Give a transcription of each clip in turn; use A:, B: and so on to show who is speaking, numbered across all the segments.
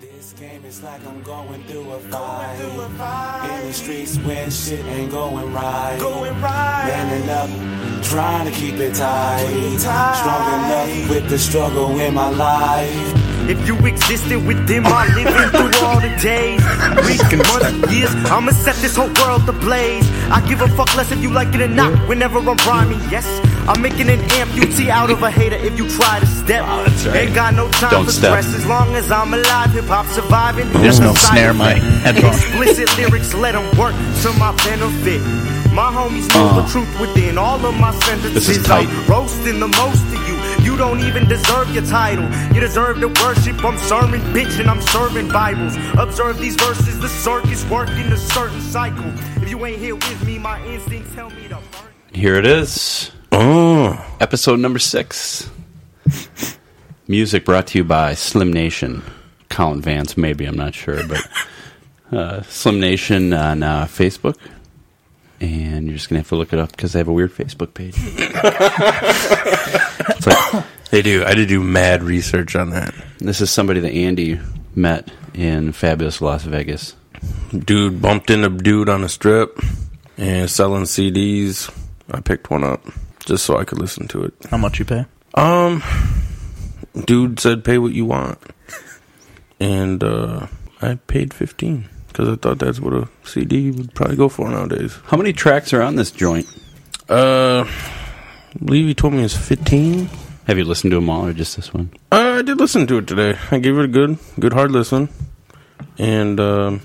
A: This game is like I'm going through a fight. In the streets when shit ain't going right.
B: Going right.
A: Manning up, trying to keep it tight. Strong enough with the struggle in my life.
B: If you existed within my living through all the days, weeks, months, years, I'ma set this whole world ablaze. I give a fuck less if you like it or not. Whenever I'm rhyming, yes, I'm making an amputee out of a hater if you try to step. Ain't got no time
C: Don't
B: for
C: step.
B: stress as long as I'm alive. Hip hop surviving.
C: There's no
B: It's a
C: snare,
B: side
C: my
B: effect.
C: headphone.
B: Explicit lyrics, let 'em work to my benefit. My homies know the truth within all of my sentences.
C: Uh. This is
B: I'm
C: tight.
B: roasting the most of you. You don't even deserve your title. You deserve the worship. I'm serving bitch and I'm serving Bibles. Observe these verses. The circus working a certain cycle. If you ain't here with me, my instincts tell me to burn.
C: Here it is. Episode number six. Music brought to you by Slim Nation. Colin Vance, maybe, I'm not sure, but uh, Slim Nation on uh, Facebook. And you're just going to have to look it up because they have a weird Facebook page. it's like,
D: They do. I did do mad research on that.
C: this is somebody that Andy met in fabulous Las Vegas.
D: Dude bumped into dude on a strip and selling CDs. I picked one up just so I could listen to it.
E: How much you pay?
D: Um, dude said pay what you want, and uh, I paid fifteen because I thought that's what a CD would probably go for nowadays.
C: How many tracks are on this joint?
D: Uh, I believe he told me it's fifteen.
C: Have you listened to them all or just this one?
D: Uh, I did listen to it today. I gave it a good, good hard listen, and um,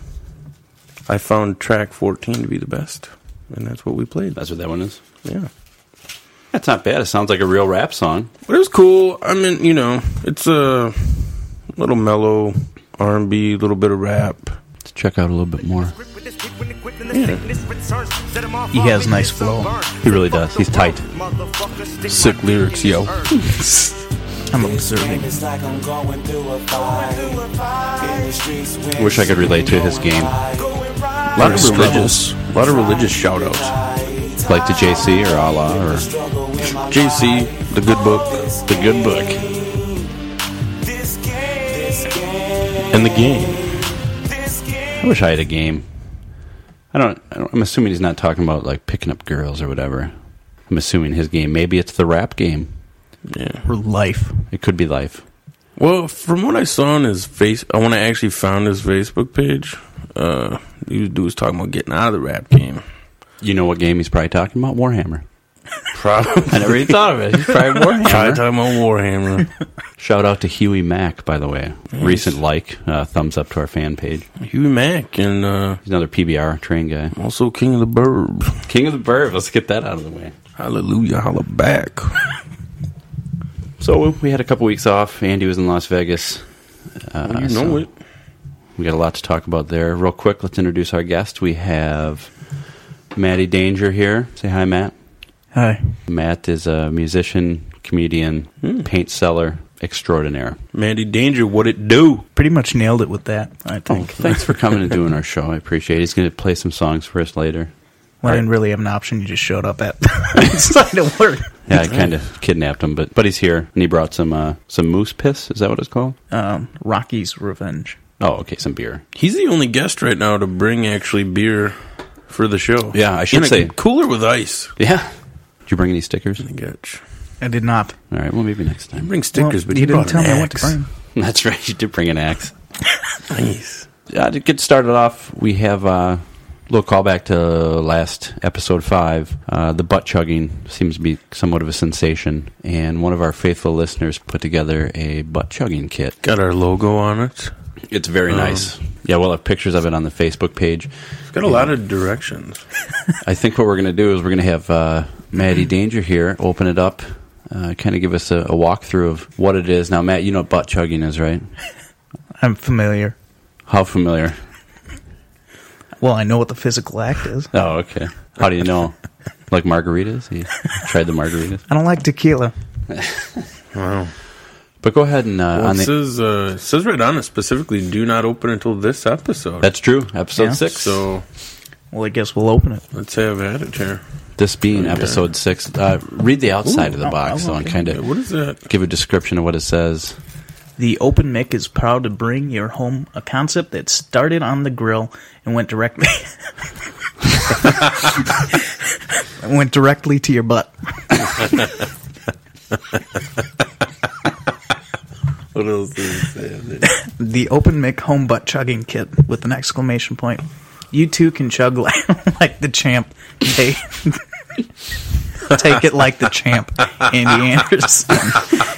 D: I found track fourteen to be the best, and that's what we played.
C: That's what that one is.
D: Yeah,
C: That's not bad. It sounds like a real rap song.
D: but it was cool. I mean, you know, it's a little mellow R and B, little bit of rap.
C: Let's check out a little bit more.
B: He
E: has nice flow.
C: He really does. He's tight.
D: Sick lyrics, yo.
C: Hmm.
E: I'm
A: This
E: observing.
A: game is like I'm going through a fight. In the streets when
C: Wish I could relate to his game.
D: A lot of religious, a lot of religious shout outs.
C: Like to JC or Allah or
D: JC, the good book, the good book, and the game.
C: I wish I had a game. I don't, I don't. I'm assuming he's not talking about like picking up girls or whatever. I'm assuming his game. Maybe it's the rap game.
D: Yeah.
E: Her life.
C: It could be life.
D: Well, from what I saw on his face, uh, when I actually found his Facebook page, uh, he was, dude was talking about getting out of the rap game.
C: You know what game he's probably talking about? Warhammer.
D: Probably.
C: I never even thought of it. He's probably
D: Probably
C: Warhammer.
D: talking about Warhammer.
C: Shout out to Huey Mack, by the way. Recent like, uh, thumbs up to our fan page.
D: Huey Mack and uh,
C: He's another PBR train guy.
D: also King of the Burb.
C: King of the Bird. Let's get that out of the way.
D: Hallelujah, holla back.
C: So we had a couple weeks off. Andy was in Las Vegas. Uh,
D: you know
C: so-
D: it.
C: We got a lot to talk about there. Real quick, let's introduce our guest. We have Matty Danger here. Say hi, Matt.
E: Hi.
C: Matt is a musician, comedian, paint seller extraordinaire.
D: Mandy Danger, what it do?
E: Pretty much nailed it with that, I
C: Oh,
E: think.
C: thanks for coming and doing our show. I appreciate it. He's going to play some songs for us later.
E: Well, I didn't really have an option. You just showed up at inside of work.
C: Yeah, I kind of kidnapped him, but but he's here and he brought some uh, some moose piss. Is that what it's called?
E: Um, Rocky's Revenge.
C: Oh, okay, some beer.
D: He's the only guest right now to bring actually beer for the show.
C: Yeah, I should
D: In a
C: say-
D: cooler with ice.
C: Yeah. Did you bring any stickers? All
D: Gotcha.
E: I did not.
C: right, well maybe next time.
D: Bring stickers,
E: Well,
D: but
E: you didn't
D: brought
E: tell
D: an
E: me what to
D: axe.
E: bring.
C: That's right. You did bring an axe.
D: Nice.
C: uh, to get started off, we have uh, a little callback to last episode five. Uh, the butt chugging seems to be somewhat of a sensation, and one of our faithful listeners put together a butt chugging kit.
D: Got our logo on it.
C: It's very nice. Yeah, we'll have pictures of it on the Facebook page.
D: It's got a lot of directions.
C: I think what we're going to do is we're going to have uh, Maddie Danger here open it up, uh, kind of give us a, a walkthrough of what it is. Now, Matt, you know what butt chugging is, right?
E: I'm familiar.
C: How familiar?
E: Well, I know what the physical act is.
C: Oh, okay. How do you know? Like margaritas? You tried the margaritas?
E: I don't like tequila.
C: But go ahead and uh,
D: Well,
C: on
D: it
C: the
D: says uh, it says right on it specifically, do not open until this episode.
C: That's true. Episode
E: Yeah.
C: six.
D: so
E: Well, I guess we'll open it.
D: let's have at it here.
C: this being episode six, uh, read the outside of the
E: Ooh,
C: box,
E: oh,
C: so I
E: okay.
C: kind
D: Yeah,
C: of
D: What is that?
C: give a description of what it says.
E: The open mic is proud to bring your home a concept that started on the grill and went directly went directly to your butt.
D: What else is there?
E: The open mic home butt chugging kit with an exclamation point. You too can chug like, like the champ. They take it like the champ, Andy Anderson,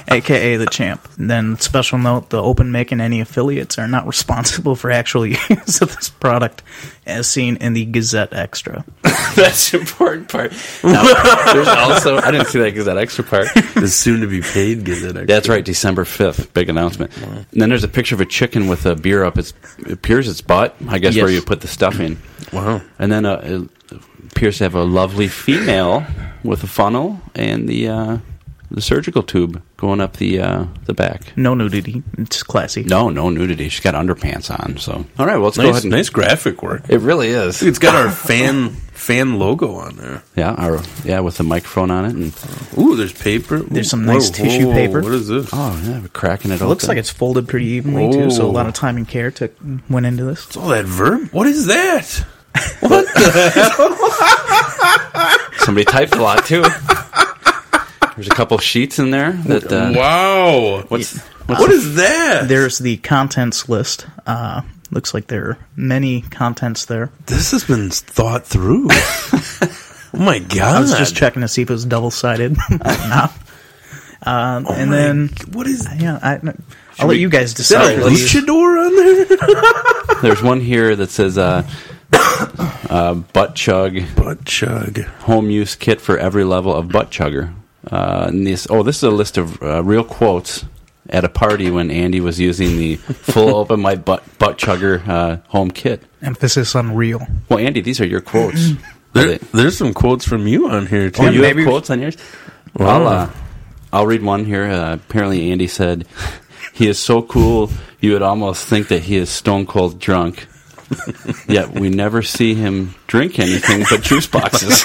E: aka the champ. And then special note: the open mic and any affiliates are not responsible for actual use of this product, as seen in the Gazette Extra.
C: That's the important part. Now, there's also I didn't see that because that extra part.
D: The soon to be paid Gazette. Extra.
C: That's right, December fifth, big announcement. And then there's a picture of a chicken with a beer up its it appears its butt. I guess where
E: Yes.
C: you put the stuff in.
D: Wow.
C: And then uh, it appears to have a lovely female with a funnel and the uh, the surgical tube going up the uh, the back.
E: No nudity. It's classy.
C: No, no nudity. She's got underpants on. So all right, well let's go
D: Nice,
C: ahead. And,
D: nice graphic work.
C: It really is.
D: It's got our fan fan logo on there.
C: Yeah, our, yeah, with the microphone on it, and
D: Ooh, there's paper. Ooh,
E: There's some nice tissue paper.
D: What is this?
C: oh yeah, we're cracking it.
E: It looks like it's folded pretty evenly too, so a lot of time and care took went into this.
D: It's all that verb. What is that?
C: Somebody typed a lot too. There's a couple sheets in there that. Uh,
D: wow.
C: What's
D: What is that?
E: There's the contents list. Uh, looks like there are many contents there.
D: This has been thought through. oh my god!
E: I was just checking to see if it was double sided. uh, and then,
D: Oh what is
E: yeah, I, I'll let
C: we-
E: you guys
D: Is that
E: decide.
D: a
E: what you-
D: luchador on there?
C: there's one here that says uh, uh, butt chug
D: Butt chug.
C: home use kit for every level of butt chugger. Uh, and this oh, this is a list of uh, real quotes at a party when Andy was using the full open my butt butt chugger uh, home kit.
E: Emphasis on real.
C: Well, Andy, these are your quotes. Are
D: There,
C: they-
D: there's some quotes from you on here too.
C: Oh, you
E: maybe-
C: have quotes on yours? I'll, uh, I'll read one here. Uh, apparently, Andy said, He is so cool, you would almost think that he is stone cold drunk. Yet we never see him drink anything but juice boxes.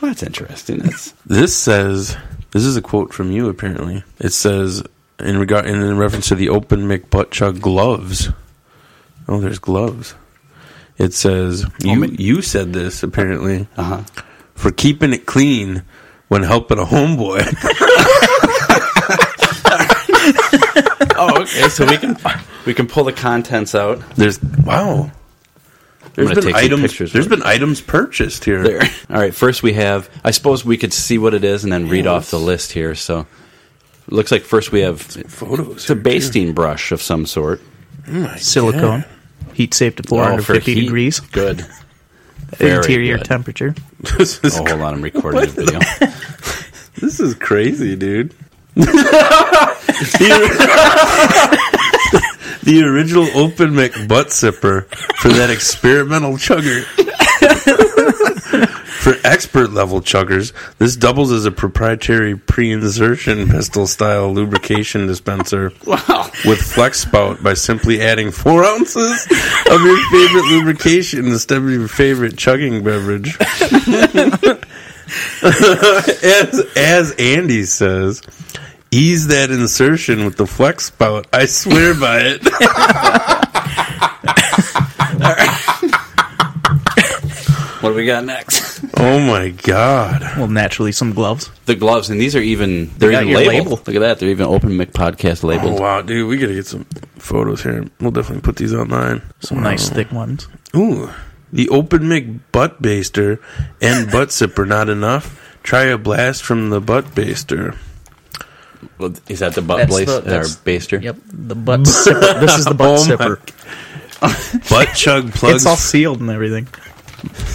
C: That's interesting. That's
D: This says this is a quote from you apparently. It says in regard in reference to the open mic butt chug gloves. Oh, there's gloves. It says you
C: man.
D: you said this apparently
C: Oh, uh-huh.
D: for keeping it clean when helping a homeboy.
C: Oh, okay. So we can we can pull the contents out.
D: there's wow. There's
C: gonna
D: been
C: take some
D: items.
C: pictures
D: there's
C: with it.
D: been items purchased here.
C: There. All right. First, we have. I suppose we could see what it is and then read off the list here. So, looks like first we have
D: Photos.
C: It's a basting brush of some sort.
E: Silicone. Heat safe to
C: Oh, for
E: 450
C: heat.
E: degrees.
C: Good. Very
E: Interior
C: good.
E: temperature.
D: This is
C: Oh, hold on. I'm recording a video.
D: this is crazy, dude. the original open mic butt sipper for that experimental chugger. for expert level chuggers, this doubles as a proprietary pre-insertion pistol style lubrication dispenser
C: wow.
D: with flex spout by simply adding four ounces of your favorite lubrication instead of your favorite chugging beverage. as, as Andy says, ease that insertion with the flex spout. I swear by it.
C: What do we got next?
D: Oh my god.
E: Well, naturally, some gloves.
C: The gloves, and these are even they're
E: got
C: even
E: your
C: labeled.
E: label.
C: Look at that. They're even Open Mic podcast
D: Oh
C: labeled.
D: wow, dude, we gotta get some photos here. We'll definitely put these online.
E: Some nice thick ones.
D: Ooh, the open mic butt baster and butt sipper. Not enough. Try a blast from the butt baster.
C: Well, Is that the butt
E: That's
C: blaze
E: the-
C: or
E: that's-
C: baster?
E: Yep. The butt sipper. This is the butt
D: Oh my
E: sipper.
D: Butt chug plugs.
E: It's all sealed and everything.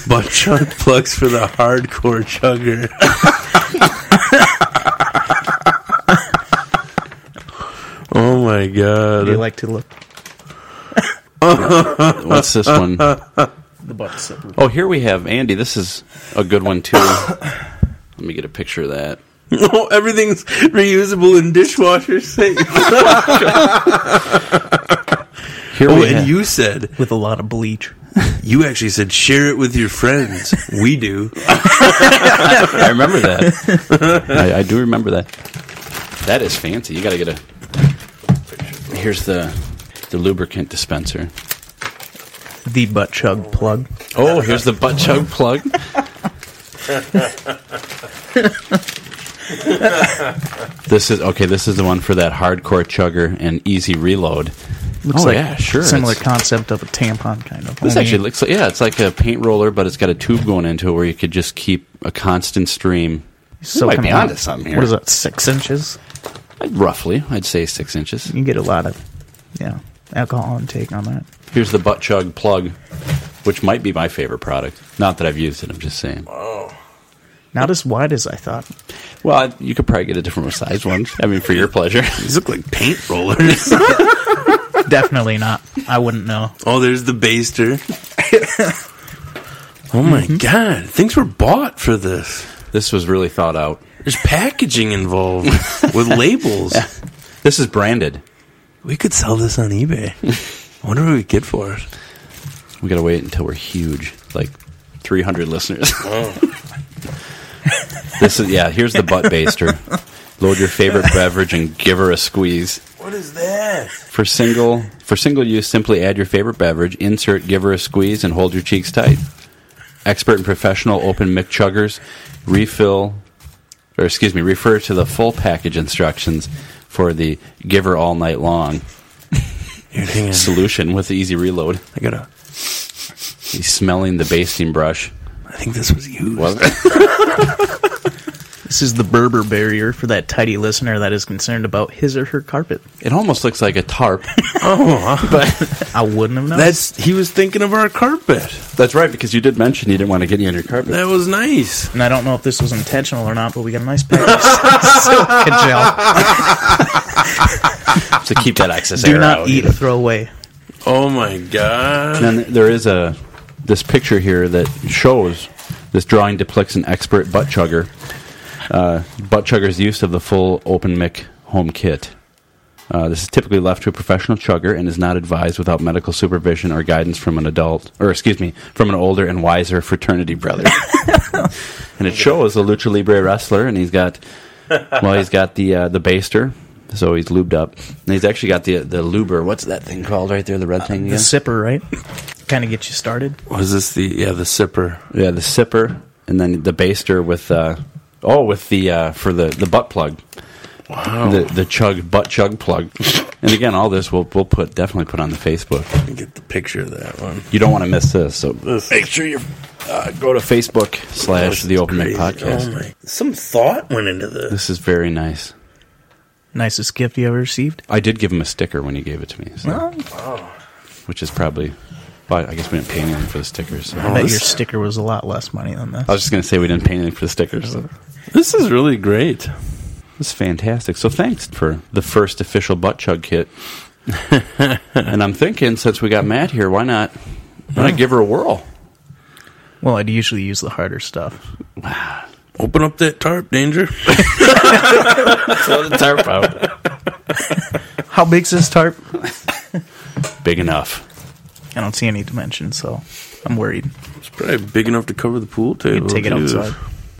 D: butt chug plugs for the hardcore chugger. oh my god!
E: Do you like to look?
C: What's this one?
E: The butt sipper.
C: Oh, here we have Andy. This is a good one too. Let me get a picture of that.
D: Oh, everything's reusable and dishwasher safe.
C: Here
D: oh,
C: we
D: and
C: have.
D: Oh, you said
E: With a lot of bleach.
D: You actually said share it with your friends. We do.
C: I remember that. I, I do remember that. That is fancy. You got to get a. Here's the the lubricant dispenser.
E: The butt chug plug.
C: Oh, here's the butt chug plug. This is okay. This is the one for that hardcore chugger and easy reload.
E: Looks
C: oh
E: like
C: yeah, sure.
E: Similar
C: It's-
E: concept of a tampon, kind of.
C: This
E: Only
C: actually looks like yeah, it's like a paint roller, but it's got a tube going into it where you could just keep a constant stream.
E: so
C: So might
E: can
C: be
E: I-
C: onto something here.
E: What is that? Six inches.
C: I'd- Roughly, I'd say six inches.
E: You get a lot of, yeah, alcohol intake on that.
C: Here's the butt chug plug, which might be my favorite product. Not that I've used it. I'm just saying.
E: Not as wide as I thought.
C: Well, I- you could probably get a different size one. I mean, for your pleasure.
D: These look like paint rollers.
E: Definitely not. I wouldn't know.
D: oh, there's the baster. oh my god, things were bought for this.
C: this was really thought out.
D: There's packaging involved with labels.
C: This is branded.
D: We could sell this on eBay. I wonder what we get for it.
C: We gotta wait until we're huge, like 300 listeners.
D: Oh.
C: this is yeah. Here's the butt baster. Load your favorite beverage and give her a squeeze.
D: What is that?
C: For single for single use, simply add your favorite beverage, insert, give her a squeeze, and hold your cheeks tight. Expert and professional open mic chuggers refill, or excuse me, refer to the full package instructions for the give her all night long
D: Here, hang on.
C: solution with the easy reload.
D: I gotta.
C: He's smelling the basting brush.
D: I think this was used.
E: This is the Berber barrier for that tidy listener that is concerned about his or her carpet.
C: It almost looks like a tarp.
E: I wouldn't have known.
D: Oh, uh-huh. That's he was thinking of our carpet.
C: That's right, because you did mention you didn't want to get any on your carpet.
D: That was nice.
E: and I don't know if this was intentional or not, but we got a nice package of silica gel.
C: to keep that excess
E: Do
C: air
E: not
C: out.
E: eat or throw away.
D: Oh my god.
C: And then there is a this picture here that shows this drawing depicts an expert butt chugger. Uh, butt chugger's use of the full open mic home kit. Uh, this is typically left to a professional chugger and is not advised without medical supervision or guidance from an adult, or excuse me, from an older and wiser fraternity brother. and it shows a lucha libre wrestler, and he's got well, he's got the uh, the baster, so he's lubed up, and he's actually got the the luber. What's that thing called right there? The red thing.
E: The
C: again?
E: sipper, right? Kind of get you started.
D: Was this the yeah the sipper?
C: Yeah, the sipper, and then the baster with uh, oh, with the uh, for the the butt plug. Wow.
D: Oh.
C: The the chug butt chug plug, and again, all this we'll we'll put definitely put on the Facebook.
D: Get the picture of that one.
C: You don't want to miss this, so make sure you uh, go to Facebook slash the Open Mic Podcast.
D: Oh my! Some thought went into this.
C: This is very nice.
E: Nicest gift you ever received.
C: I did give him a sticker when he gave it to me, so, which is probably. But I guess we didn't pay anything for the stickers. So.
E: I bet
D: this-
E: your sticker was a lot less money than this.
C: I was just gonna say we didn't pay anything for the stickers. So.
D: This is really great.
C: That's fantastic. So thanks for the first official butt chug kit. and I'm thinking, since we got Matt here, why not? Why not give her a whirl?
E: Well, I'd usually use the harder stuff.
D: Open up that tarp, danger.
C: Throw the tarp out.
E: How big's this tarp?
C: Big enough.
E: I don't see any dimensions, so I'm worried.
D: It's probably big enough to cover the pool table.
E: You can take it
D: too.
E: outside.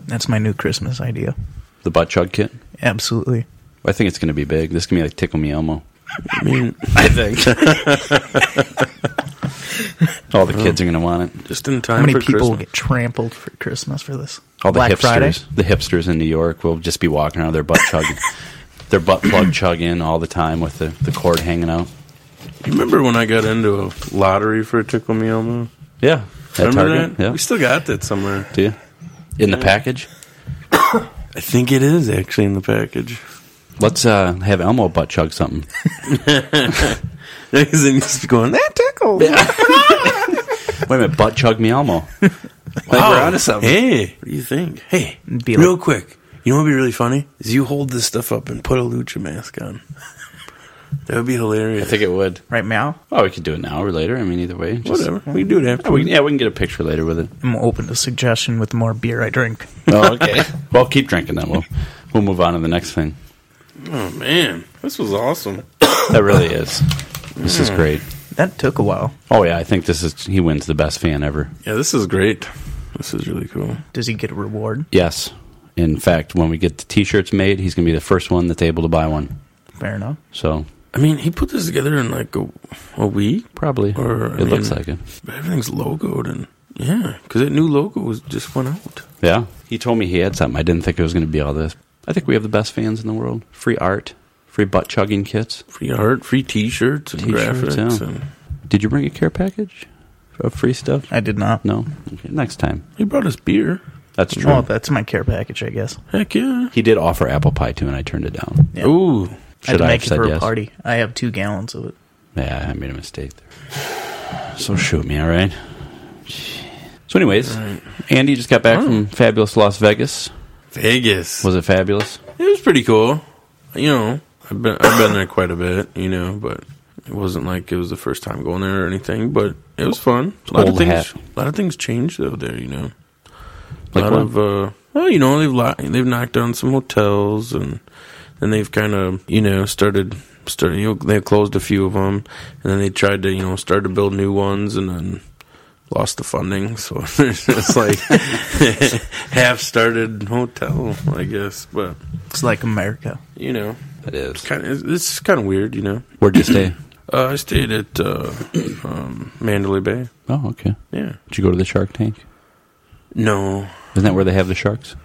E: That's my new Christmas idea.
C: The butt chug kit.
E: Absolutely.
C: I think it's going to be big. This can be like Tickle Me Elmo.
D: I mean,
C: I think. All the kids are going to want it.
D: just in time.
E: How many
D: for
E: people will
D: Christmas.
E: get trampled for Christmas for this?
C: All the
E: Black
C: hipsters.
E: Friday.
C: The hipsters in New York will just be walking around their butt chugging. their butt plug chugging all the time with the, the cord hanging out.
D: You remember when I got into a lottery for a tickle me elmo?
C: Yeah. At
D: Remember
C: Target.
D: that?
C: Yeah.
D: We still got that somewhere.
C: Do you? In the package?
D: I think it is actually in the package.
C: Let's uh, have Elmo butt chug something.
D: Because then you just be going that tickle.
C: Wait a minute, butt chug me Elmo. Like Oh, we're onto something.
D: Hey, what do you think? Hey,
E: Be
D: real
E: like-
D: quick. You know what would be really funny? Is you hold this stuff up and put a lucha mask on. that would be hilarious.
C: I think it would.
E: Right, Meow?
C: Oh, we could do it now or later. I mean, either way. Just,
D: Whatever. We can do it
C: Yeah
D: after.
C: we, can- yeah, we can get a picture later with it.
E: I'm open to suggestion with the more beer I drink.
C: Oh, okay. well, keep drinking then. We'll we'll move on to the next thing.
D: Oh, man. This was awesome.
C: Hmm. That really is. This is great.
E: That took a while.
C: Oh yeah, I think this is he wins the best fan ever.
D: Yeah, this is great. This is really cool.
E: Does he get a reward?
C: Yes. In fact, when we get the t-shirts made, he's going to be the first one that's able to buy one.
E: Fair enough.
C: So,
D: I mean, he put this together in like a, a week,
C: probably
D: Or,
C: it
D: I
C: looks
D: mean-
C: like it.
D: but everything's logoed and yeah, because that new logo was just went out.
C: Yeah. He told me he had something. I didn't think it was going to be all this. I think we have the best fans in the world. Free art, free butt chugging kits.
D: Free art, free T-shirts and
C: T-shirts,
D: graphics,
C: yeah.
D: and
C: Did you bring a care package of free stuff?
E: I did not.
C: No. Okay, next time.
D: he brought us beer.
C: That's true.
E: Oh, that's my care package, I guess.
D: Heck yeah!
C: he did offer apple pie too, and I turned it down.
E: Yeah.
D: Ooh,
E: I had
C: Should
E: to
C: I
E: make
C: have
E: it for
C: said
E: a
C: yes?
E: party. I have two gallons of it.
C: Yeah, I made a mistake there. So shoot me, all right? So, anyways, Andy just got back from fabulous Las Vegas.
D: Vegas.
C: Was it fabulous?
D: It was pretty cool. You know, I've been I've been there quite a bit. You know, but it wasn't like it was the first time going there or anything. But it was fun. A lot of
C: Old
D: things.
C: hat.
D: A lot of things changed though. There, you know. A
C: Like
D: lot
C: what?
D: of uh, well, you know, they've lo- they've knocked down some hotels and then they've kind of you know started started you know, they closed a few of them and then they tried to you know start to build new ones and then lost the funding so it's like half started hotel I guess but
E: It's like America.
D: you know
C: It is.
D: kind of it's kind of weird, you know.
C: Where'd you stay?
D: Uh, I stayed at uh, um, Mandalay Bay.
C: Oh, okay.
D: Yeah.
C: Did you go to the Shark Tank?
D: No.
C: Isn't that where they have the sharks?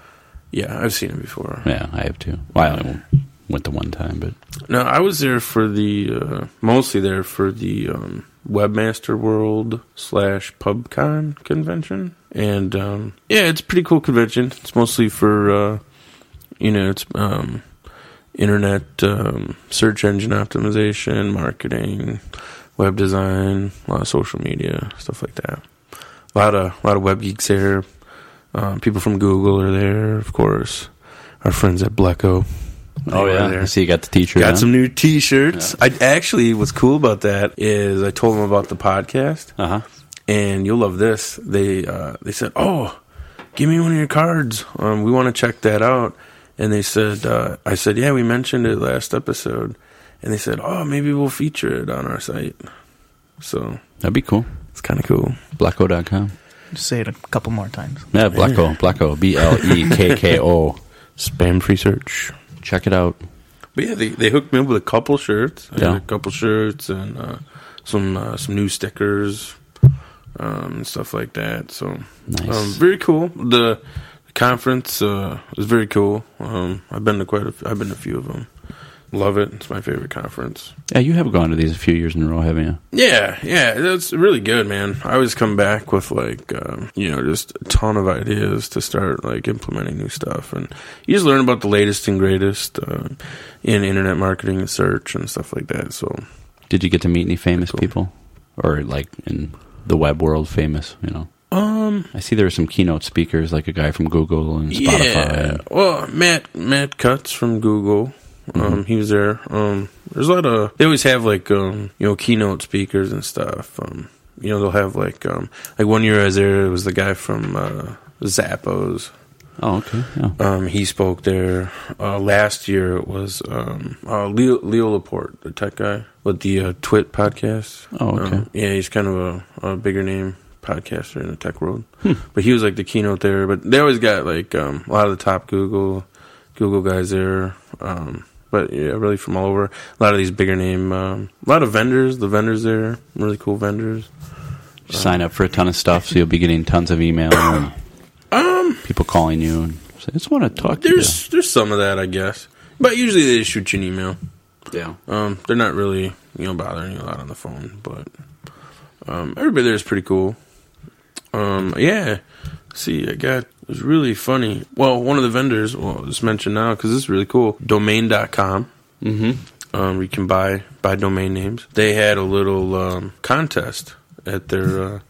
D: Yeah, I've seen it before.
C: Yeah, I have too. Well, I only went the one time, but
D: No, I was there for the uh, mostly there for the um, Webmaster World slash PubCon convention, and um, yeah, it's a pretty cool convention. It's mostly for uh, you know it's um, internet um, search engine optimization, marketing, web design, a lot of social media stuff like that. A lot of a lot of web geeks there. Um, people from Google are there, of course. Our friends at Bleco. they were
C: I see you got the teacher.
D: Oh, Got some new T-shirts. I actually, what's cool about that is I told them about the podcast,
C: Uh huh.
D: and you'll love this. They uh, they said, "Oh, give me one of your cards. Um, we want to check that out." And they said, uh, "I said, yeah, we mentioned it last episode." And they said, "Oh, maybe we'll feature it on our site." So
C: That'd be cool.
D: it's kind of cool.
C: Blacko.com.
E: Just say it a couple more times.
C: Yeah, Blacko. Blacko. B L E K K O.
D: Spam free search.
C: Check it out.
D: But yeah, they, they hooked me up with a couple shirts. I got
C: Yeah.
D: a couple shirts and uh, some uh, some new stickers um, and stuff like that. So
C: Nice.
D: um, very cool. The conference uh, was very cool. Um, I've been to quite a f- I've been to a few of them. Love it. It's my favorite conference.
C: Yeah, you have gone to these a few years in a row, haven't you?
D: Yeah, yeah, that's really good, man. I always come back with like, um, you know, just a ton of ideas to start like implementing new stuff, and you just learn about the latest and greatest uh, in internet marketing and search and stuff like that. So
C: Did you get to meet any famous
D: Cool.
C: people, or like in the web world, famous? You know, um, I see there are some keynote speakers, like a guy from Google and Spotify.
D: Yeah. Well, Matt Matt Cuts from Google. Um, he was there. Um, there's a lot of they always have like um, you know keynote speakers and stuff. Um, you know they'll have like um, like one year I was there. It was the guy from uh, Zappos.
C: oh, okay. Yeah.
D: Um, he spoke there uh, last year. It was um, uh, Leo, Leo Laporte, the tech guy with the uh, Twit podcast.
C: Oh, okay.
D: Um, yeah, he's kind of a, a bigger name podcaster in the tech world.
C: Hmm.
D: But he was like the keynote there. But they always got like um, a lot of the top Google Google guys there. Um, but yeah, really from all over. A lot of these bigger name, um, a lot of vendors. The vendors there, really cool vendors.
C: Sign up for a ton of stuff, so you'll be getting tons of email and people calling you and say, "I just want to talk to you."
D: Um, There's there's some of that, I guess. But usually they just shoot you an email.
C: Yeah.
D: Um, they're not really you know bothering you a lot on the phone, but um, everybody there is pretty cool. Um, yeah. See, I got it was really funny. Well, one of the vendors, well, I'll just mention now because this is really cool. Domain.com. Mm-hmm. Um, you can buy buy domain names. They had a little um, contest at their uh,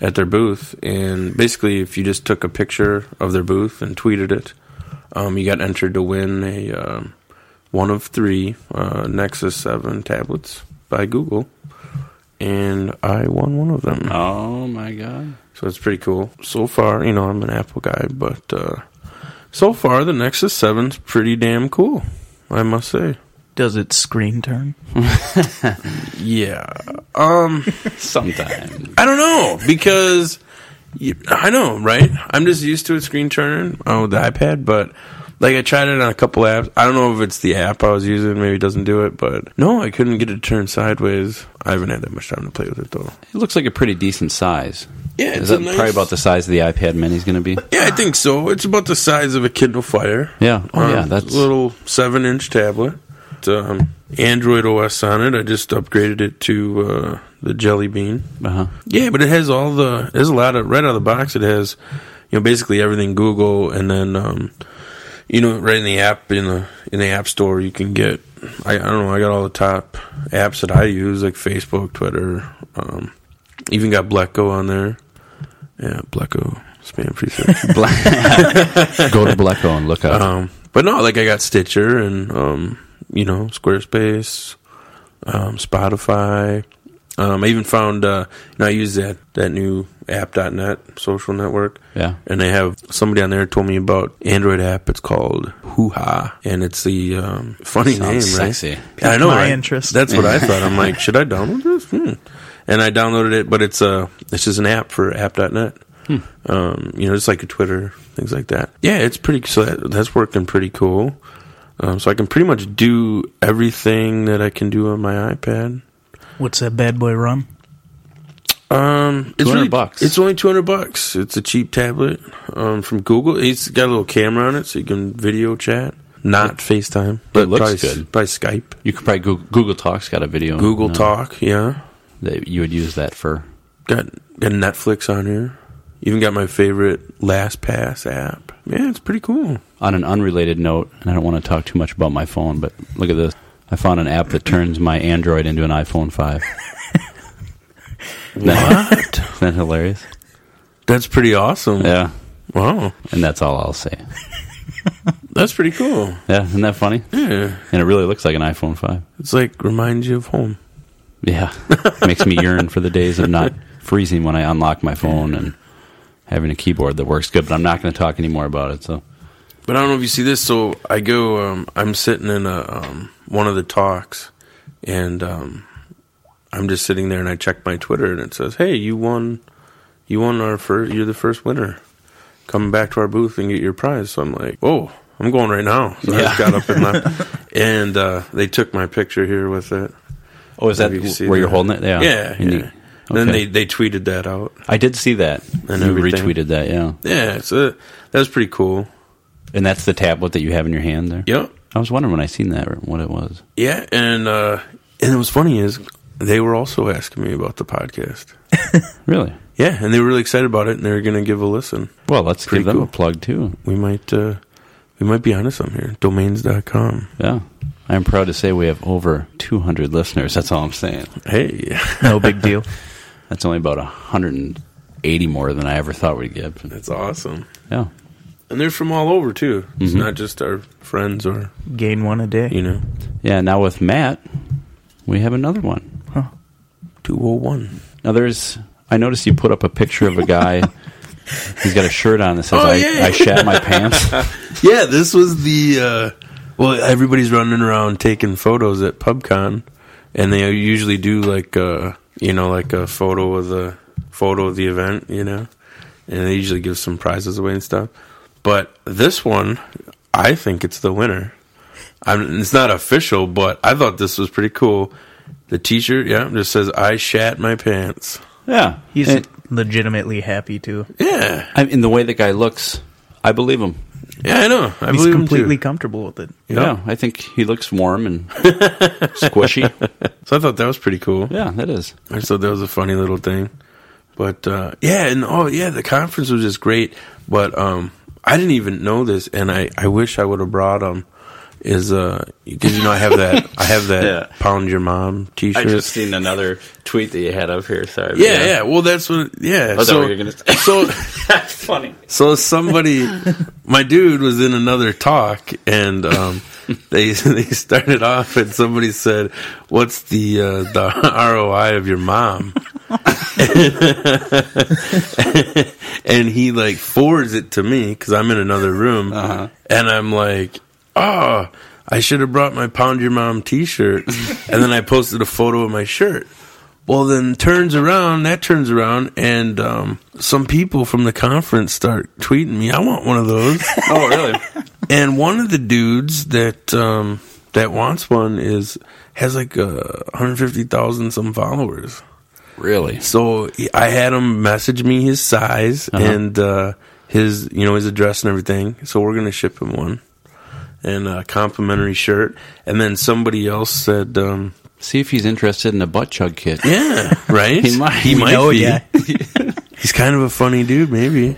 D: at their booth, and basically, if you just took a picture of their booth and tweeted it, um, you got entered to win a um, one of three uh, Nexus Seven tablets by Google, and I won one of them.
C: Oh my god.
D: So it's pretty cool. So far, you know, I'm an Apple guy, but uh, so far the Nexus 7's pretty damn cool, I must say.
E: Does it screen turn?
D: Yeah. Um,
C: Sometime.
D: I don't know because you, I know, right? I'm just used to it screen turning on with the iPad, but like I tried it on a couple apps. I don't know if it's the app I was using, maybe it doesn't do it, but no, I couldn't get it to turn sideways. I haven't had that much time to play with it though.
C: It looks like a pretty decent size.
D: Yeah,
C: Is
D: it's
C: that
D: a nice-
C: probably about the size of the iPad Mini is going to be?
D: Yeah, I think so. It's about the size of a Kindle Fire.
C: Yeah. Oh,
D: Um,
C: yeah. That's
D: little seven-inch tablet. It's, um, Android OS on it. I just upgraded it to uh, the Jelly Bean.
C: uh-huh.
D: Yeah, but it has all the. There's a lot of right out of the box. It has, you know, basically everything Google, and then, um, you know, right in the app in the in the app store, you can get. I, I don't know. I got all the top apps that I use, like Facebook, Twitter. Um, even got Blacko on there. Yeah, Blacko spam free service.
C: Go to Bleco and look up.
D: Um, but no, like I got Stitcher and um, you know Squarespace, um, Spotify. Um, I even found uh, you know I use that that new app.net social network.
C: Yeah.
D: and they have somebody on there told me about Android app. It's called Hoo Ha, and it's the um, funny
C: Sounds
D: name, right?
C: sexy.
D: I know
E: my
D: right?
E: interest.
D: That's what I thought. I'm like, should I download this? Hmm. And I downloaded it, but it's a it's just an app for app.net.
C: Hmm.
D: Um, you know, it's like a Twitter, things like that. Yeah, it's pretty. So that, that's working pretty cool. Um, so I can pretty much do everything that I can do on my iPad.
E: What's that bad boy run?
D: Um, it's
C: 200
D: really-
C: bucks.
D: It's only two hundred bucks. It's a cheap tablet um, from Google. It's got a little camera on it, so you can video chat, not FaceTime, but
C: looks
D: probably,
C: good. Oh,
D: by Skype,
C: You could probably Google, Google Talk's got a video. on it
D: Google
C: now
D: Talk. Yeah,
C: That you would use that for.
D: got got Netflix on here. Even got my favorite LastPass app. Yeah, it's pretty cool.
C: On an unrelated note, and I don't want to talk too much about my phone, but look at this. I found an app that turns my Android into an iPhone 5. what? Isn't that hilarious?
D: That's pretty awesome.
C: Yeah.
D: Wow,
C: And that's all I'll say.
D: that's pretty cool.
C: Yeah, isn't that funny?
D: Yeah,
C: And it really looks like an iPhone 5.
D: it's like reminds you of home.
C: Yeah. Makes me yearn for the days of not freezing when I unlock my phone and having a keyboard that works good, but I'm not going to talk anymore about it. So,
D: But I don't know if you see this. So I go. Um, I'm sitting in a um, one of the talks, and um, I'm just sitting there, and I check my Twitter, and it says, "Hey, you won. You won our first. You're the first winner. Come back to our booth and get your prize." So I'm like, "Oh, I'm going right now." So I just got up and left, and uh, they took my picture here with it.
C: oh, is that
D: Maybe you see
C: where you're
D: that.
C: holding it? Yeah.
D: Yeah,
C: And
D: yeah.
C: you-
D: Then
C: okay.
D: they they tweeted that out.
C: I did see that.
D: And
C: you
D: everything.
C: retweeted that, yeah.
D: Yeah, so that was pretty cool.
C: And that's the tablet that you have in your hand there?
D: Yep.
C: I was wondering when I seen that or what it was.
D: Yeah, and uh, and what's funny is they were also asking me about the podcast.
C: Really?
D: Yeah, and they were really excited about it, and they were going to give a listen.
C: Well, let's
D: Pretty
C: give them
D: cool.
C: a plug too.
D: We might uh, we might be onto something here. Domains.com.
C: Yeah. I'm proud to say we have over 200 listeners. That's all I'm saying.
D: Hey,
E: No big deal.
C: That's only about 180 more than I ever thought we'd get.
D: that's awesome.
C: Yeah.
D: And they're from all over too. It's not just our friends or
E: Gain one a day.
D: you know
C: Yeah, now with Matt, we have another one.
D: two oh one.
C: Now there's I noticed you put up a picture of a guy he's got a shirt on that says
D: Oh,
C: I,
D: yeah.
C: I shat my pants.
D: Yeah, this was the uh, well. Everybody's running around taking photos at PubCon, and they usually do like uh, you know like a photo of the photo of the event, you know, and they usually give some prizes away and stuff. But this one, I think it's the winner. I'm, it's not official, but I thought this was pretty cool. The T-shirt, yeah, just says "I shat my pants."
C: Yeah.
E: He's
C: and,
E: legitimately happy too.
D: Yeah,
C: I mean, the way the guy looks, I believe him.
D: yeah, I know. I
E: He's
D: believe him,
E: completely
D: too.
E: comfortable with it.
D: Yeah.
C: Yeah, I think he looks warm and squishy.
D: So I thought that was pretty cool.
C: Yeah, that is.
D: I just thought that was a funny little thing. But uh, yeah, and oh yeah, the conference was just great. But um, I didn't even know this, and I, I wish I would have brought them. Is uh, because you know I have that I have that
C: Yeah.
D: pound your mom T shirt.
C: seen another tweet that you had up here. Sorry.
D: yeah, yeah. Well, that's what. Yeah.
C: Oh, that
D: so
C: what you were gonna
D: so
C: That's funny.
D: so somebody, my dude was in another talk, and um, they they started off, and somebody said, "What's the uh, the ROI of your mom?" and he like forwards it to me because I'm in another room, and I'm like, "Oh, I should have brought my pound your mom T-shirt," and then I posted a photo of my shirt. Well, then turns around, that turns around, and um, some people from the conference start tweeting me, I want one of those.
C: Oh, really?
D: and one of the dudes that um, that wants one is has like uh, 150,000 some followers.
C: really?
D: So he- I had him message me his size
C: Uh-huh.
D: and uh, his, you know, his address and everything. So we're gonna ship him one and a complimentary shirt. And then somebody else said, um,
C: See if he's interested in a butt chug kit.
D: "Yeah, right?
C: He might-
D: He might
E: No,
D: be.
E: yeah.
D: He's kind of a funny dude, maybe."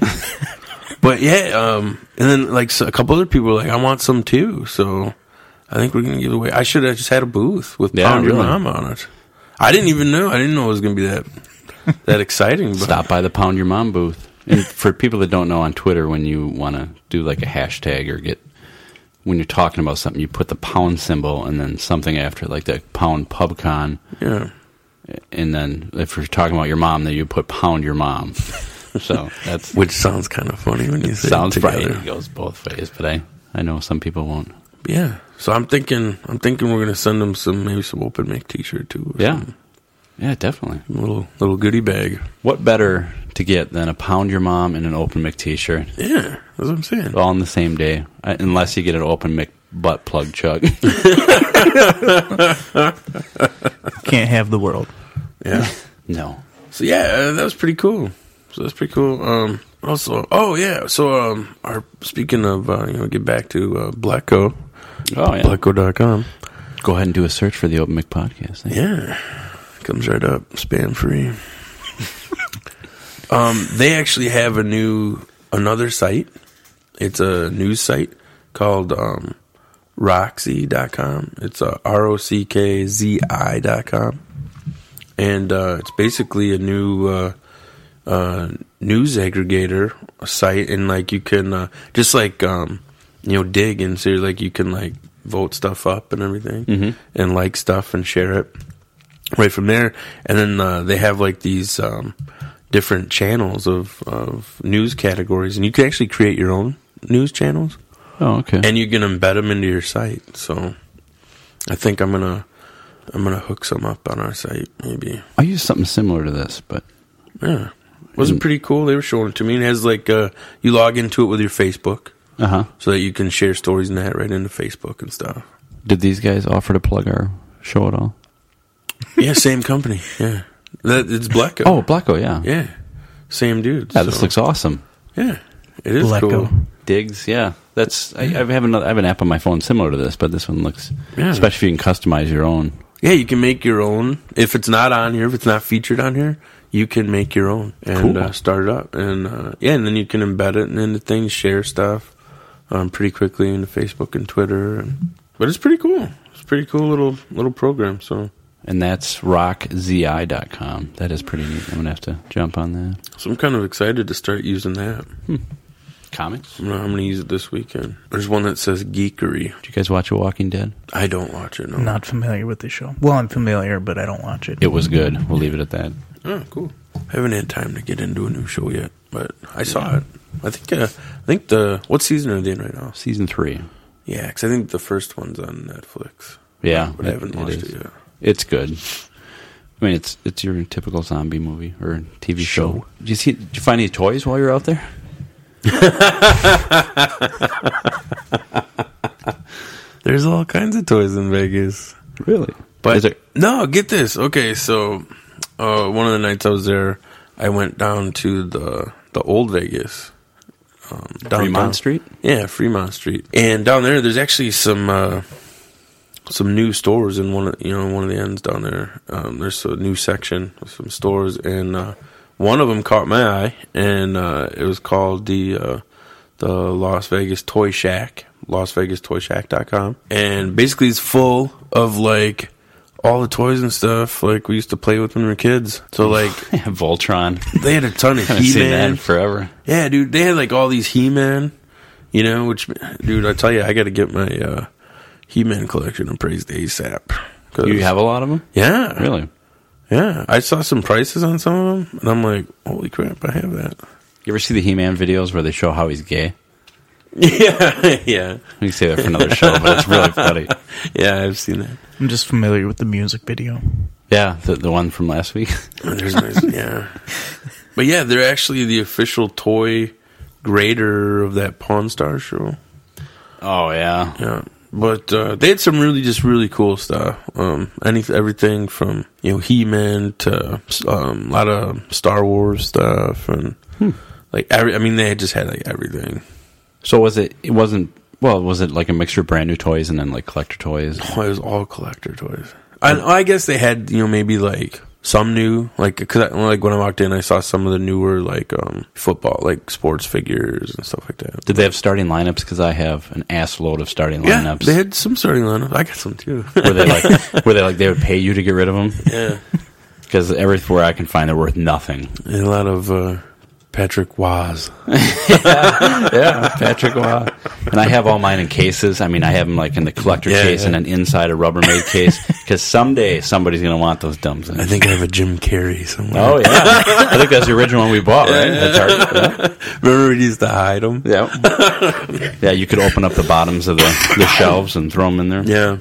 D: but yeah, um, and then like so a couple other people were like, "I want some too." So I think we're gonna give it away. I should have just had a booth with
C: Yeah,
D: Pound Your
C: really.
D: Mom on it. I didn't even know. I didn't know it was gonna be that that exciting. But
C: Stop by the Pound Your Mom booth. And for people that don't know on Twitter, when you want to do like a hashtag or get when you're talking about something, you put the pound symbol and then something after, like the pound pubcon.
D: Yeah.
C: And then if you're talking about your mom, then you put pound your mom. So that's
D: Which sounds kind of funny when you say
C: sounds
D: it
C: right.
D: together.
C: It goes both ways, but I I know some people won't.
D: Yeah. So I'm thinking, I'm thinking we're gonna send them some maybe some open mic T-shirt too. or
C: Yeah,
D: something.
C: yeah, definitely.
D: little little goodie bag.
C: What better to get than a pound your mom and an open mic T-shirt
D: Yeah, that's what I'm saying.
C: all on the same day? Uh, Unless you get an open mic butt plug chug.
E: Can't have the world.
D: Yeah.
C: no.
D: So yeah, uh, that was pretty cool. So that's pretty cool. Um, also, oh yeah. So um, our speaking of uh, you know, get back to uh, Blacko,
C: Oh yeah.
D: Blacko.com.
C: Go ahead and do a search for the Open Mic podcast.
D: Yeah. Comes right up, spam free. um, they actually have a new another site. It's a news site called um Roxy.com. It's uh R O C K Z I dot com. And uh, it's basically a new uh, uh, news aggregator site and like you can uh, just like um, you know, dig and see like you can like vote stuff up and everything and like stuff and share it right from there. And then uh, they have like these um, different channels of, of news categories, and you can actually create your own news channels,
C: Oh, okay.
D: and you can embed them into your site. So I think I'm gonna I'm gonna hook some up on our site, maybe.
C: I use something similar to this, but
D: Yeah, was
C: Mm.
D: it pretty cool? They were showing it to me, and it has like uh, you log into it with your Facebook.
C: uh huh.
D: So that you can share stories and that right into Facebook and stuff.
C: Did these guys offer to plug our show at all?
D: Yeah, same company. Yeah, that it's Blacko.
C: Oh, Blacko, yeah.
D: yeah, same dude.
C: Yeah, this
D: so-
C: looks awesome.
D: Yeah, it is
E: Blacko.
D: cool.
C: Digs, yeah. That's I, I have another. I have an app on my phone similar to this, but this one looks
D: Yeah.
C: especially if you can customize your own.
D: Yeah, you can make your own. If it's not on here, if it's not featured on here, you can make your own and
C: Cool.
D: uh, start it up. And uh, yeah, and then you can embed it and into things, share stuff um, pretty quickly into Facebook and Twitter. And, but it's pretty cool. It's a pretty cool little little program. So
C: And that's rockzi.com. That is pretty neat. I'm gonna have to jump on that.
D: so I'm kind of excited to start using that.
C: Comics?
D: I'm gonna- I'm going to use it this weekend. There's one that says geekery.
C: Did you guys watch A Walking Dead?
D: I don't watch it. No.
E: Not familiar with the show. Well, I'm familiar, but I don't watch it.
C: It was good. We'll leave it at that.
D: Oh, cool. I haven't had time to get into a new show yet, but I saw it. I think uh, I think the what season are they in right now?
C: Season three.
D: Yeah, because I think the first one's on Netflix,
C: Yeah,
D: but I haven't watched it,
C: is.
D: yet.
C: It's good. I mean, it's it's your typical zombie movie or TV show.
D: Show.
C: Did you see? Did you find any toys while you're out there?
D: There's all kinds of toys in Vegas,
C: Really?
D: but
C: Is there,
D: no, get this. Okay, so uh, one of the nights I was there, I went down to the the old Vegas, um, downtown.
C: Fremont Street?
D: Yeah, Fremont Street, and down there, there's actually some. Uh, some new stores in one of you know one of the ends down there. Um, there's a new section with some stores, and uh, one of them caught my eye, and uh, it was called the uh, the Las Vegas Toy Shack, LasVegasToyShack.com, and basically it's full of like all the toys and stuff like we used to play with when we were kids. So like
C: Voltron.
D: they had a ton of
C: I've
D: He
C: seen that
D: Man,
C: in forever.
D: yeah, dude, they had like all these He-Man, you know. Which, dude, I tell you, I got to get my uh, He-Man collection appraised ASAP. 'Cause-
C: You have a lot of them?
D: yeah,
C: Really?
D: yeah. I saw some prices on some of them, and I'm like, holy crap, I have that.
C: You ever see the He-Man videos where they show how he's gay?
D: yeah, yeah,
C: We can say that for another show, but it's really funny.
D: yeah. I've seen that.
E: I'm just familiar with the music video.
C: Yeah, the, the one from last week.
D: Oh, There's nice, yeah. But yeah, they're actually the official toy grader of that Pawn Star show.
C: Oh yeah,
D: Yeah. But uh, they had some really just really cool stuff. Um, any everything from you know He Man to um, a lot of Star Wars stuff and like every, I mean they just had like everything.
C: So was it? It wasn't. Well, was it like a mixture of brand new toys and then like collector toys?
D: Oh, it was all collector toys. I, I guess they had you know maybe like some new like cause I, like when I walked in I saw some of the newer like um football like sports figures and stuff like that.
C: Did they have starting lineups? Because I have an ass load of starting
D: Yeah,
C: lineups.
D: they had some starting lineup. I got some too.
C: were they like? were they like they would pay you to get rid of them?
D: yeah,
C: Because everywhere I can find, they're worth nothing.
D: and a lot of uh, Patrick Waz.
C: Yeah, Patrick. Wow. And I have all mine in cases. I mean, I have them like in the collector
D: Yeah,
C: case
D: yeah.
C: and an inside a Rubbermaid case. Because someday somebody's gonna want those dumb things.
D: I think I have a Jim Carrey somewhere.
C: Oh yeah, I think that's the original one we bought, right? That's our, yeah.
D: Remember we used to hide them?
C: Yeah. yeah, you could open up the bottoms of the, the shelves and throw them in there.
D: Yeah.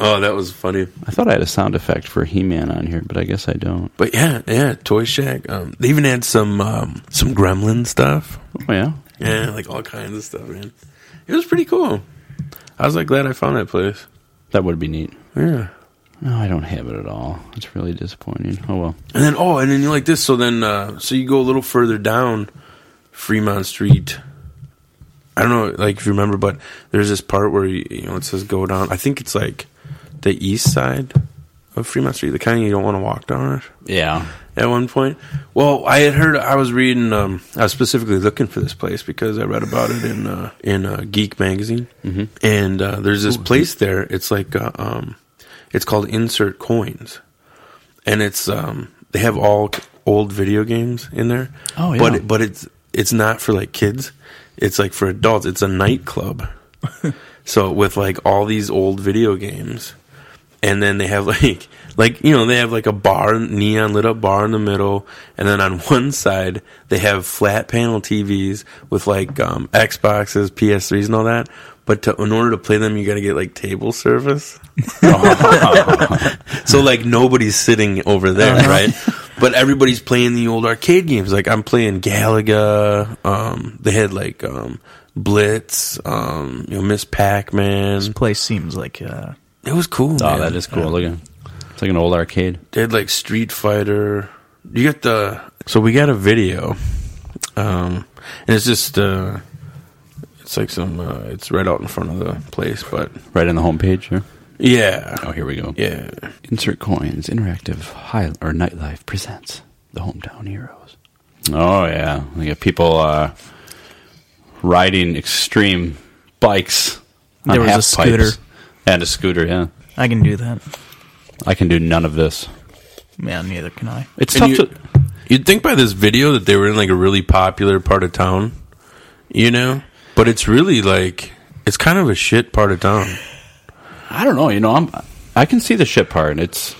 D: Oh, that was funny.
C: I thought I had a sound effect for He Man on here, but I guess I don't.
D: But yeah, yeah, Toy Shack. Um, they even had some um, some Gremlin stuff.
C: Oh, yeah.
D: Yeah, like all kinds of stuff, man. It was pretty cool. I was like glad I found that place.
C: That would be neat.
D: Yeah.
C: No, I don't have it at all. It's really disappointing. Oh, well.
D: And then oh, and then you like this. So then, uh, so you go a little further down Fremont Street. I don't know, like if you remember, but there's this part where you, you know it says go down. I think it's like the east side of Fremont Street, the kind you don't want to walk down it.
C: Yeah.
D: at one point. Well, I had heard I was reading. Um, I was specifically looking for this place because I read about it in uh, in uh, Geek magazine. Mm-hmm. And uh, there's this place there. It's like uh, um, it's called Insert Coins, and it's um, they have all old video games in there.
C: Oh, yeah.
D: but but it's it's not for like kids. It's like for adults. It's a nightclub. so with like all these old video games and then they have like like you know they have like a bar neon lit up bar in the middle and then on one side they have flat panel TVs with like um, Xboxes PS3s and all that but to, in order to play them you got to get like table service
C: Oh,
D: so like nobody's sitting over there
C: Uh-huh.
D: right but everybody's playing the old arcade games like I'm playing Galaga um they had like um Blitz um you know Miss Pac-Man
E: This place seems like uh,
D: it was cool
C: Oh,
D: man.
C: that is cool. Look at It's like an old arcade.
D: They had like Street Fighter. You got the so we got a video, um, and it's just uh, it's like some uh, it's right out in front of the place, but
C: Right on the homepage here.
D: yeah,
C: Oh, here we go.
D: yeah,
C: Insert Coins Interactive High or Nightlife presents the Hometown Heroes. Oh yeah, we got people uh, riding extreme bikes. on
E: There was a
C: half-pipes.
E: scooter.
C: and a scooter. Yeah,
E: I can do that.
C: I can do none of this.
E: Yeah, neither can I.
C: It's
D: And
C: tough
D: you-
C: to.
D: You'd think by this video that they were in like a really popular part of town, you know, but it's really like it's kind of a shit part of town.
C: I don't know. You know, I'm. I can see the shit part. and It's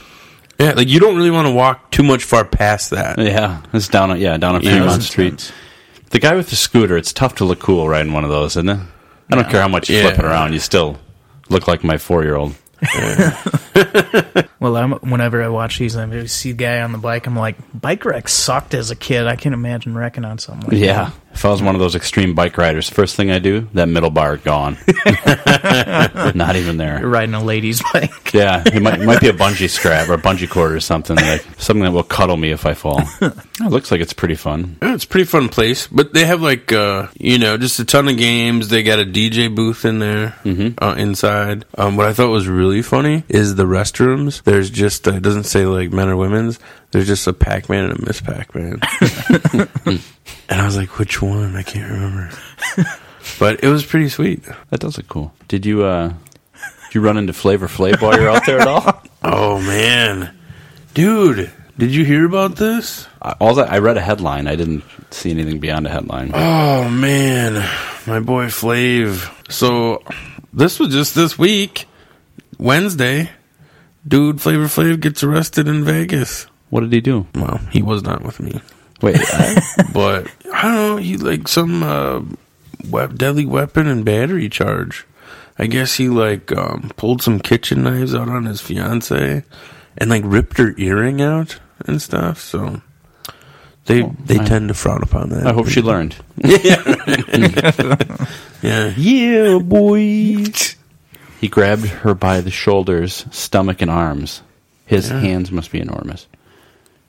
D: Yeah, like you don't really want to walk too much far past that.
C: yeah. It's down. on Yeah, down on
D: Yeah, it
C: Fremont
D: was
C: Street. The guy with the scooter. It's tough to look cool riding one of those, isn't it? I don't care how much you flip it
D: Yeah.
C: around. You still look like my four-year-old.
E: Well, I'm, whenever I watch these, and I see the guy on the bike. I'm like, bike wreck sucked as a kid. I can't imagine wrecking on something. Like
C: Yeah. If I was one of those extreme bike riders, first thing I do, that middle bar gone. Not even
E: that.
C: there.
E: riding a lady's bike.
C: Yeah, it might, it might be a bungee strap or a bungee cord or something like something that will cuddle me if I fall. It looks like it's pretty fun.
D: Yeah, it's a pretty fun place, but they have like uh, you know just a ton of games. They got a DJ booth in there uh, inside. Um, what I thought was really funny is the restrooms. There's just uh, it doesn't say like men or women's. There's just a Pac Man and a Miss Pac Man. and I was like, which one? I can't remember. but it was pretty sweet.
C: That does look cool. Did you uh did you run into Flavor Flav while you're out there at all?
D: Oh man, dude, did you hear about this?
C: I- All that I read a headline. I didn't see anything beyond a headline.
D: Oh man, my boy Flav. So this was just this week, Wednesday. Dude, Flavor Flav gets arrested in Vegas.
C: What did he do?
D: Well, he was not with me,
C: Wait, I,
D: but I don't know. He like some uh, wep- deadly weapon and battery charge. I guess he like um, pulled some kitchen knives out on his fiance and like ripped her earring out and stuff. So they they
C: I-
D: tend to frown upon that.
C: Oh, I hope she learned.
D: Yeah, yeah, boy.
C: He grabbed her by the shoulders, stomach, and arms. His hands must be enormous.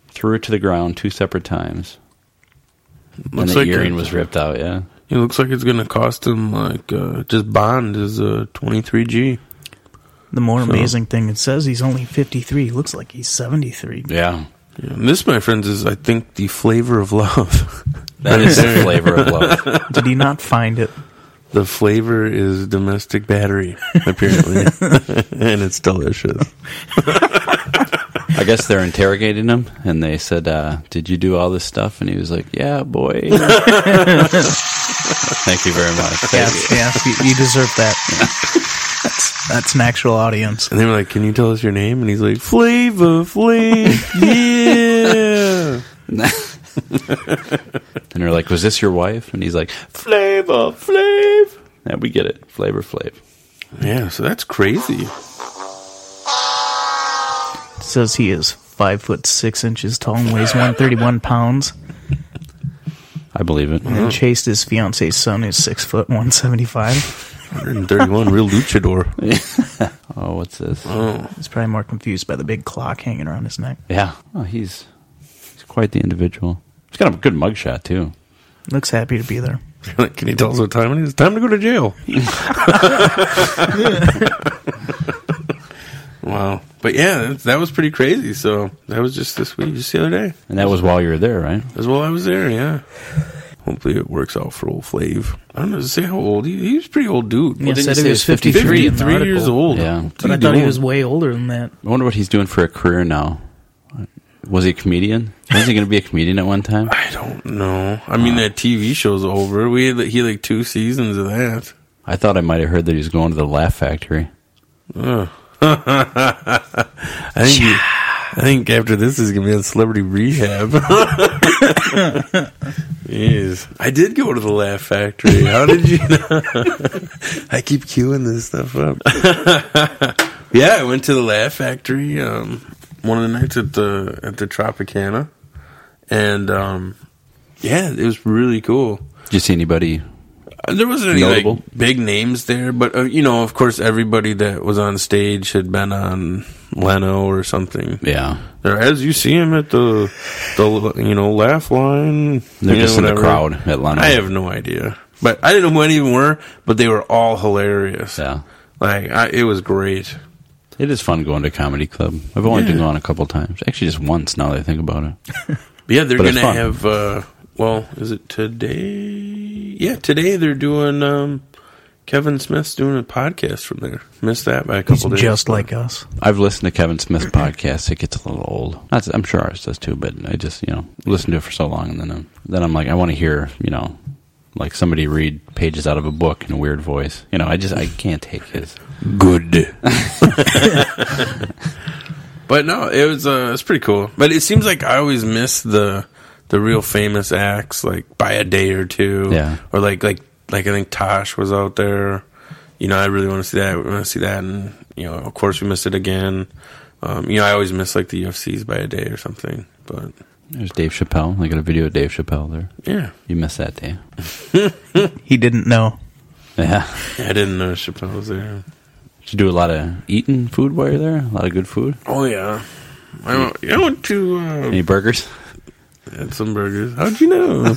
C: Threw her to the ground two separate times. and
D: Looks
C: the
D: like
C: earring
D: it-
C: was ripped out, yeah.
D: It looks like it's gonna cost him like uh, just bond is uh twenty three G.
E: The more
D: So-
E: amazing thing, it says he's only 53. Looks like he's 73.
C: Yeah.
D: And this, my friends, is I think the flavor of love.
C: That is the flavor of love.
E: Did he not find it?
D: the flavor is domestic battery, apparently, and it's delicious.
C: I guess they're interrogating him, and they said, uh, Did you do all this stuff? And he was like, Yeah, boy. Thank you very much. Thank
E: Yes, yes, you, you deserve that. That's, that's an actual audience.
D: And they were like, "Can you tell us your name?" And he's like, "Flavor Flav, yeah."
C: And they're like, "Was this your wife?" And he's like, "Flavor Flav." And we get it, Flavor Flav.
D: Yeah, so that's crazy.
E: It says he is 5 foot 6 inches tall and weighs 131 pounds.
C: I believe it.
D: Mm.
E: And chased his fiance's son, who's 6 foot 175.
D: 131, real luchador.
C: Oh, what's this?
E: He's probably more confused by the big clock hanging around his neck.
C: Yeah, oh, he's he's quite the individual. He's got a good mugshot too.
E: Looks happy to be there.
D: Can you tell us what time it is? Time to go to jail. wow, but yeah, that, that was pretty crazy. So that was just this week, just the other day,
C: And that was while you were there, right?
D: as well. I was there. Yeah. Hopefully it works out for old Flav. I don't know to say how old he. He was a pretty old dude.
E: Yeah, it
C: didn't
E: said he
C: you say
E: was
C: it's 53
E: 53,
D: Fifty
E: in the
D: three
E: article,
D: years old.
C: Yeah.
D: What
E: But I
D: you
E: thought he
D: doing?
E: was way older than that.
C: I wonder what he's doing for a career now. Was he a comedian? Was he going to be a comedian at one time?
D: I don't know. I mean, that TV show's over. We had, he had like two seasons of that.
C: I thought I might have heard that he was going to the Laugh Factory.
D: I think. he- I think after this is gonna be on Celebrity Rehab. Jeez, I did go to the Laugh Factory. How did you? know? I keep queuing this stuff up. yeah, I went to the Laugh Factory um, one of the nights at the at the Tropicana, and um, yeah, it was really cool.
C: Did you see anybody?
D: Uh, There wasn't any
C: Notable?
D: like big names there, but uh, you know, of course, everybody that was on stage had been on Leno or something.
C: Yeah,
D: Or As you see him at the the you know laugh line,
C: they're
D: you know,
C: just in the
D: whatever.
C: crowd at Leno.
D: I have no idea, but I didn't know who any of them were, but they were all hilarious.
C: Yeah,
D: Like I, it was great.
C: it is fun going to a comedy club. I've only been
D: Yeah.
C: going a couple times, actually, just once. Now that I think about it.
D: But yeah, they're
C: But it's
D: gonna
C: fun.
D: have. Uh, well, is it today? Yeah, today they're doing. Um, Kevin Smith's doing a podcast from there. Missed that by a
E: He's
D: couple days.
E: just like us.
C: I've listened to Kevin Smith's podcast. It gets a little old. Not, I'm sure ours does too, but I just you know listen to it for so long, and then I'm, then I'm like, I want to hear you know like somebody read pages out of a book in a weird voice. You know, I just I can't take his.
D: good. but no, it was uh, it's pretty cool. But it seems like I always miss the the real famous acts like by a day or two.
C: Yeah.
D: Or like like like I think Tosh was out there. You know, I really want to see that. I want to see that, and you know, of course, we missed it again. Um, you know, I always miss like the UFCs by a day or something. But
C: There's Dave Chappelle. I got a video of Dave Chappelle there.
D: yeah,
C: You missed that day.
E: He didn't know.
C: Yeah,
D: I didn't know Chappelle was there.
C: did you do a lot of eating food while you're there? A lot of good food.
D: Oh yeah, I went, I went to uh,
C: Any burgers?
D: Had some burgers. How'd you know? no,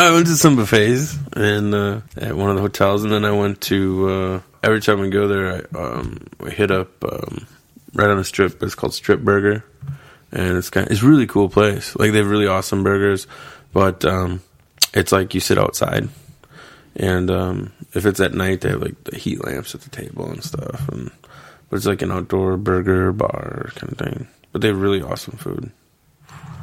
D: I went to some buffets and uh, at one of the hotels, and then I went to. Uh, every time we go there, I um, we hit up um, right on the strip. It's called Strip Burger, and it's kind. It's a really cool place. Like they have really awesome burgers, but um, it's like you sit outside, and um, if it's at night, they have like the heat lamps at the table and stuff, and but it's like an outdoor burger bar kind of thing. But they have really awesome food.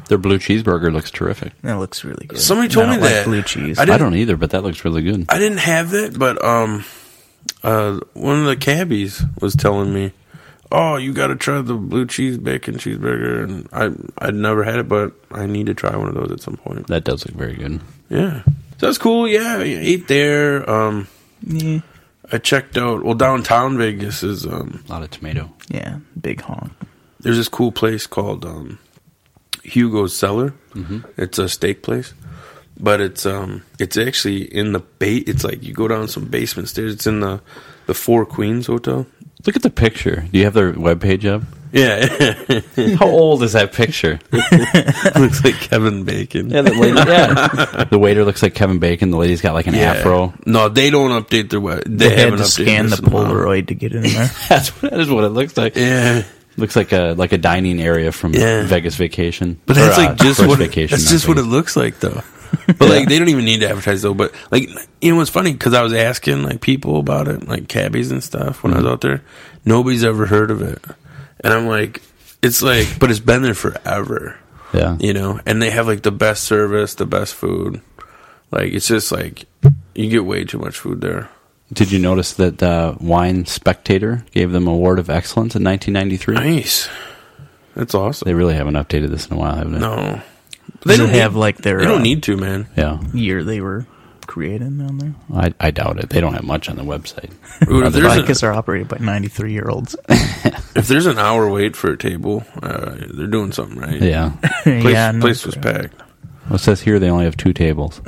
C: Their blue cheeseburger looks terrific.
E: That looks really good.
D: Somebody
E: I
D: told
E: don't
D: me
E: like
D: that.
E: blue cheese.
D: I
C: I,
D: didn't-
C: don't either, but that looks really good.
D: I didn't have that, but um, uh, one of the cabbies was telling me, "Oh, you got to try the blue cheese bacon cheeseburger," and I I'd never had it, but I need to try one of those at some point.
C: That does look very good.
D: Yeah, so that's cool. Yeah, I ate there. Um,
E: Yeah.
D: I checked out. Well, downtown Vegas is um,
C: a lot of tomato.
E: Yeah, big honk.
D: There's this cool place called um, Hugo's Cellar. It's a steak place, but it's um, it's actually in the bait. It's like you go down some basement stairs. It's in the the Four Queens Hotel.
C: Look at the picture. Do you have their webpage up?
D: Yeah,
C: How old is that picture?
D: looks like Kevin Bacon.
C: Yeah, the lady, yeah. The waiter looks like Kevin Bacon. The lady's got like an
D: Yeah.
C: afro.
D: No, they don't update their web.
E: They,
D: They,
E: had
D: haven't
E: to
D: updated
E: scan the
D: this in a while.
E: Polaroid to get in there.
C: That's what, that is what it looks like.
D: Yeah,
C: Looks like a like a dining area from
D: Yeah.
C: Vegas Vacation.
D: but that's
C: Or, uh,
D: like just
C: First
D: what
C: vacation.
D: that's
C: not
D: just what it
C: Vegas.
D: looks like though. But like they don't even need to advertise though. But like you know what's funny because I was asking like people about it, like cabbies and stuff when I
C: Mm-hmm.
D: was out there. Nobody's ever heard of it, and I'm like, it's like, but it's been there forever,
C: Yeah.
D: you know. And they have like the best service, the best food. Like it's just like you get way too much food there.
C: Did you notice that uh, Wine Spectator gave them Award of Excellence in 1993?
D: Nice, that's awesome.
C: They really haven't updated this in a while, haven't they?
D: no,
E: They don't have like their
D: They
E: uh,
D: don't need to, man.
C: Yeah,
E: year they were created on there.
C: I, I doubt it. They don't have much on the website.
D: Dude, if,
E: The
D: there's an,
E: podcasts are operated by 93 year olds.
D: if there's an hour wait for a table, uh, they're doing something right.
C: Yeah.
D: place,
E: yeah, no
D: place was
E: crap.
D: packed.
C: Well, it says here they only have two tables.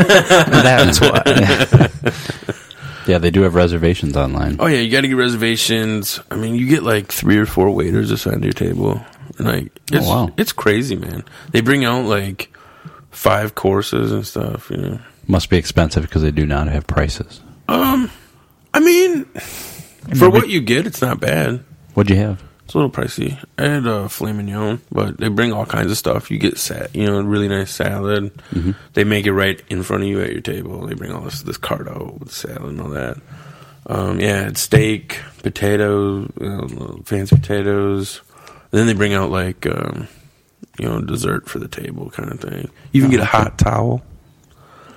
E: That's why.
C: Yeah, they do have reservations online.
D: Oh yeah, you got to get reservations. I mean, you get like three or four waiters assigned to your table, and like
E: Oh,
D: it's
C: wow.
D: it's crazy, man. They bring out like five courses and stuff. You know,
C: Must be expensive because they do not have prices.
D: Um, I mean, for
E: then
D: what you get, it's not bad.
C: What'd you have?
D: It's a little pricey. I had a filet mignon, but they bring all kinds of stuff. You get sat, you know, really nice salad. They make it right in front of you at your table. They bring all this this cart out with salad and all that. Um, yeah, it's steak, potatoes, you know, little fancy potatoes. And then they bring out like um, you know dessert for the table kind of thing. You even get a hot towel.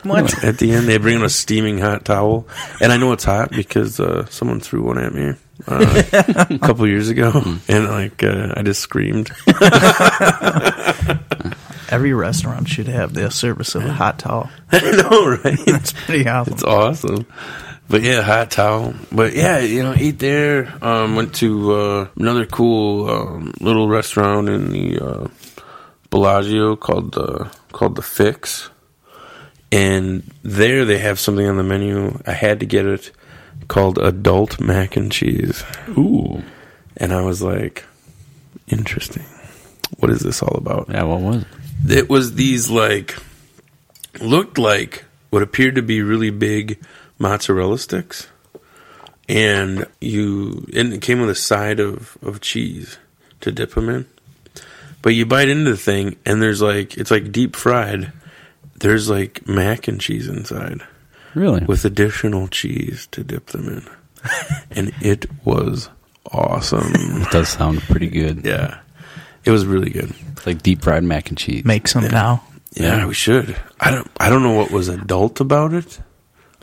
E: What?
D: At the end, they bring in a steaming hot towel, and I know it's hot because uh, someone threw one at me uh, a couple years ago, and like uh, I just screamed.
E: Every restaurant should have the service of a hot towel.
D: I know, right?
E: It's pretty awesome.
D: It's awesome. But yeah, hot towel. But yeah, you know, eat there. Um, went to uh, another cool um, little restaurant in the uh, Bellagio called the called the Fix, and there they have something on the menu. I had to get it called adult mac and cheese.
C: Ooh.
D: and I was like, interesting. What is this all about?
C: Yeah, what was it?
D: It was these like looked like what appeared to be really big mozzarella sticks, and you and it came with a side of of cheese to dip them in. But you bite into the thing, and there's like it's like deep fried. There's like mac and cheese inside
C: Really?
D: with additional cheese to dip them in, and it was awesome.
C: it does sound pretty good.
D: Yeah. It was really good.
C: It's like deep fried mac and cheese.
E: Make some now.
D: Yeah, we should. I don't I don't know what was adult about it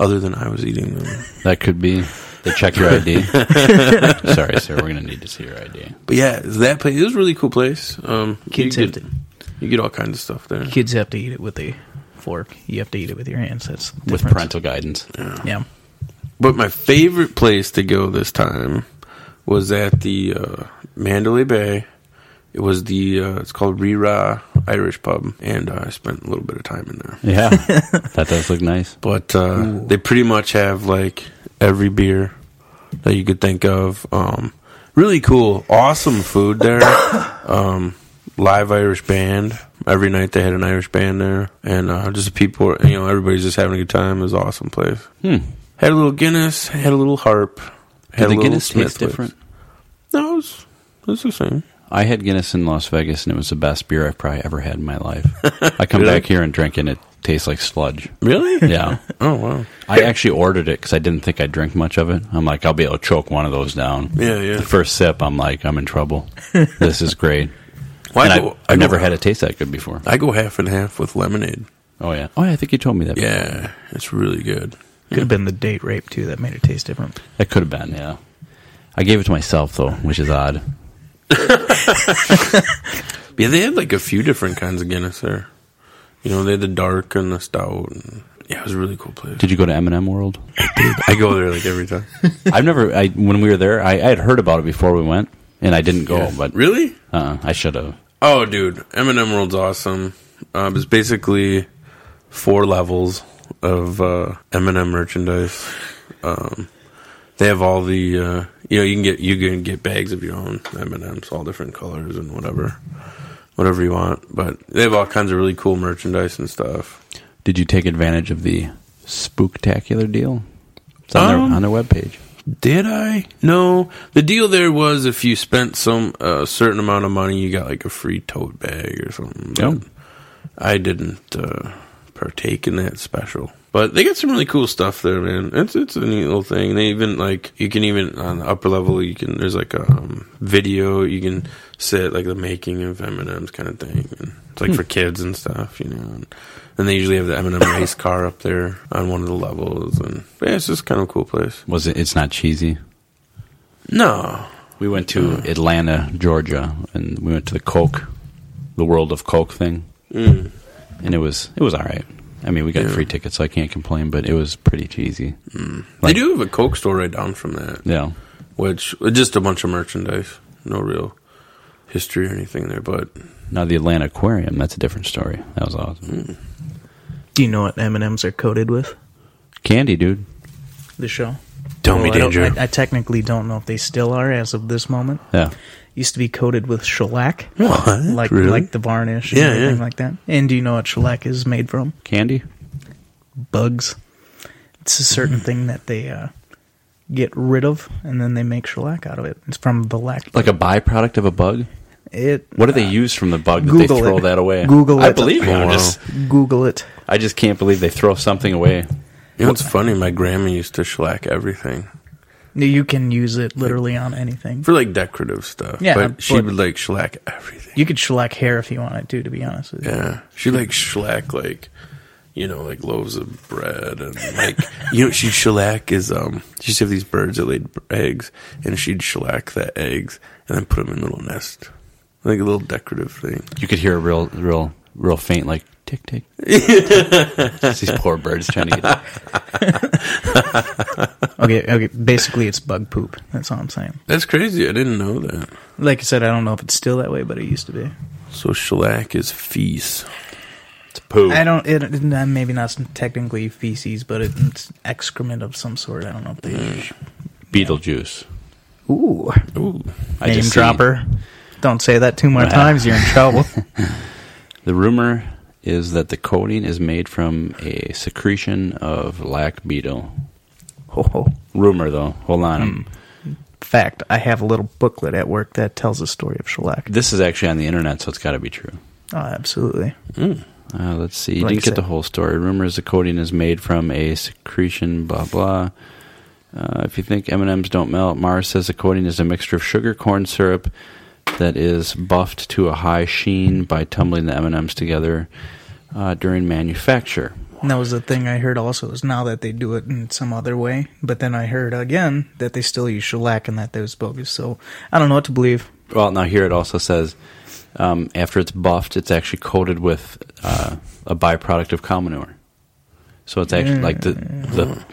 D: other than I was eating them.
C: That could be. They check your ID. Sorry, sir. We're going to need to see your ID.
D: But yeah, that place it was a really cool place. Um
E: Kids
D: you
E: have,
D: get,
E: to,
D: you get all kinds of stuff there.
E: kids have to eat it with a fork. You have to eat it with your hands. That's the
C: With
E: difference.
C: parental guidance.
E: Yeah.
D: But my favorite place to go this time was at the uh, Mandalay Bay. It was the uh, it's called Rira Irish Pub, and uh, I spent a little bit of time in there.
C: Yeah. that does look nice.
D: but uh, they pretty much have like every beer that you could think of. Um, really cool, awesome food there. um, live Irish band every night. They had an Irish band there, and uh, just people. You know, everybody's just having a good time. It was an awesome place.
C: Hmm.
D: Had a little Guinness. Had a little harp.
C: Did
D: Had a
C: the
D: little
C: Guinness taste
D: Smith Wiggs.
C: different?
D: No, it was, it was the same.
C: I had Guinness in Las Vegas, and it was the best beer I've probably ever had in my life. I come
D: Really?
C: back here and drink, and it tastes like sludge.
D: Really?
C: Yeah.
D: Oh wow.
C: I actually ordered it because I didn't think I'd drink much of it. I'm like, I'll be able to choke one of those down.
D: Yeah, yeah.
C: The first sip, I'm like, I'm in trouble. this is great.
D: Well,
C: and
D: I
C: I,
D: go-
C: I've
D: I go-
C: never had it taste that good before.
D: I go half and half with lemonade.
C: Oh, yeah. Oh, yeah, I think you told me that.
D: Yeah, it's really good.
E: Could have been the date rape, too, that made it taste different.
C: That could have been, yeah. I gave it to myself, though, which is odd.
D: Yeah, they had like a few different kinds of Guinness there. You know, they had the dark and the stout. And Yeah, it was a really cool place.
C: Did you go to Eminem World?
D: I go there like every time.
C: I've never. I when we were there, I, I had heard about it before we went, and I didn't go. Oh, But
D: Really?
C: uh, I should have.
D: Oh, dude, Eminem World's awesome. Um, it's basically four levels of uh, Eminem merchandise. Um, they have all the uh, you know you can get you can get bags of your own Ms, all different colors and whatever, whatever you want. But they have all kinds of really cool merchandise and stuff.
C: Did you take advantage of the spooktacular deal? It's on
D: Um,
C: their on their webpage.
D: Did I? No. The deal there was if you spent some a certain amount of money, you got like a free tote bag or something. but
C: Yep.
D: I didn't uh, partake in that special. But they got some really cool stuff there, man. It's it's a neat little thing. They even like you can even on the upper level you can there's like a um, video you can sit like the making of M and M's kind of thing. And it's like for kids and stuff, you know. And, and they usually have the M and m race car up there on one of the levels, and yeah, it's just kind of a cool place.
C: Was it? It's not cheesy.
D: No,
C: We went to Atlanta, Georgia, and we went to the Coke, the World of Coke thing,
D: Mm.
C: and it was it was all right. I mean, we got free tickets, so I can't complain, but it was pretty cheesy.
D: they do have a Coke store right down from that,
C: Yeah,
D: which uh, just a bunch of merchandise, no real history or anything there, but.
C: now the Atlanta Aquarium, that's a different story. That was awesome.
E: Do you know what M and M's are coated with?
C: Candy, dude.
E: The show.
D: Tell
E: Well,
D: me,
E: I don't-
D: Danger.
E: I, I technically don't know if they still are as of this moment.
C: Yeah,
E: Used to be coated with shellac,
D: What?
E: like
D: Really?
E: like the varnish, and
D: Yeah,
E: everything
D: yeah.
E: like that. And do you know what shellac is made from?
C: candy.
E: Bugs. It's a certain
D: Mm-hmm.
E: thing that they uh, get rid of, and then they make shellac out of it. It's from the lac.
C: Like a byproduct of a bug.
E: it.
C: What do they use from the bug that
E: Google
C: they throw
E: it.
C: that away?
E: Google
C: I
E: it.
C: believe them. I'm
D: Wow.
C: Just,
E: Google it.
C: I just can't believe they throw something away.
D: You know what's funny? My grandma used to shellac everything
E: You can use it literally on anything.
D: for like decorative stuff.
E: Yeah,
D: but she
E: but-
D: would like shellac everything.
E: You could shellac hair if you wanted to. To be honest with you,
D: Yeah, she like shellac like you know like loaves of bread and like you know she would shellac is um she used to have these birds that laid b- eggs and she'd shellac the eggs and then put them in little nest like a little decorative thing.
C: You could hear a real, real, real faint, like tick tick. These poor birds trying to get.
E: okay, okay. Basically, it's bug poop. That's all I'm saying.
D: That's crazy. I didn't know that.
E: Like I said, I don't know if it's still that way, but it used to be.
D: So shellac is fees.
C: It's poo.
E: I don't. It, it- nah, maybe not technically feces, but it, it's excrement of some sort. I don't know if they.
C: Beetlejuice.
E: Mm. Ooh,
D: Ooh,
C: I
E: name
C: just
E: dropper. Don't say that two more
C: Wow.
E: times. You're in trouble.
C: seen- The rumor is that the coating is made from a secretion of lac beetle.
E: ho, ho.
C: Rumor though. Hold on.
E: Hmm. Fact: I have a little booklet at work that tells the story of shellac.
C: This is actually on the internet, so it's got to be true.
E: Oh, absolutely.
C: Uh, let's see. You
E: Like
C: didn't
E: I
C: get the
E: said.
C: whole story. Rumor is the coating is made from a secretion, blah blah. Uh, if you think M and M's don't melt, Mars says the coating is a mixture of sugar, corn syrup that is buffed to a high sheen by tumbling the M and M's together uh, during manufacture.
E: And that was the thing I heard also is now that they do it in some other way. But then I heard again that they still use shellac and that that was bogus. So I don't know what to believe.
C: Well, now here it also says um, after it's buffed, it's actually coated with uh, a byproduct of cow manure. So it's actually like the the.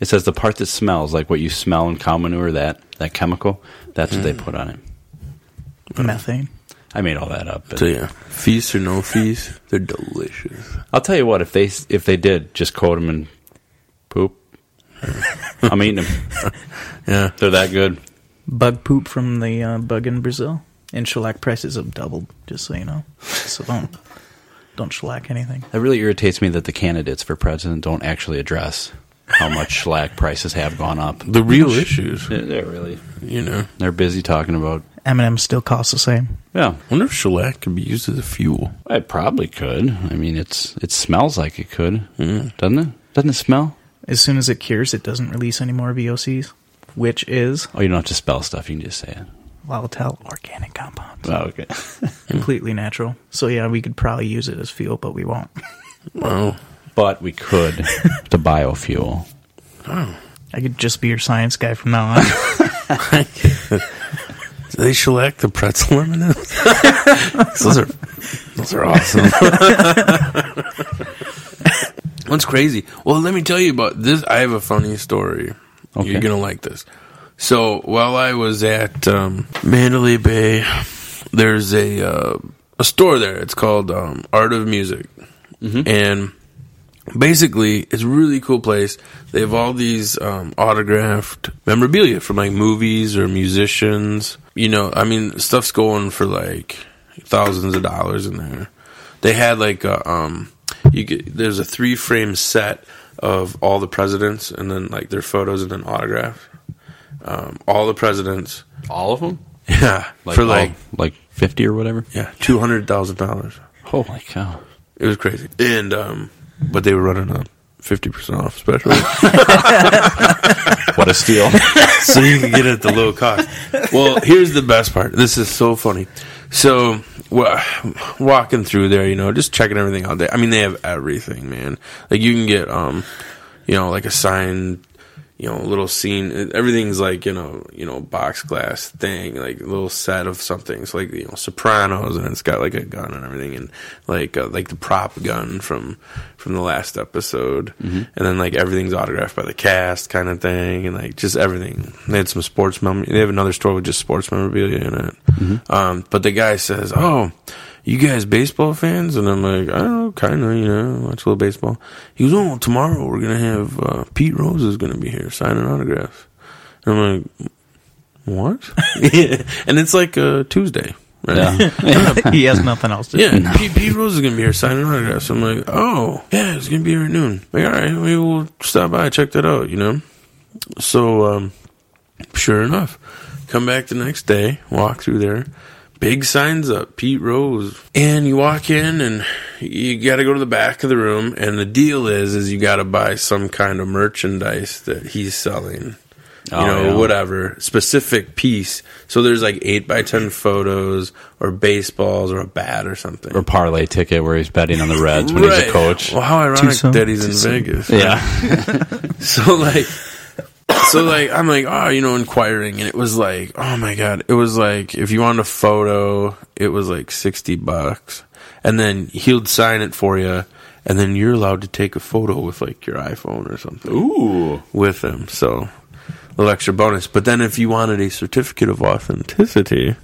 C: It says the part that smells, like what you smell in cow manure, that that chemical, that's what they put on it.
E: Methane.
C: I made all that up. but-
D: so yeah, fees or no fees, they're delicious.
C: I'll tell you what, if they if they did just coat them in poop, I'm eating them.
D: Yeah,
C: They're that good.
E: Bug poop from the uh, bug in Brazil. And shellac prices have doubled. Just so you know. So don't don't shellac anything.
C: That really irritates me that the candidates for president don't actually address how much slack prices have gone up.
D: the real issues.
C: They're really
D: You know,
C: they're busy talking about
E: M&M still costs the same.
C: yeah.
D: I wonder if shellac can be used as a fuel.
C: I probably could. I mean, it's it smells like it could,
D: Hmm.
C: doesn't it? Doesn't it smell?
E: As soon as it cures, it doesn't release any more VOCs, which is
C: Oh, you don't have to spell stuff. You can just say it.
E: volatile organic compounds.
C: Oh, okay.
D: Hmm.
E: Completely natural. So yeah, we could probably use it as fuel, but we won't.
D: Wow.
C: But we could to biofuel.
E: I could just be your science guy from now on.
D: Do they shellac the pretzel M&Ms? those are those are awesome. That's crazy. Well, let me tell you about this. I have a funny story.
C: Okay.
D: You're gonna like this. So while I was at um, Mandalay Bay, there's a uh, a store there. It's called um, Art of Music, Mm-hmm. and basically it's a really cool place. They have all these um, autographed memorabilia from like movies or musicians. You know, I mean, stuff's going for like thousands of dollars in there. They had like a, um, you get, there's a three frame set of all the presidents and then like their photos and an autograph. Um, all the presidents,
C: All of them?
D: yeah, for like
C: like 50 or whatever?
D: yeah two hundred thousand dollars.
C: Holy cow.
D: It was crazy. And um but they were running a fifty percent off special.
C: What a steal.
D: so you can get it at the low cost. Well, here's the best part. This is so funny. So, wa- walking through there, you know, just checking everything out there. I mean, they have everything, man. Like you can get, um, you know, like a signed, you know, little scene. Everything's like you know, you know, box glass thing, like a little set of something. So like you know, Sopranos, and it's got like a gun and everything, and like uh, like the prop gun from from the last episode, and then like everything's autographed by the cast, kind of thing, and like just everything. They had some sports mem. They have another store with just sports memorabilia in it. Um, but the guy says, "Oh." You guys baseball fans? And I'm like, I don't know, kind of, you know, watch a little baseball. He goes, oh, tomorrow we're gonna have uh, Pete Rose is gonna be here signing autographs. And I'm like, what? and it's like uh, Tuesday. Right?
E: he has nothing else to
D: Yeah, Pete, Pete Rose is gonna be here signing autographs. I'm like, oh, yeah, it's gonna be here at noon. Like, all right, we will stop by, check that out, you know. So, um, sure enough, come back the next day, walk through there, big signs up, Pete Rose, and you walk in, and you got to go to the back of the room, and the deal is, is you got to buy some kind of merchandise that he's selling you
C: Oh,
D: know,
C: yeah.
D: whatever specific piece. So there's like eight by ten photos, or baseballs, or a bat, or something.
C: or parlay ticket where he's betting on the Reds when he's a
D: Right.
C: coach.
D: Well, how ironic
E: soon.
D: that he's in Vegas.
C: yeah.
D: So like, so like, I'm like, oh, you know, inquiring, and it was like, oh my god, it was like, if you wanted a photo, it was like sixty bucks, and then he'll sign it for you, and then you're allowed to take a photo with like your iPhone or something
C: Ooh.
D: with him. So a little extra bonus. But then if you wanted a certificate of authenticity,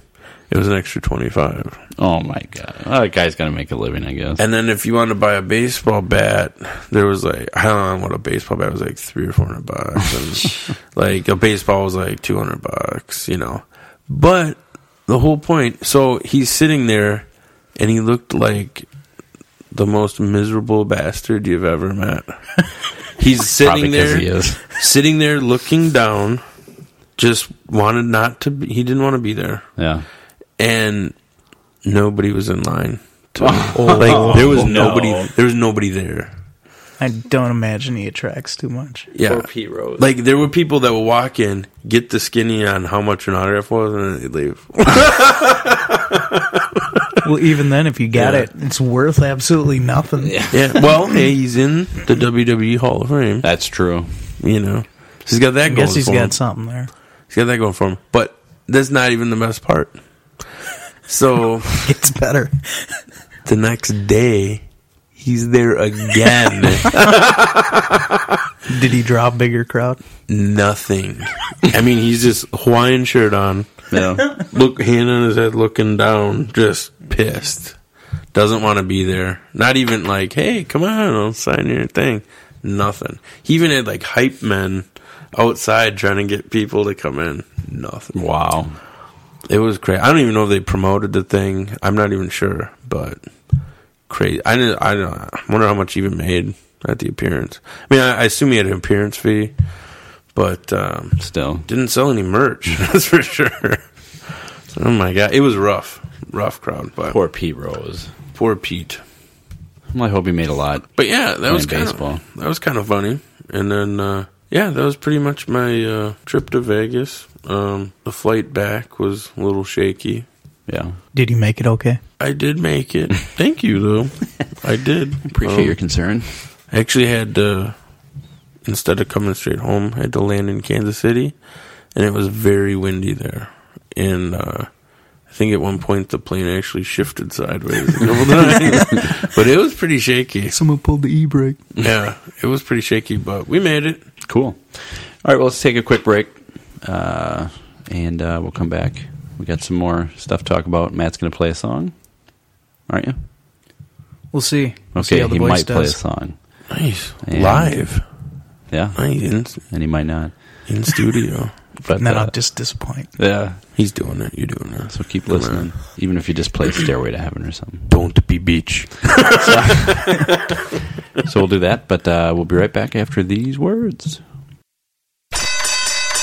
D: it was an extra twenty five.
C: Oh, my God. Oh, that guy's got to make a living, I guess.
D: And then if you wanted to buy a baseball bat, there was like I don't know what a baseball bat was like three or four hundred bucks, and like a baseball was like two hundred bucks, you know. But the whole point, so he's sitting there, and he looked like the most miserable bastard you've ever met. He's
C: Probably
D: sitting
C: because
D: there,
C: he is.
D: sitting there looking down, just wanted not to. Be, he didn't want to be there,
C: Yeah.
D: and nobody was in line. To,
E: Oh.
D: like there was nobody. There was nobody there.
E: I don't imagine he attracts too much.
D: Yeah,
C: Pete Rose.
D: like there were people that would walk in, get the skinny on how much an autograph was, and then they'd leave.
E: Well, even then, if you got
D: Yeah.
E: it, it's worth absolutely nothing.
D: yeah. Well, hey, he's in the WWE Hall of Fame.
C: That's true.
D: You know, So he's got that.
E: I
D: going
E: guess he's
D: for him.
E: got something there.
D: He's got that going for him. But that's not even the best part. So
E: It's better.
D: the next day, he's there again.
E: Did he draw a bigger crowd?
D: Nothing. I mean, he's just Hawaiian shirt on,
C: Yeah.
D: look hand on his head, looking down, just pissed. Doesn't want to be there. Not even like, hey, come on, I'll sign your thing. Nothing. He even had like hype men outside trying to get people to come in. Nothing.
C: wow.
D: It was crazy. I don't even know if they promoted the thing. I'm not even sure, but crazy. I didn't, I don't. I wonder how much he even made at the appearance. I mean, I, I assume he had an appearance fee, but um,
C: Still.
D: didn't sell any merch. That's for sure. Oh my god, it was rough, rough crowd. But poor,
C: Poor Pete Rose.
D: Pete.
C: Well, I hope he made a lot.
D: But yeah, that was
C: Playing
D: kind
C: baseball.
D: of that was kind of funny. And then uh, yeah, that was pretty much my uh, trip to Vegas. Um, the flight back was a little shaky.
C: Yeah.
E: Did you make it okay?
D: I did make it. Thank you, though. I did.
C: Appreciate
E: Oh.
D: Um,
C: your concern.
D: I actually had to, instead of coming straight home, I had to land in Kansas City, and it was very windy there. And uh, I think at one point the plane actually shifted sideways a couple times, but it was pretty shaky.
E: Someone pulled the e brake.
D: Yeah, it was pretty shaky, but we made it.
C: Cool. All right, well, let's take a quick break, uh, and uh, we'll come back. We got some more stuff to talk about. Matt's going to play a song, aren't you?
E: We'll see. We'll see
C: Okay,
E: how the
C: he
E: voice
C: might play a
E: does.
C: song.
D: Nice
C: And-
D: live,
C: Yeah,
D: nice in,
C: and he might not.
D: in studio.
C: But
E: And then
C: uh,
E: I'll just disappoint.
C: yeah,
D: He's doing it. You're doing it.
C: so keep
D: Come on.
C: listening, even if you just play "Stairway to Heaven" or something.
D: Don't be beach.
C: So we'll do that, but uh, we'll be right back after these words.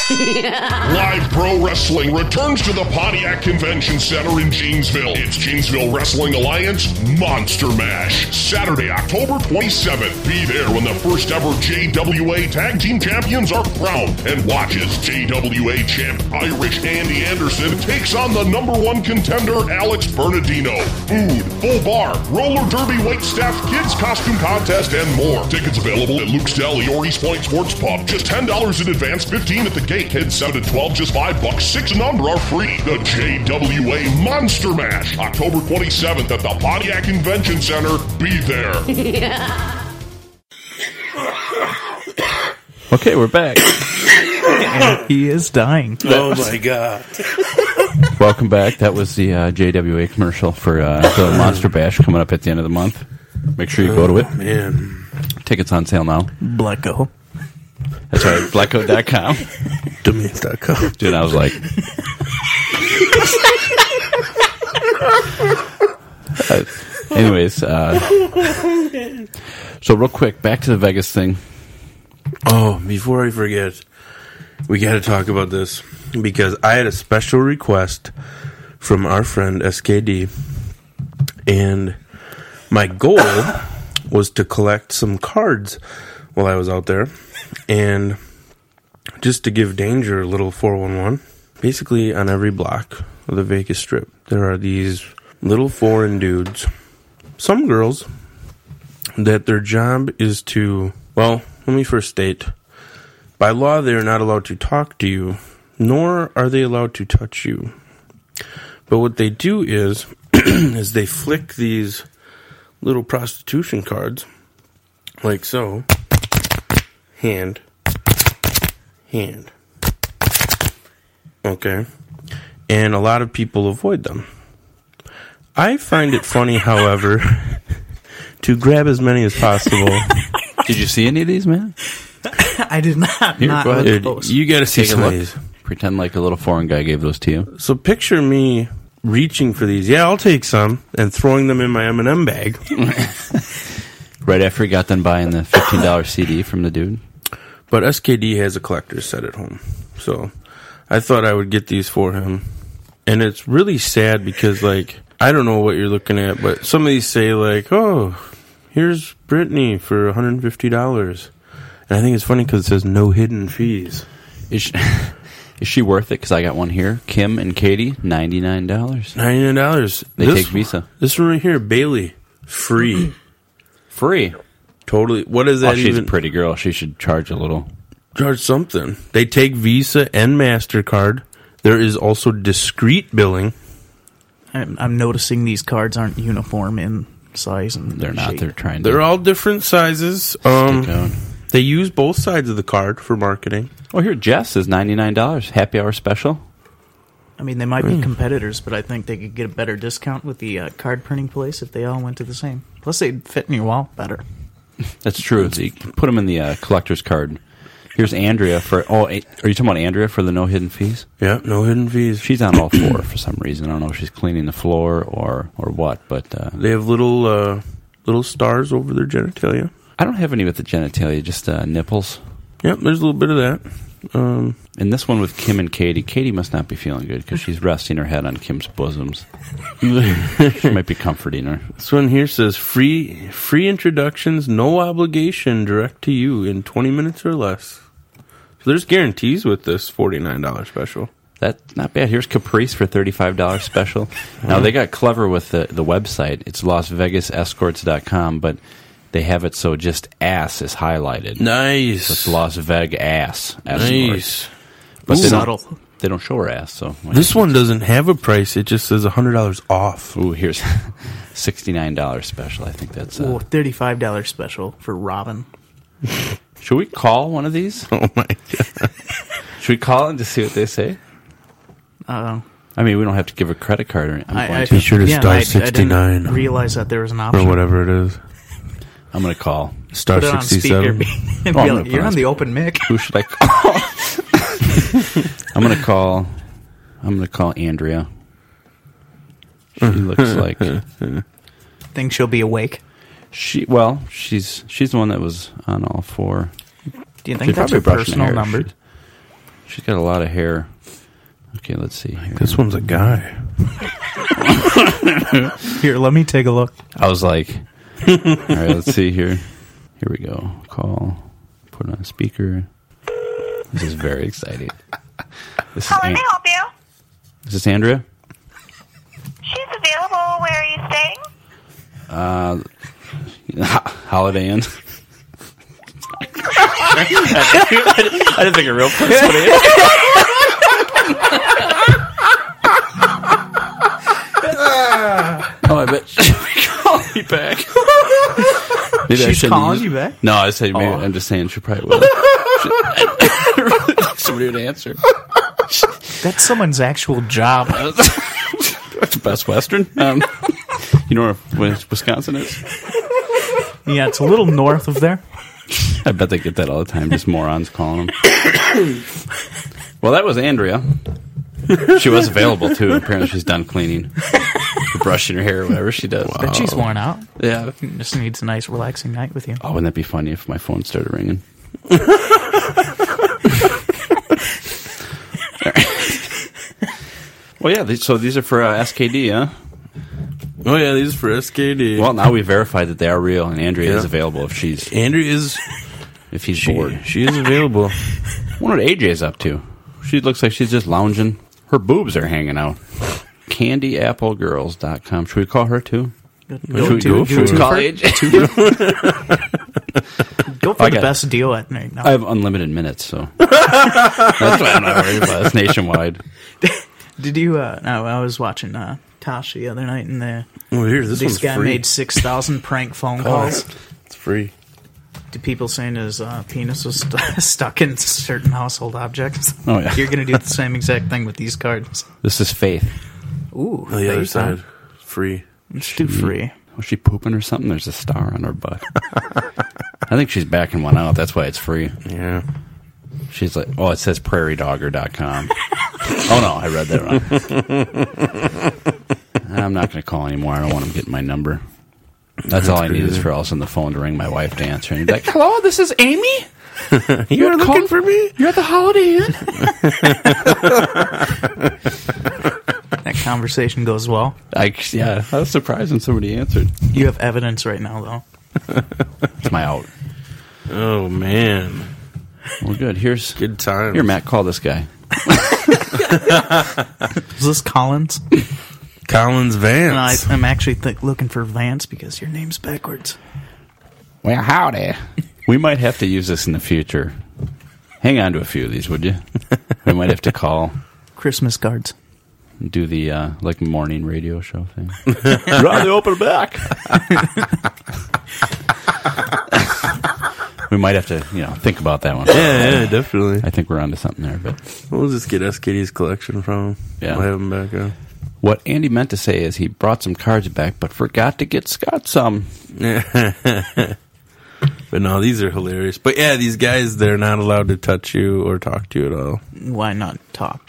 F: Live Pro Wrestling returns to the Pontiac Convention Center in Janesville. It's Janesville Wrestling Alliance Monster Mash. Saturday, October 27th. Be there when the first ever JWA Tag Team Champions are crowned and watch as JWA champ Irish Andy Anderson takes on the number one contender Alex Bernardino. Food, full bar, roller derby, weight staff, kids costume contest, and more. Tickets available at Luke's Deli or East Point Sports Pub. Just ten dollars in advance, fifteen at the gate. Kids seven to twelve, just five bucks. Six and under are free. The JWA Monster Mash, October twenty seventh at the Pontiac Convention Center. Be there.
C: Okay, we're back.
E: He is dying.
D: Oh my god!
C: Welcome back. That was the uh, JWA commercial for uh, the Monster Bash coming up at the end of the month. Make sure you go to it.
D: Man,
C: Tickets on sale now.
E: Blacko.
C: That's right, blackcoat.com.
D: Domains.com.
C: Dude, I was like. Uh, anyways, uh, so real quick, back to the Vegas thing.
D: Oh, before I forget, we got to talk about this because I had a special request from our friend SKD, and my goal was to collect some cards while I was out there, and just to give danger a little 411. Basically, on every block of the Vegas Strip, there are these little foreign dudes, some girls, that their job is to well let me first state by law they are not allowed to talk to you nor are they allowed to touch you but what they do is is they flick these little prostitution cards like so hand hand okay and a lot of people avoid them i find it funny however to grab as many as possible
C: Did you see any of these, man?
E: I did not.
C: Here,
E: not
C: go
E: look
C: ahead.
D: Dude,
E: close.
D: you got to see
C: Take a
D: some of
C: look.
D: these.
C: Pretend like a little foreign guy gave those to you.
D: So picture me reaching for these. Yeah, I'll take some and throwing them in my M and M bag.
C: Right after he got done buying the $15 CD from the dude.
D: But SKD has a collector's set at home, so I thought I would get these for him. And it's really sad because, like, I don't know what you're looking at, but some of these say like, "Oh, here's Britney for 150 dollars," and I think it's funny because it says no hidden fees.
C: Is she, is she worth it? Because I got one here. Kim and Katie, $99.
D: Ninety nine dollars.
C: They take Visa.
D: This one right here, Bailey, free.
C: Free.
D: Totally. What is that
C: Oh, she's
D: even?
C: a pretty girl. She should charge a little.
D: charge something. They take Visa and MasterCard. There is also discrete billing.
E: I'm, I'm noticing these cards aren't uniform in size, and
C: They're not.
E: shape.
C: They're trying to.
D: They're all different sizes.
C: stick
D: Um,
C: out.
D: they use both sides of the card for marketing.
C: Oh, here, Jess is $99. Happy hour special.
E: I mean, they might
C: Hmm.
E: be competitors, but I think they could get a better discount with the uh, card printing place if they all went to the same. Plus, they'd fit in your wall better.
C: That's true. So you can put them in the uh, collector's card. Here's Andrea for. Oh, eh, are you talking about Andrea for the no hidden fees?
D: Yeah, no hidden fees.
C: She's on all four for some reason. I don't know if she's cleaning the floor or or what, but uh,
D: they have little uh, little stars over their genitalia.
C: I don't have any with the genitalia, just uh, nipples.
D: Yep, there's a little bit of that. Um,
C: And this one with Kim and Katie. Katie must not be feeling good because she's resting her head on Kim's bosoms. she might be comforting her.
D: this one here says free free introductions, no obligation, direct to you in 20 minutes or less. So there's guarantees with this $49 special.
C: That's not bad. Here's Caprice for $35 special. now, they got clever with the, the website. It's lasvegasescorts.com, but they have it so just ass is highlighted.
D: Nice.
C: It's Las Vegas ass. escorts.
D: Nice.
C: But they
E: Subtle.
C: don't- They don't show her ass, so
D: This one doesn't have a price. It just says hundred dollars off.
C: Ooh, here's sixty nine dollars special. I think that's.
E: Ooh,
C: Uh,
E: thirty-five dollar special for Robin.
C: should we call one of these?
D: Oh my god!
C: Should we call them to see what they say?
E: Uh,
C: I mean, we don't have to give a credit card. Or anything. I'm,
E: I,
C: going
E: I,
C: to.
D: sure to star
E: I- I didn't
D: 69.
E: realize that there was an
D: or
E: option.
D: whatever it is.
C: I'm going to call.
D: Star
E: Put it on
D: sixty
E: speaker.
D: seven.
E: and be
C: Oh,
E: like,
C: I'm gonna
E: You're
C: put
E: on
C: it
E: the open mic.
C: Who should I call? I'm going to call. I'm going to call Andrea. She looks like
E: Think she'll be awake?
C: she. Well, she's she's the one that was on all four.
E: Do you
C: She's
E: think that's
C: probably
E: her
C: brushing
E: personal
C: hair.
E: number?
C: She- she's got a lot of hair. Okay, let's see. Here.
D: This one's a guy.
E: Here, let me take a look.
C: I was like, all right, let's see here. Here we go. Call. Put it on speaker. This is very exciting. This is,
G: How
C: An-
G: may I help you?
C: is this Andrea?
G: She's available. Where are you staying?
C: Holiday Inn.
H: I didn't think a real person would
C: Oh, I bet she me back. maybe I
E: She's
C: shouldn't
E: calling
C: use-
E: you back?
C: No, I said maybe. I'm just saying she probably will. Somebody would answer.
E: That's someone's actual job.
C: Best Western. Um, you know where Wis- Wisconsin is?
E: yeah, it's a little north of there.
C: I bet they get that all the time. Just morons calling them. well, that was Andrea. She was available too. Apparently, she's done cleaning, brushing her hair, whatever she does.
E: But she's worn out.
C: Yeah.
E: Just needs a nice, relaxing night with you.
C: Oh, wouldn't that be funny if my phone started ringing? well, yeah. These, so these are for uh, SKD, huh?
D: Oh yeah, these are for SKD.
C: Well, now we verified that they are real, and Andrea is
D: Yeah.
C: available if she's
D: Andrew is
C: if he's
D: she,
C: bored.
D: she is available.
C: wonder what AJ's up to. She looks like she's just lounging. Her boobs are hanging out. CandyAppleGirls.com. Should we call her too?
E: Go,
C: Should
E: to,
C: we- should
E: go,
C: we
E: to
C: call
E: for,
C: AJ?
E: go for
C: I
E: the
C: got-
E: best deal at night. No.
C: I have unlimited minutes, so that's why I'm not worried about it. It's nationwide.
E: Did you? Uh, no, I was watching uh, Tosh the other night, and the,
D: Oh here, this
E: this
D: one's
E: guy
D: free. Oh,
E: made six thousand prank phone calls
D: It's free.
E: to people saying his uh, penis was st- stuck in certain household objects.
C: Oh, yeah.
E: You're gonna do the same exact thing with these cards.
C: This is Faith.
E: Ooh,
D: On the other
E: face, huh?
D: side, free.
E: It's too free.
C: Was she pooping or something? There's a star on her butt. I think she's backing one out. That's why it's free.
D: Yeah.
C: She's like, oh, it says prairiedogger.com. oh, no, I read that wrong. I'm not going to call anymore. I don't want them getting my number. That's, all I need is for Alice on the phone to ring my wife to answer. And be like, hello, this is Amy?
D: You're,
C: You're
D: looking
C: calling-
D: for me?
C: You're at the Holiday Inn?
E: That conversation goes well.
C: I, yeah, I was surprised when somebody answered.
E: You have evidence right now, though.
C: It's my out.
D: Oh man,
C: We're good. Here's
D: good time.
C: Here, Matt, call this guy.
E: Is this Collins?
D: Collins
E: And I,
D: Vance.
E: I'm actually th- looking for Vance because your name's backwards.
C: Well, howdy. We might have to use this in the future. Hang on to a few of these, would you? we might have to call
E: Christmas cards.
C: and do the uh, like morning radio show thing. You're on the open back. we might have to, you know, think about that one.
D: yeah, yeah, definitely.
C: I think we're onto something there. But
D: We'll just get SKD's collection from him.
C: Yeah.
D: We'll have him back on.
C: what Andy meant to say is he brought some cards back, but forgot to get Scott some.
D: But no, these are hilarious. But yeah, these guys, they're not allowed to touch you or talk to you at all.
E: Why not talk?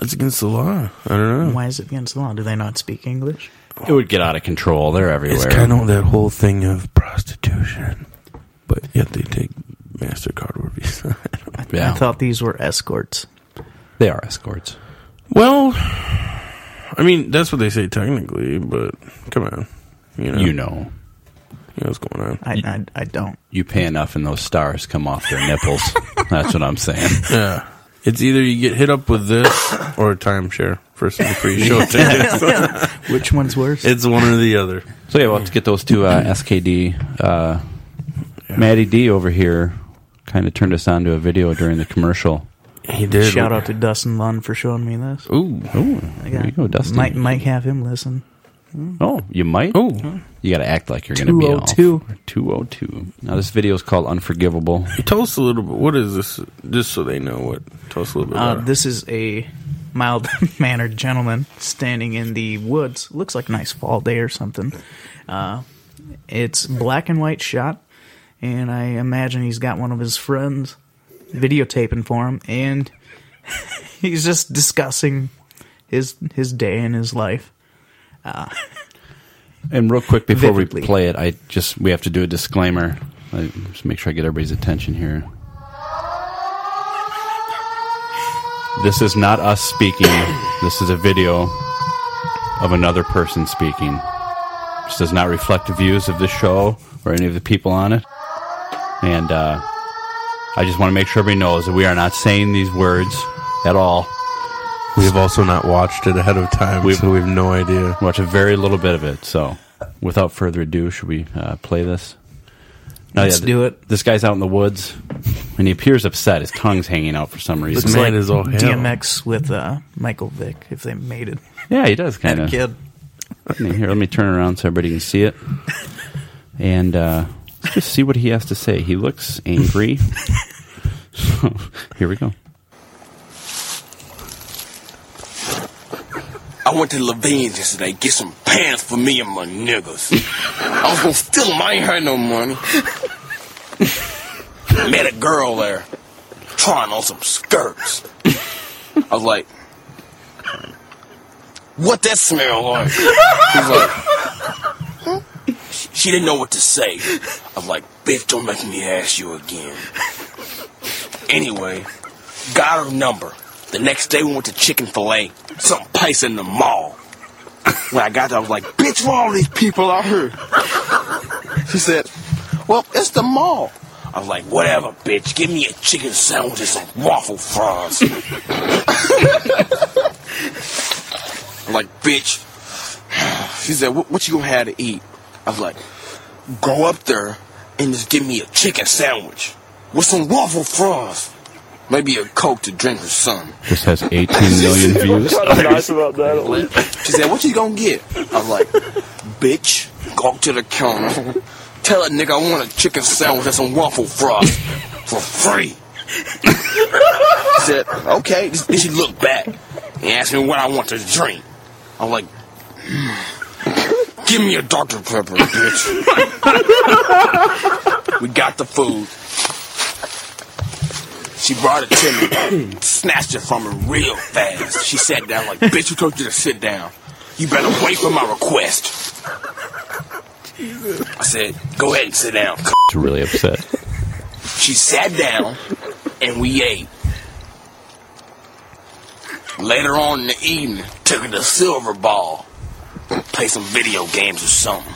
D: It's against the law. I
C: Hmm.
D: don't know.
E: Why is it against the law? Do they not speak English?
C: It would get out of control. They're everywhere.
D: It's kind of that whole thing of prostitution. But yet they take MasterCard or Visa.
C: yeah,
E: I thought these were escorts.
C: they are escorts.
D: well, I mean, that's what they say technically, but come on. You know,
C: You know.
D: you know what's going on.
E: I, I, I don't.
C: you pay enough and those stars come off their nipples. That's what I'm saying.
D: Yeah. It's either you get hit up with this or a timeshare for some free show tickets.
E: Which one's worse?
D: it's one or the other.
C: So yeah, we'll have to get those two uh, SKD. Uh, Maddie D over here kind of turned us on to a video during the commercial
D: He did.
E: Shout out to Dustin Lund for showing me this.
D: Ooh.
C: Ooh,
E: I
C: there you go, Dustin.
E: Might might have him listen.
C: Oh, you might.
D: Ooh.
C: You got to act like you're going to be off.
E: 202.
C: 202. Now this video is called Unforgivable.
D: Tell us a little bit. What is this? Just so they know what. Tell us a little bit.
E: Uh,
D: about it.
E: this is a mild mannered gentleman standing in the woods. Looks like a nice fall day or something. Uh, it's black and white shot, and I imagine he's got one of his friends videotaping for him, and he's just discussing his his day and his life.
C: And real quick before
E: Vividly.
C: we play it, I just we have to do a disclaimer. I just make sure I get everybody's attention here. This is not us speaking. this is a video of another person speaking. This does not reflect the views of the show or any of the people on it. And uh, I just want to make sure everybody knows that we are not saying these words at all.
D: We have also not watched it ahead of time,
C: We've-
D: so we have no idea.
C: watch a very little bit of it. So, without further ado, should we uh, play this? No,
E: Let's do it.
C: This guy's out in the woods, and he appears upset. His tongue's hanging out for some reason.
D: This man is all hell.
E: DMX with uh, Michael Vick, if they made it.
C: yeah, he does kind
E: Had a
C: of.
E: kid.
C: Here, let me turn around so everybody can see it, and uh, let's just see what he has to say. He looks angry. so, here we go.
I: I went to Levine's yesterday, get some pants for me and my niggas. I was gonna steal them, I ain't had no money. Met a girl there, trying on some skirts. I was like, what that smell like? He's like, she didn't know what to say. I was like, bitch, don't make me ask you again. Anyway, got her number. The next day we went to Chicken Filet, some place in the mall. When I got there, I was like, bitch, where all these people out here? She said, well, it's the mall. I was like, whatever, bitch, give me a chicken sandwich and some waffle fries. I'm like, bitch. She said, what, what you gonna have to eat? I was like, go up there and just give me a chicken sandwich with some waffle fries. Maybe a Coke to drink or something.
C: This has 18 million views.
I: She said, What you gonna get? I was like, Bitch, go up to the counter. Tell a nigga I want a chicken sandwich and some waffle fries for free. she said, Okay. Then she looked back and asked me what I want to drink. I'm like, "Hmm, Give me a Dr. Pepper, bitch. we got the food. She brought it to me, snatched it from her real fast. She sat down like, bitch, who told you to sit down? You better wait for my request. I said, go ahead and sit down.
C: really upset.
I: She sat down, and we ate. Later on in the evening, took her to Silver Ball. Play some video games or something.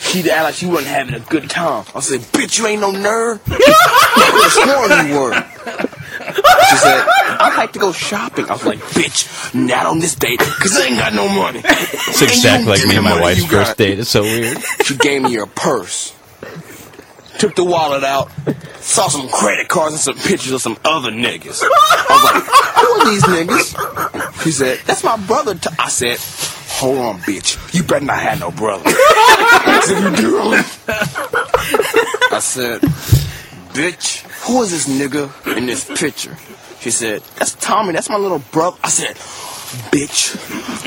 I: She acted like she wasn't having a good time. I said, bitch, you ain't no nerd. I could have sworn you were. She said, I'd like to go shopping. I was like, bitch, not on this date, because I ain't got no money.
C: It's exactly like me and my wife's first date. It's so weird.
I: She gave me her purse. Took the wallet out, saw some credit cards and some pictures of some other niggas. I was like, who are these niggas? She said, that's my brother. T-. I said, hold on, bitch. You better not have no brother. I said, you do. I said, bitch, who is this nigga in this picture? She said, that's Tommy. That's my little brother. I said, bitch,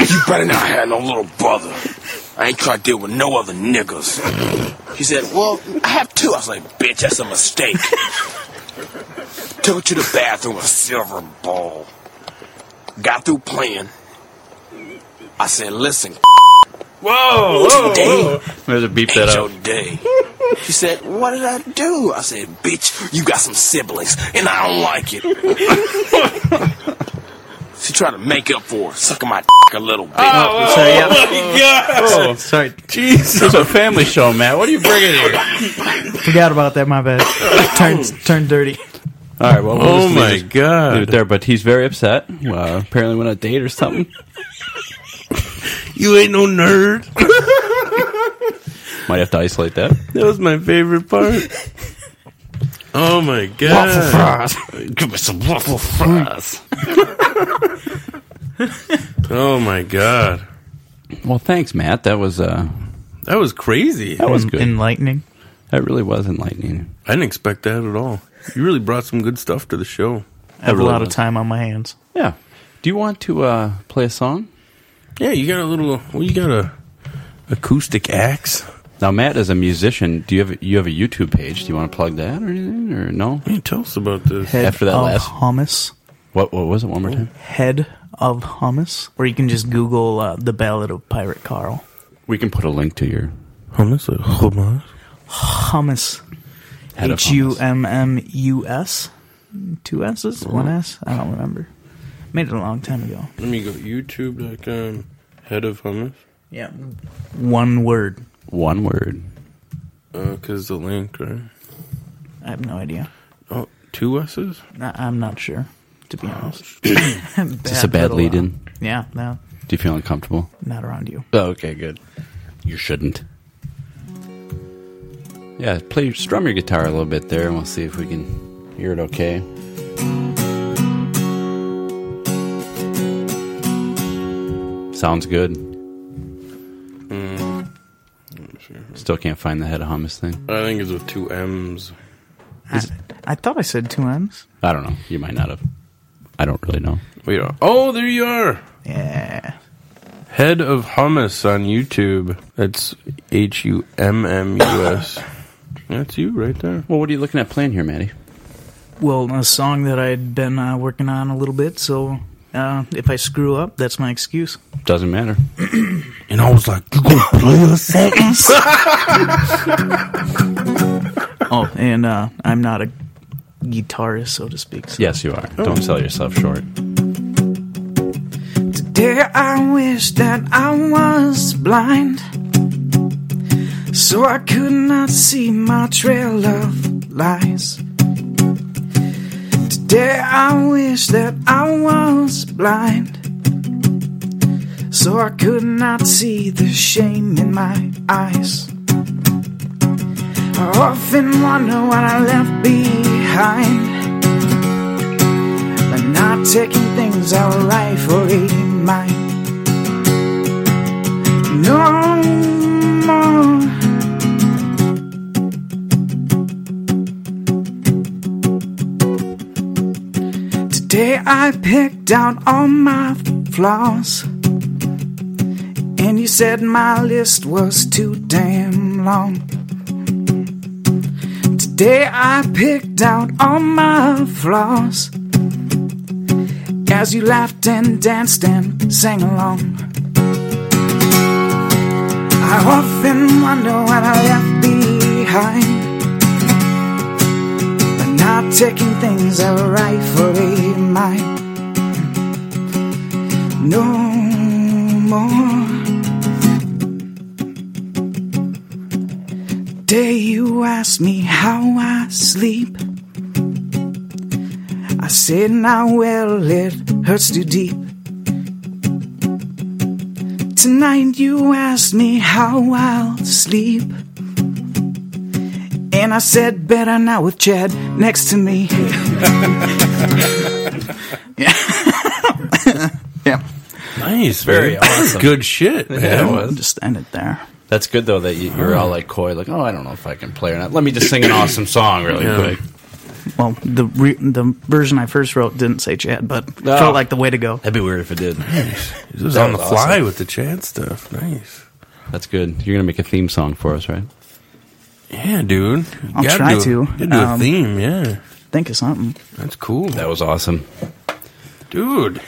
I: you better not have no little brother. I ain't trying to deal with no other niggas. She said, well, I have two. I was like, bitch, that's a mistake. Took her to the bathroom, a silver ball. Got through playing. I said, listen,
D: Whoa!
I: today
C: There's a beep
I: ain't
C: that
I: your
C: up.
I: day. She said, What did I do? I said, Bitch, you got some siblings, and I don't like it. she tried to make up for it, sucking my dick a little
D: Oh,
I: bit.
E: So yeah,
C: Oh,
E: sorry,
C: this is a family show, Matt. What are you bringing here?
E: forgot about that. My bad. Turned turned dirty.
C: All right. Well, we'll
D: Oh
C: just leave
D: my
C: it- leave it
D: god!
C: there, but he's very upset. Uh, apparently, went on a date or something.
D: You ain't no nerd.
C: Might have to isolate that.
D: That was my favorite part. Oh my god.
H: Waffle fries. Give me some waffle fries.
D: Oh my god.
C: Well, thanks, Matt. That was uh,
D: that was crazy.
C: That was good.
E: Enlightening.
C: That really was enlightening.
D: I didn't expect that at all. You really brought some good stuff to the show.
E: I have a lot of time on my hands.
C: Yeah. Do you want to uh, play a song?
D: Yeah, you got a little. Well, you got a acoustic axe.
C: Now, Matt is a musician. Do you have you have a YouTube page? Do you want to plug that or anything? Or no?
D: Man, tell us about this.
E: Head
C: After that
E: of
C: last-
E: hummus.
C: What what was it? One more time.
E: Head of hummus, or you can just Google uh, the Ballad of Pirate Carl.
C: We can put a link to your
D: Hummus, uh, hummus.
E: Hummus.
C: head of
E: H U M M U S, two S's, one S. I don't remember. Made it a long time ago.
D: Let me go. YouTube.com. um, Head of hummus.
E: Yeah, one word.
C: hummus. one word.
D: Uh, cause the link, right?
E: I have no idea.
D: Oh, two S's.
E: I- I'm not sure, to be honest. Is
C: this a bad lead-in?
E: yeah, no,
C: Do you feel uncomfortable?
E: not around you.
C: Oh, okay, good. You shouldn't. Yeah, play strum your guitar a little bit there, and we'll see if we can hear it okay. Sounds good. Still can't find the head of hummus thing.
D: I think it's with two M's.
E: I, I thought I said two M's.
C: I don't know. You might not have. I don't really know.
D: Wait. uh, Oh, there you are.
E: Yeah.
D: Head of hummus on YouTube. That's H U M M U S. That's you right there.
C: Well, what are you looking at playing here, Maddie?
E: Well, a song that I'd been uh, working on a little bit, so uh, if I screw up, that's my excuse.
C: Doesn't matter.
D: And I was like, you gonna play us sentence?
E: Oh, and uh, I'm not a guitarist, so to speak. So.
C: Yes, you are. Don't sell yourself short.
E: Today I wish that I was blind So I could not see my trail of lies Today I wish that I was blind So I could not see the shame in my eyes I often wonder what I left behind by not taking things out of life for a mind. No more. Today I picked out all my flaws, and you said my list was too damn long. Today I picked out all my flaws as you laughed and danced and sang along. I often wonder what I left behind by not taking things that were right for a mine. No more. Day you asked me how I sleep. I said, now, well, it hurts too deep. Tonight you asked me how I'll sleep. And I said, better now with Chad next to me. yeah.
D: nice, very
C: awesome.
D: good shit, man.
E: Just end it there.
C: That's good though that you, you're all like coy, like oh I don't know if I can play or not. Let me just sing an awesome song really
D: Yeah.
C: quick.
E: Well, the re- the version I first wrote didn't say Chad, but
C: No.
E: felt like the way to go.
C: That'd be weird if it did.
D: This was
C: That
D: on the
C: was
D: fly
C: awesome.
D: with the Chad stuff. Nice.
C: That's good. You're gonna make a theme song for us, right?
D: Yeah, dude. You
E: I'll
D: gotta
E: try
D: do,
E: to.
D: You do a
E: Um,
D: theme, yeah.
E: Think of something.
D: That's cool,
C: That was awesome.
D: dude.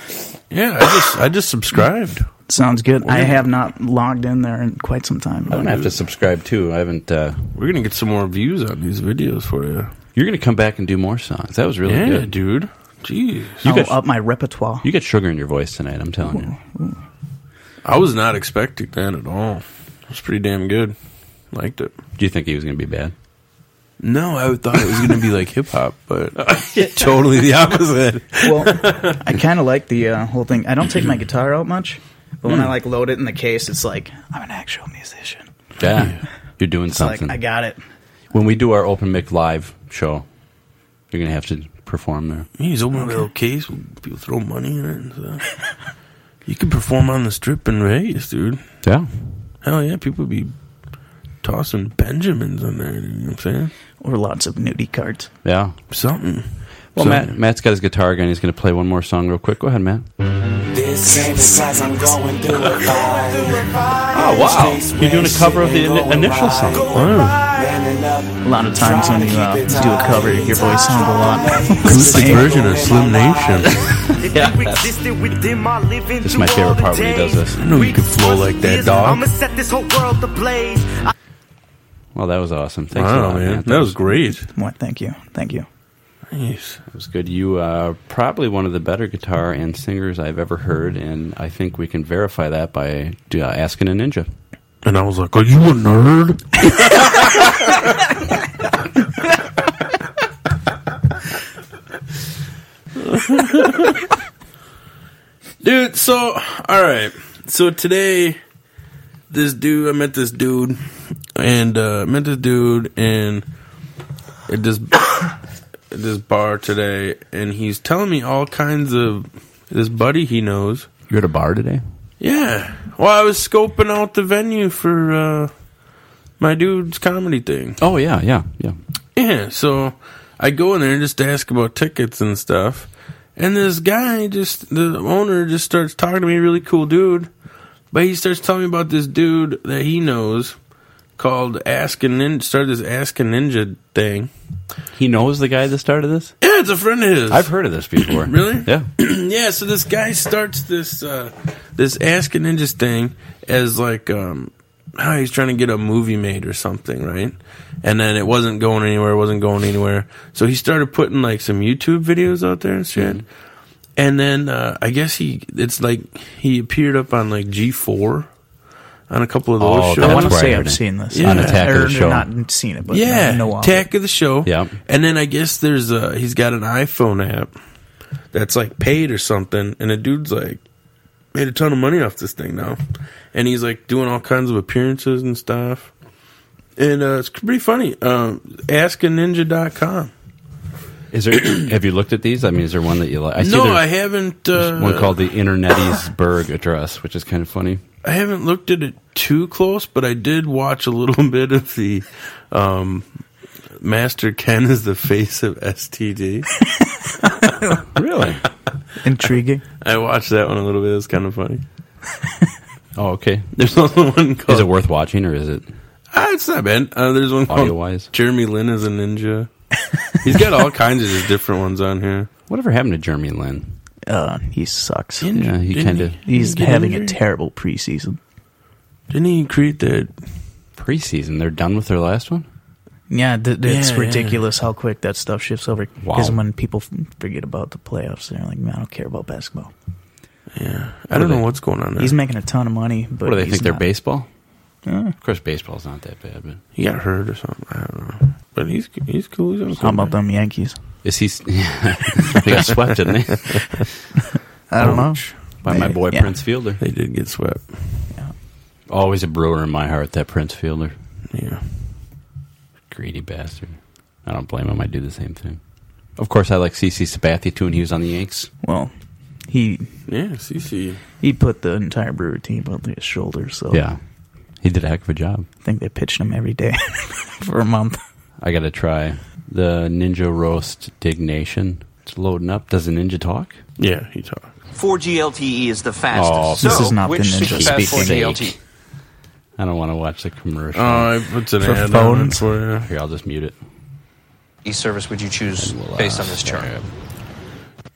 D: Yeah, I just I just subscribed.
E: Sounds good. I have not logged in there in quite some time.
C: I'm gonna have to subscribe too. I haven't. uh
D: We're gonna get some more views on these videos for you.
C: You're gonna come back and do more songs. That was really
D: Yeah,
C: good.
D: dude. Jeez,
E: I'll
C: got-
E: up my repertoire.
C: You got sugar in your voice tonight. I'm telling you.
D: I was not expecting that at all. It was pretty damn good. Liked it.
C: Do you think he was gonna be bad?
D: No, I thought it was gonna be like hip hop, but totally the opposite.
E: well, I kind of like the uh, whole thing. I don't take my guitar out much, but when I like load it in the case, it's like I'm an actual musician.
C: Yeah, you're doing
E: It's
C: something.
E: like I got it.
C: when we do our open mic live show, You're gonna have to perform there.
D: He's open a little case. People throw money in it. And stuff. you can perform on the strip in Vegas, dude.
C: Yeah.
D: Hell yeah, people be tossing Benjamins in there. You know what I'm saying?
E: Or lots of nudie cards.
C: Yeah.
D: Something.
C: Well,
D: So-
C: Matt, Matt's got his guitar again. He's going to play one more song real quick. Go ahead, Matt.
A: This game is like I'm going through a fire.
C: Oh, wow. You're doing a cover of the in- initial song.
D: Wow.
A: Manning up.
E: A lot of times when you uh, do a cover, your voice sounds a lot.
D: Acoustic
E: Same.
D: version of Slim Nation.
B: If you existed within my living
C: This is my
B: through
C: favorite
B: all the
C: part when he does
B: days.
C: this. I
D: know you could flow
B: Weeks,
D: like that,
B: years,
D: dog.
B: I'ma set this whole world ablaze. I-
C: Well, that was awesome. Thanks a
D: Wow,
C: lot,
D: man.
C: Matt.
D: That was great.
E: Well, thank you, thank you.
D: Nice.
C: That was good. You are probably one of the better guitar and singers I've ever heard, and I think we can verify that by uh, asking a ninja.
D: And I was like, Are you a nerd? dude, so, alright. So today, this dude, I met this dude, and, uh, met this dude, and at this, at this bar today, and he's telling me all kinds of this buddy he knows.
C: You're at a bar today?
D: Yeah. Well, I was scoping out the venue for uh, my dude's comedy thing.
C: Oh, yeah, yeah, yeah.
D: Yeah, so I go in there just to ask about tickets and stuff. And this guy just the owner just starts talking to me, really cool dude. But he starts telling me about this dude that he knows called Askin Ninja started this Askin Ninja thing.
C: He knows the guy that started this?
D: Yeah, it's a friend of his.
C: I've heard of this before.
D: Really?
C: Yeah.
D: yeah, so this guy starts this uh this asking ninjas thing as like um how he's trying to get a movie made or something, right? And then it wasn't going anywhere, it wasn't going anywhere. So he started putting like some YouTube videos out there and shit.
C: Mm-hmm.
D: And then uh I guess he it's like he appeared up on like G four on a couple of those
C: Oh,
D: shows.
E: I
C: That's
E: want to
C: where I
E: say
C: heard
E: I've
C: it.
E: seen this
D: Yeah. On
C: Attack of the
E: Or
C: Show.
E: Not seen it, but
D: Yeah,
E: I know of it.
D: Attack of the Show.
C: Yeah.
D: and then I guess there's uh he's got an iPhone app that's like paid or something, and the dude's like made a ton of money off this thing now, and he's like doing all kinds of appearances and stuff, and uh, it's pretty funny. Um, AskANinja.com.
C: Is there? have you looked at these? I mean, is there one that you like? I
D: No,
C: there's
D: I haven't. Uh,
C: one called the Internetiesburg address, which is kind of funny.
D: I haven't looked at it too close, but I did watch a little bit of the um, Master Ken is the face of STD.
C: Really?
E: Intriguing.
D: I watched that one a little bit. It was kind of funny.
C: Oh, okay.
D: There's another one called.
C: Is it worth watching or is it?
D: Ah, it's not bad. Uh, there's one called
C: Audio-wise?
D: Jeremy Lin is a ninja. He's got all kinds of just different ones on here.
C: Whatever happened to Jeremy Lin?
E: Uh, he sucks.
C: Yeah, he
D: Didn't
C: kind of
E: He's
D: Didn't he get
E: having a
D: injured?
E: terrible preseason.
D: Didn't he create that?
C: preseason. They're done with their last one.
E: Yeah, th- th- it's
D: Yeah, yeah.
E: ridiculous how quick that stuff shifts over. Because
C: Wow.
E: when people f- forget about the playoffs, they're like, "Man, I don't care about basketball."
D: I don't
C: do
D: know
C: they-
D: what's going on there.
E: He's making a ton of money, but
C: What do they
E: he's
C: think? They're
E: not.
C: baseball. Of course, baseball's not that bad, but
D: he got hurt or something. I don't know. But he's he's cool. He's on a
E: How
D: cool
E: about them Yankees?
C: is he? they got swept, didn't they?
E: I don't know.
C: By my boy
E: Yeah.
C: Prince Fielder.
D: They did get swept.
C: Always a brewer in my heart. That Prince Fielder,
D: Yeah.
C: greedy bastard. I don't blame him. I do the same thing. Of course, I like CC Sabathia too, and he was on the Yanks.
E: Well, he
D: Yeah. CC.
E: he put the entire Brewer team on his shoulders, so
C: Yeah, he did a heck of a job.
E: I think they pitched him every day for a month.
C: I got to try the Ninja Roast Dignation. It's loading up. Does a ninja talk?
D: Yeah. He talked.
J: 4G LTE E is the fastest.
C: Oh,
J: so,
E: this is not the
J: which
E: Ninja
J: successful
C: speaking.
J: 4G LTE?
C: I don't want to watch the commercial.
D: Oh, I put an
E: For
D: ad on it
E: phones?
D: for
C: Here, I'll just mute it.
J: E service would you choose based on this chart?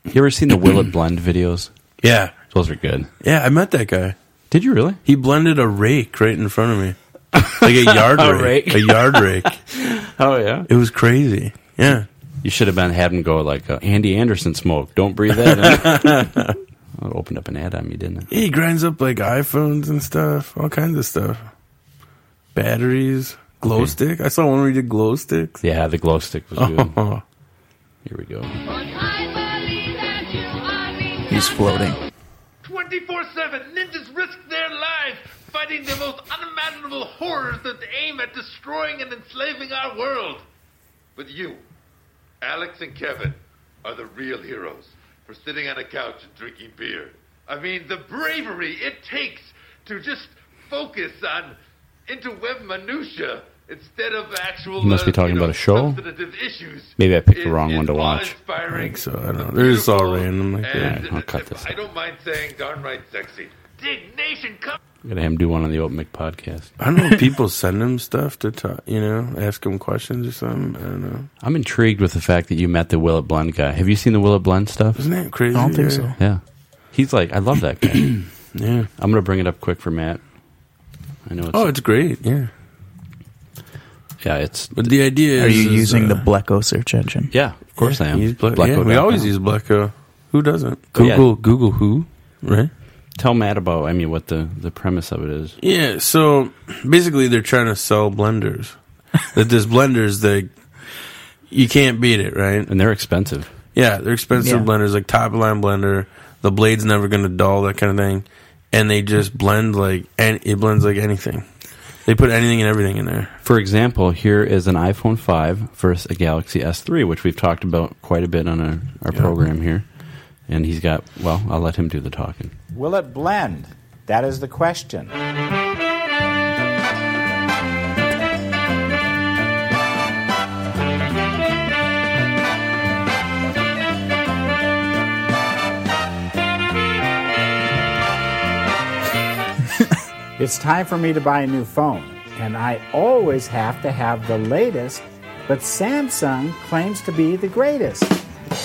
C: You ever seen the Will It Blend videos?
D: you. Yeah.
C: Those are good.
D: Yeah. I met that guy.
C: Did you really?
D: He blended a rake right in front of me, like a yard
C: A
D: rake.
C: rake.
D: A yard rake.
C: Oh yeah.
D: It was crazy. Yeah.
C: You should have been had him go like uh, Andy Anderson smoke. Don't breathe that in. Well, it opened up an ad on me, didn't it?
D: Yeah, he grinds up like iPhones and stuff, all kinds of stuff. Batteries, glow
C: Okay.
D: stick. I saw one where he did glow sticks.
C: Yeah, the glow stick was good.
D: Oh,
C: Here we go.
E: He's floating.
K: 24 7, ninjas risk their lives fighting the most unimaginable horrors that aim at destroying and enslaving our world. But you, Alex and Kevin are the real heroes for sitting on a couch and drinking beer. I mean, the bravery it takes to just focus on interweb minutia instead of actual.
C: You must be talking about a show. Maybe I picked the wrong one to watch.
D: I think so. I don't know. They're just all random like
C: All
D: that.
C: right, I'll cut this.
K: I don't mind saying darn right sexy. Dignation come.
C: I'm gonna have him do one on the Open Mic podcast.
D: I don't know. if People send him stuff to talk. You know, ask him questions or something. I don't know.
C: I'm intrigued with the fact that you met the Willet Blend guy. Have you seen the Willet Blend stuff?
D: Isn't that crazy? I don't think so.
C: Yeah, he's like, I love that guy.
D: yeah,
C: I'm gonna bring it up quick for Matt. I know. It's,
D: oh, it's great. Yeah.
C: yeah, it's.
D: But the idea
E: Are
D: is,
E: you
D: is,
E: using
D: uh,
E: the Bleco search engine?
C: Yeah, of course I am.
D: Use Black,
C: Blacko
D: yeah, we
C: dot
D: always
C: com.
D: use Blacko. Who doesn't?
C: Go ahead.
D: Google Google who, right?
C: Tell Matt about. I mean, what the the premise of it is.
D: Yeah, so basically they're trying to sell blenders. that this blenders that you can't beat it, right?
C: And they're expensive.
D: Yeah, they're expensive
C: Yeah.
D: blenders, like top of line blender. The blade's never going to dull, that kind of thing. And they just blend like and it blends like anything. They put anything and everything in there.
C: For example, here is an iPhone 5 versus a Galaxy S3, which we've talked about quite a bit on our, our program here. And he's got, well, I'll let him do the talking.
L: Will it blend? That is the question. it's time for me to buy a new phone, and I always have to have the latest, but Samsung claims to be the greatest.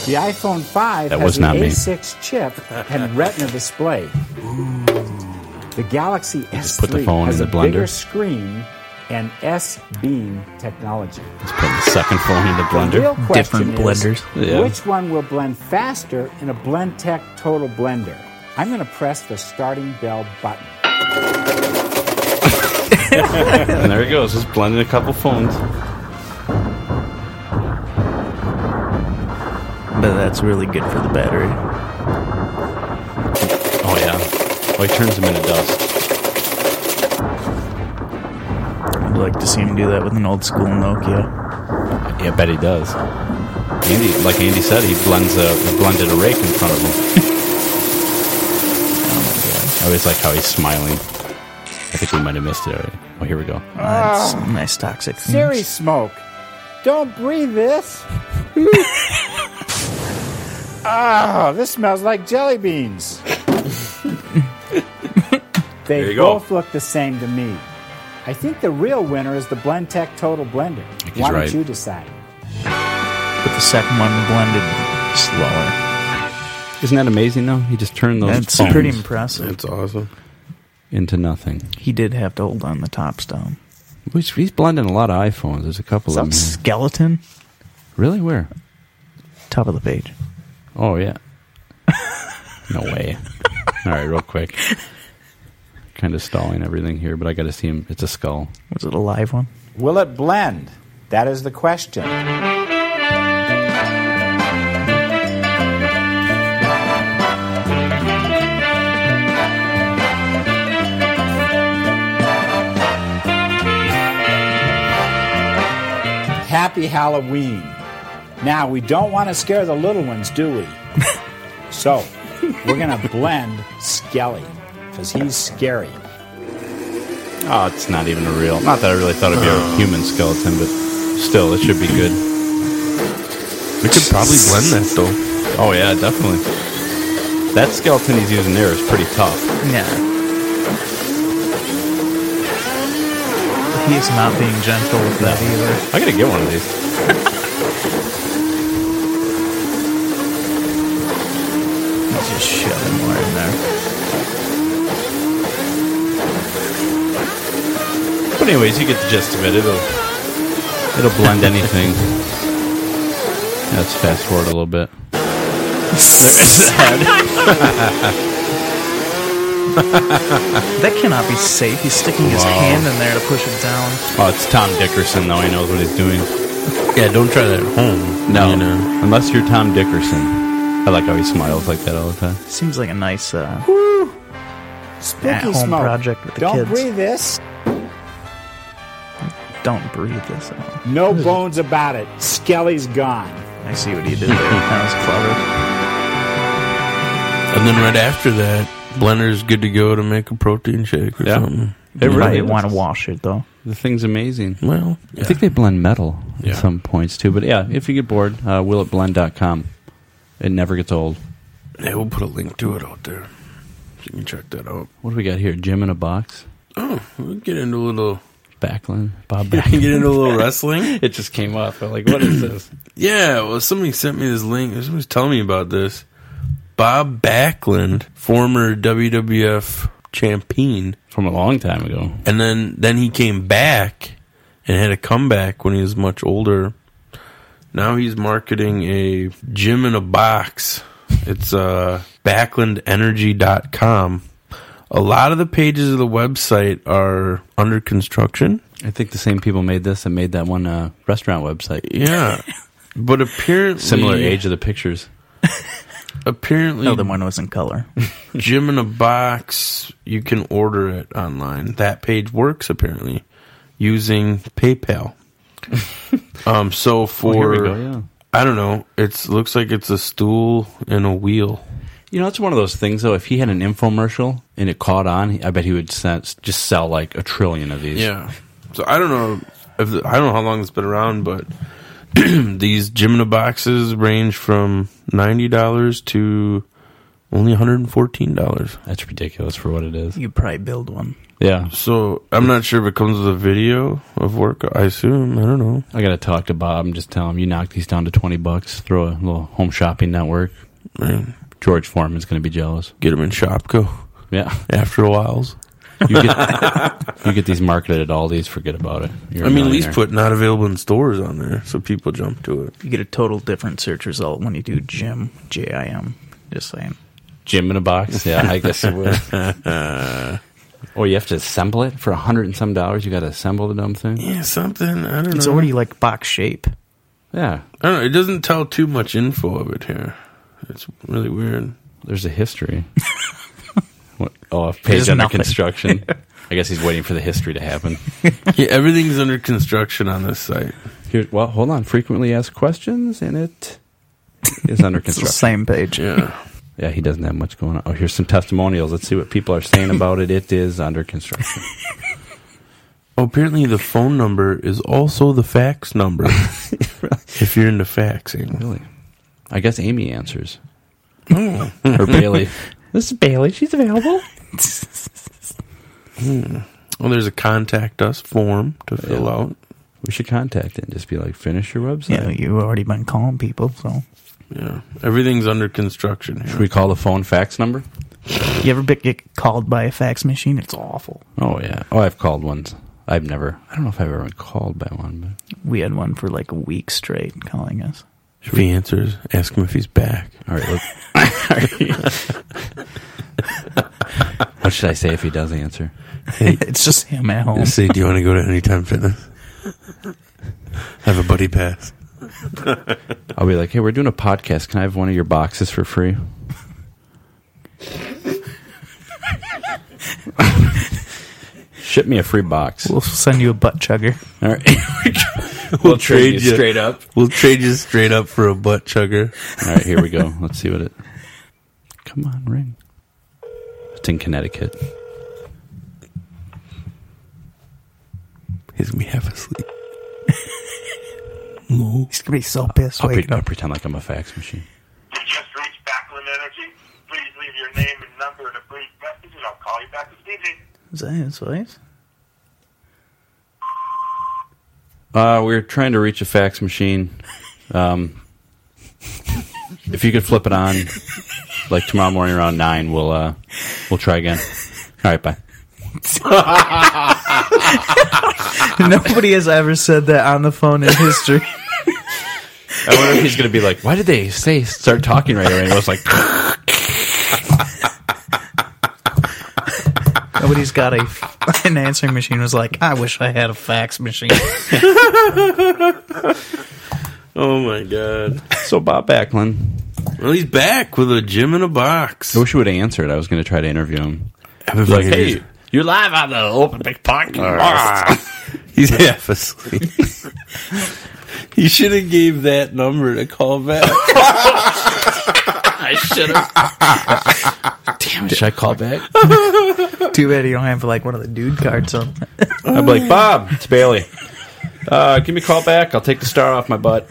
L: The iPhone 5
C: That
L: has
C: was
L: an
C: not me.
L: A6 chip and Retina display. The Galaxy S3
C: put the phone
L: has
C: in
L: a
C: the
L: bigger
C: blender.
L: screen and S beam technology.
C: Put the second phone in the
L: The real
C: blender.
L: question is,
C: Yeah.
L: Which one will blend faster in a BlendTec Total Blender? I'm going to press the starting bell button.
C: and there he goes, just blending a couple phones.
E: But that's really good for the battery.
C: Oh, yeah. Oh, he turns them into dust.
E: I'd like to see him do that with an old school Nokia.
C: Yeah, I bet he does. Andy, like Andy said, he blends a he blended a rake in front of him. Oh I always like how he's smiling. I think we might have missed it already. Oh, here we go.
E: Uh, it's nice toxic. fumes.
L: Siri smoke. Don't breathe this. Ah, this smells like jelly beans.
C: There
L: they
C: you go.
L: both look the same to me. I think the real winner is the BlendTec Total Blender.
E: he's
L: Why
E: right.
L: don't you decide?
E: But the second one blended slower.
C: Isn't that amazing, though? He just turned those
E: That's
C: phones
E: pretty impressive.
D: That's awesome.
C: into nothing.
E: He did have to hold on the tops down.
C: He's, he's blending a lot of iPhones. There's a couple
E: Some
C: of them. here.
E: skeleton?
C: Really? Where?
E: Top of the page.
C: Oh, yeah. no way. All right, real quick. Kind of stalling everything here, but I got to see him. It's a skull.
E: Was it a live one?
L: Will it blend? That is the question. Happy Halloween. Now, we don't want to scare the little ones, do we? so, we're going to blend Skelly because he's scary.
C: Oh, it's not even a real. Not that I really thought it'd be
D: Oh.
C: a human skeleton, but still, it should be good.
D: We could probably blend that, though.
C: Oh, yeah, definitely. That skeleton he's using there is pretty tough.
E: Yeah. He is not being gentle with that either.
C: I got to get one of these.
E: He's just shoving more in there.
C: But, anyways, you get the gist of it. It'll, it'll blend anything. Let's fast forward a little bit.
E: That cannot be safe. He's sticking his
C: Wow.
E: hand in there to push it down.
C: Oh, it's Tom Dickerson, though. He knows what he's doing.
D: Yeah, don't try that at home.
C: No,
D: You know.
C: unless you're Tom Dickerson. I like how he smiles like that all the time.
E: Seems like a nice uh,
L: Spooky
E: at-home
L: smoke.
E: project with the
L: Don't
E: kids.
L: breathe this.
E: Don't breathe this out.
L: No bones about it. Skelly's gone.
E: I see what he did there. that was clever.
D: And then right after that, blender's good to go to make a protein shake or
C: Yeah.
D: something.
C: It
E: you
C: really
E: might want
C: is.
E: to wash it though.
C: The thing's amazing.
D: Well,
C: I think they blend metal
D: Yeah.
C: at some points too. But yeah, if you get bored, uh, willitblend.com. It never gets old.
D: Yeah, we'll put a link to it out there. So you can check that out.
C: What do we got here? Jim in a box.
D: Oh, we'll get into a little
C: Backlund. Bob
D: Yeah,
C: Backlund.
D: get into a little wrestling?
C: it just came up. I'm like, what is this?
D: Yeah, well, somebody sent me this link. Somebody was telling me about this. Bob Backlund, former WWF champion
C: from a long time ago,
D: and then then he came back and had a comeback when he was much older. Now he's marketing a gym in a box. It's uh, backlandenergy.com. A lot of the pages of the website are under construction.
C: I think the same people made this and made that one uh, restaurant website.
D: Yeah. But apparently
C: Similar age of the pictures.
D: Apparently,
E: The other one was in color.
D: Gym in a box. You can order it online. That page works apparently using PayPal. um. So
C: Oh, here
D: for
C: we go, yeah.
D: I don't know. It's looks like it's a stool and a wheel.
C: You know, it's one of those things though. If he had an infomercial and it caught on, I bet he would sense, just sell like a trillion of these.
D: Yeah. So I don't know if the, I don't know how long it's been around, but these Gymna boxes range from ninety dollars to only one hundred and fourteen dollars.
C: That's ridiculous for what it is.
E: You'd probably build one.
C: Yeah.
D: So I'm not sure if it comes with a video of work. I assume. I don't know.
C: I gotta talk to Bob and just tell him you knock these down to twenty bucks. Throw a little home shopping network.
D: Right.
C: George Foreman's gonna be jealous.
D: Get them in Shopko.
C: Yeah.
D: After a while's.
C: You get, you get these marketed at Aldi's. Forget about it. You're
D: I
C: a
D: mean, at least
C: millionaire.
D: put not available in stores on there so people jump to it.
E: You get a total different search result when you do Jim J I M. Just saying.
C: Jim in a box. Yeah, I guess it would. or you have to assemble it for a hundred and some dollars. You got to assemble the dumb thing.
D: Yeah, something. I don't
E: It's
C: Uh-huh.
D: know.
E: already like box shape.
C: Yeah,
D: I don't know. It doesn't tell too much info of it here. It's really weird.
C: there's a history. what? Oh, a page
E: There's
C: under
E: nothing.
C: construction. I guess he's waiting for the history to happen.
D: yeah, everything's under construction on this site.
C: Here, well, hold on. Frequently asked questions, and it is under
E: It's the
C: construction.
E: same page.
D: Yeah.
C: Yeah, he doesn't have much going on. Oh, here's some testimonials. Let's see what people are saying about it. It is under construction.
D: Oh, apparently, the phone number is also the fax number. if you're into faxing,
C: Really? I guess Amy answers.
D: Oh.
C: Or Bailey. This is Bailey. She's available.
D: Well, there's a contact us form to fill
C: Yeah.
D: out.
C: We should contact it and just be like, finish your website.
E: Yeah, you've already been calling people, so
D: Yeah, everything's under construction here.
C: Should we call the phone fax number?
E: you ever bit- get called by a fax machine? It's awful.
C: Oh yeah. Oh, I've called ones. I've never. I don't know if I've ever been called by one, but
E: We had one for like a week straight calling us.
D: If he answers, ask him if he's back.
C: all right. look. what should I say if he does answer?
E: it's just him at home.
D: Say, do you want to go to Anytime Fitness? Have a buddy pass.
C: I'll be like, hey, we're doing a podcast. Can I have one of your boxes for free? Ship me a free box.
E: We'll send you a butt chugger.
C: All right.
D: We'll,
C: trade you straight up.
D: We'll trade you straight up for a butt chugger.
C: All right, here we go. Let's see what it. Come on, ring. It's in Connecticut.
D: He's gonna be half asleep.
E: He's gonna be so pissed.
C: I'll, pre-
E: Wait,
C: I'll pretend like I'm a fax machine.
M: You just reached Backland Energy. Please leave your name and number and a brief message, and I'll call you back this evening.
E: is that his voice?
C: Uh, we are trying to reach a fax machine. Um, if you could flip it on, like tomorrow morning around nine, we'll uh, we'll try again. All right, bye.
E: Nobody has ever said that on the phone in history.
C: I wonder if he's gonna be like, why did they say start talking right away? And it was like,
E: Nobody's got a f- an answering machine. Was like, I wish I had a fax machine.
D: Oh my god!
C: so Bob Backlund.
D: Well, he's back with a gym in a box.
C: I wish you would have answered. I was gonna try to interview him.
D: Like,
C: hey,
H: You're live on the open big podcast.
D: he's half asleep. He should have gave that number to call back.
C: I should have.
E: Damn
D: it, should I call back?
E: Too bad you don't have like one of the dude cards on.
C: I'm like, Bob, it's Bailey. Uh, give me a call back. I'll take the star off my butt.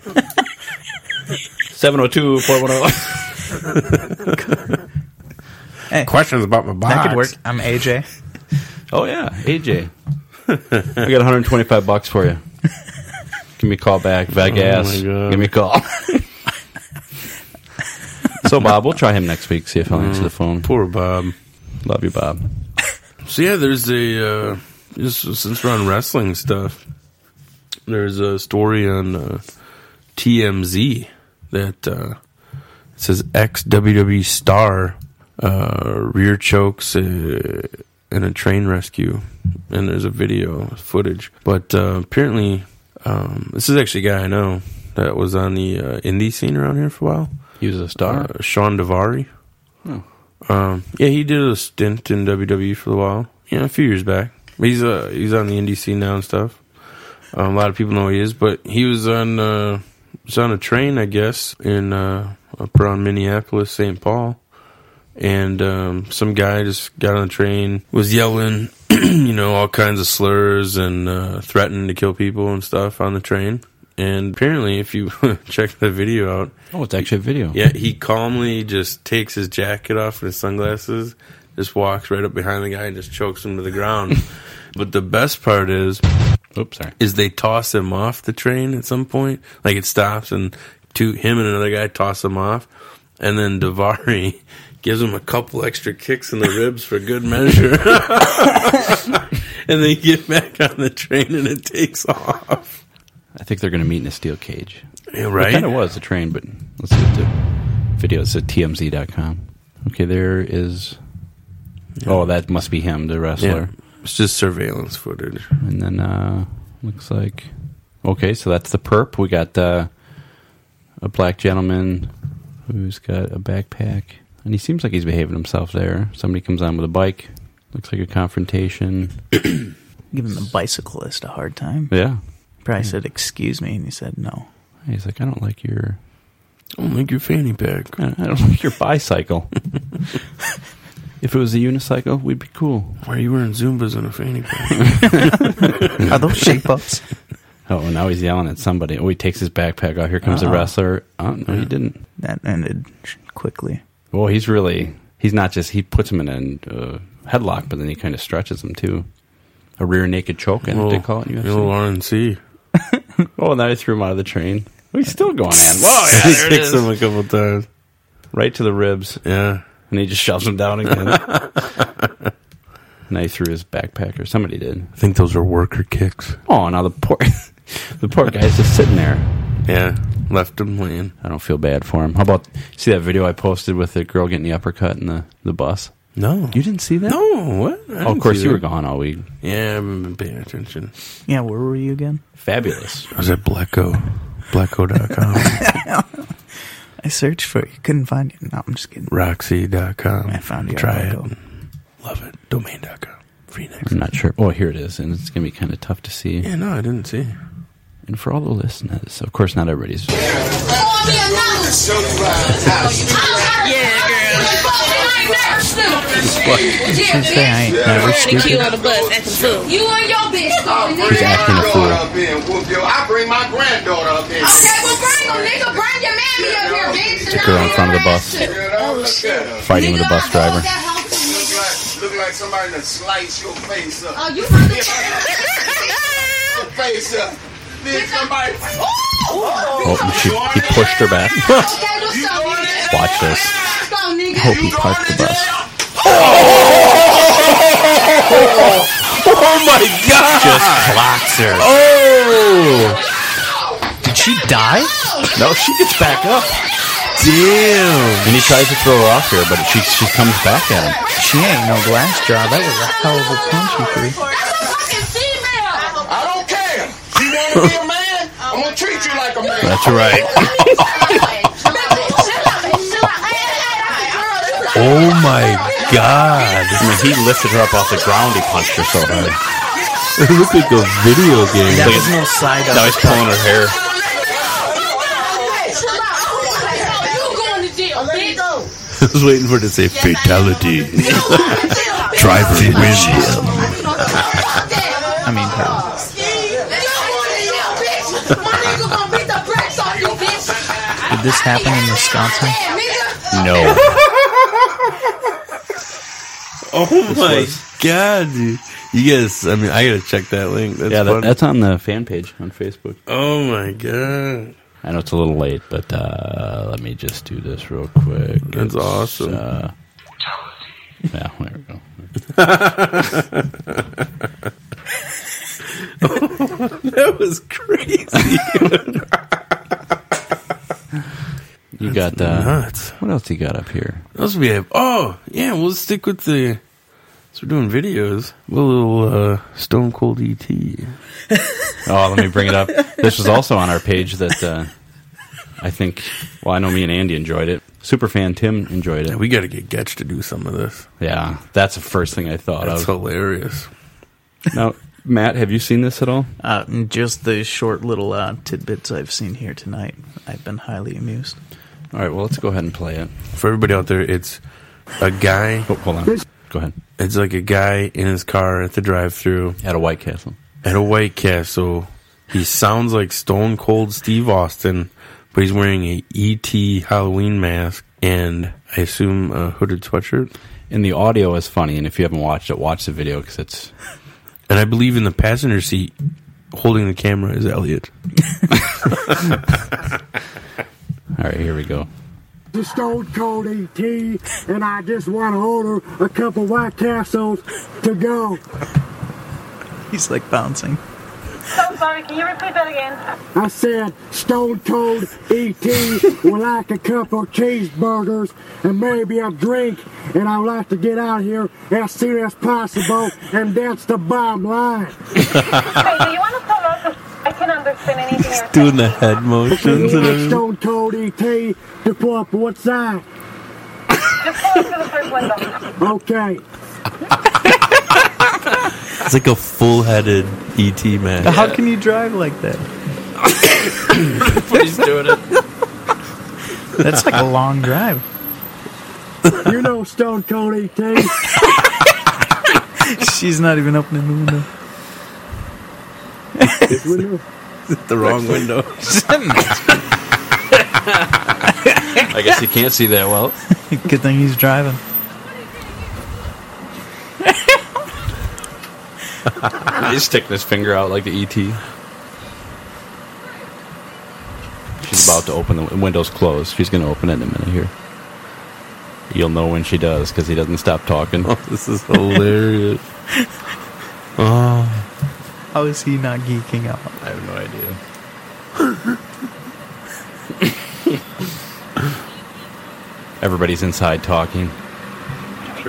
C: 702 410.
D: Questions about my
E: That could work. I'm AJ.
C: Oh, yeah. AJ. I got 125 bucks for you. Give me a call back. Vegas.
D: Oh, my God.
C: give me a call. so, Bob, we'll try him next week, see if he'll answer
D: Mm,
C: the phone.
D: Poor Bob.
C: Love you, Bob.
D: So yeah, there's a uh, just since we're on wrestling stuff, there's a story on uh, TMZ that uh, it says ex WWE E star uh, rear chokes uh, in a train rescue, and there's a video footage. But uh, apparently, um, this is actually a guy I know that was on the uh, indie scene around here for a while.
C: He was a star?
D: uh, Sean Devari.
C: Oh.
D: Um, yeah, he did a stint in WWE for a while. Yeah, a few years back. He's uh he's on the indie scene now and stuff. Um, a lot of people know who he is, but he was on uh was on a train, I guess, in uh up around Minneapolis, St. Paul, and um, some guy just got on the train, was yelling, you know, all kinds of slurs and uh, threatening to kill people and stuff on the train. And apparently, if you check the video out,
C: Oh, it's actually a video.
D: yeah, he calmly just takes his jacket off and his sunglasses, just walks right up behind the guy and just chokes him to the ground. but the best part is,
C: oops, sorry,
D: is they toss him off the train at some point. Like it stops and two him and another guy toss him off, and then Davari gives him a couple extra kicks in the ribs for good measure. and they get back on the train and it takes off.
C: I think they're going to meet in a steel cage.
D: Yeah, right?
C: It kind of was a train, but let's get to video. It's at tmz.com. Okay, there is. Oh, that must be him, the wrestler.
D: It's just surveillance footage.
C: And then uh looks like okay, so that's the perp. We got uh, a black gentleman who's got a backpack, and he seems like he's behaving himself there. Somebody comes on with a bike. Looks like a confrontation.
E: Giving the bicyclist a hard time.
C: Yeah.
E: Probably said, "Excuse me," and he said, "No."
C: He's like, I don't like your.
D: I don't like your fanny pack.
C: I don't like your bicycle. if it was a unicycle, we'd be cool.
D: Why are you wearing Zumbas and a fanny pack?
E: Are those shape ups?
C: Oh, now he's yelling at somebody. Oh, he takes his backpack out. Here comes the
E: Uh-uh.
C: wrestler. Oh, no, he didn't.
E: That ended quickly.
C: Well, he's really he's not just he puts him in a uh, headlock, but then he kind of stretches him too. A rear naked choke, and they call it in UFC.
D: Little RNC.
C: Oh, and then I threw him out of the train. Well, He's still going in.
D: Whoa,
C: Whoa,
D: Oh, yeah,
C: yeah,
D: there it Kicks is. him a couple times,
C: right to the ribs.
D: Yeah,
C: and he just shoves him down again. and I threw his backpack, or somebody did.
D: I think those are worker kicks.
C: Oh, now the poor, the poor guy's just sitting there.
D: Yeah, left him laying.
C: I don't feel bad for him. How about see that video I posted with the girl getting the uppercut in the the bus?
D: No,
C: you didn't see that.
D: No, what? I
C: Oh, of
D: didn't
C: course
D: see
C: you
D: that.
C: were gone all week.
D: Yeah, I haven't been paying attention.
E: Yeah, where were you again?
C: Fabulous.
D: I was at Blacko. Blacko.com.
E: I searched for you, couldn't find you. No, I'm just kidding.
D: Roxy.com.
E: I found you.
D: Try it.
E: Rocco.
D: Love it. Domain.com. Free next.
C: I'm not sure. Oh, here it is, and it's gonna be kind of tough to see.
D: Yeah, no, I didn't see.
C: And for all the listeners, of course, not everybody's.
E: Since they ain't never stupid.
N: You and your bitch. going, nigga.
C: He's acting a fool.
N: I bring my granddaughter up here. Okay, well bring him, nigga. Bring your mammy up here, bitch.
C: It's a girl in front of the bus, fighting with a bus driver.
N: Look like somebody that slice your face up. Oh, you
O: Your face up. Then somebody.
C: Oh, and she, he pushed her back. Watch this. I hope he parked the bus.
D: Oh my god!
C: Just clocks her.
D: Oh!
C: Did she die? No, she gets back up. Damn. And he tries to throw her off here, but she she comes back at him.
E: She ain't no glass jaw. That was a hell of a punch he threw.
O: I don't care. You want to be a man? I'm gonna treat you like a man.
C: That's right.
D: Oh my god!
C: Oh I mean, he lifted her up off the ground. He punched her so hard. It looked like a video game.
E: That was no side
C: Now he's pulling her hair.
P: I was waiting for it to say fatality. Driver wins.
E: I mean, uh, her. Did this happen in Wisconsin?
C: No.
P: Oh
C: my
P: god, dude. You guys, I mean, I gotta check that link. That's
C: yeah, that,
P: funny.
C: that's on the fan page on Facebook.
D: Oh my god.
C: I know it's a little late, but uh, let me just do this real quick. It's,
D: That's awesome.
C: Uh, yeah, there we go.
D: that was crazy.
C: You got uh,
D: nuts.
C: what else you got up here?
D: What else we have? Oh, yeah, we'll stick with the. So we're doing videos. We're A little uh, Stone Cold ET.
C: Oh, let me bring it up. This was also on our page that uh, I think. Well, I know me and Andy enjoyed it. Superfan Tim enjoyed it.
D: we got to get Getch to do some of this.
C: Yeah, that's the first thing I thought
D: That's
C: of.
D: hilarious.
C: Now, Matt, have you seen this at all?
E: Uh, just the short little uh, tidbits I've seen here tonight. I've been highly amused.
C: All right, well, let's go ahead and play it.
D: For everybody out there, it's a guy.
C: Oh, hold on. Go ahead.
D: It's like a guy in his car at the drive through
C: At a White Castle.
D: At a White Castle. He sounds like Stone Cold Steve Austin, but he's wearing a ET Halloween mask and I assume a hooded sweatshirt.
C: And the audio is funny. And if you haven't watched it, watch the video because it's.
D: And I believe in the passenger seat, holding the camera is Elliot.
C: All right, here we go.
Q: The Stone Cold ET, and I just want to order a couple White Castles to go.
E: He's like bouncing.
G: So sorry, can you repeat that again?
Q: I said Stone Cold ET would like a couple cheeseburgers and maybe a drink, and I'd like to get out of here as soon as possible, and that's the bottom line.
G: Hey, do you want to pull up? 'Cause I can understand anything you're saying.
P: Doing the head motions and
Q: Like
P: everything.
Q: Stone Cold ET to pull up what side?
G: Just pull up to the first window.
Q: Okay.
P: It's like a full headed ET man.
E: How can you drive like that?
D: Please doing it.
E: That's like a long drive.
Q: You know Stone E Cold ET.
E: She's not even opening the window.
D: the wrong window.
C: I guess you can't see that well.
E: Good thing he's driving.
C: He's sticking his finger out like the E ET. She's about to open the the window's closed. She's going to open it in a minute here. You'll know when she does because he doesn't stop talking.
P: this is hilarious.
C: oh,
E: How is he not geeking out?
C: I have no idea. Everybody's inside talking.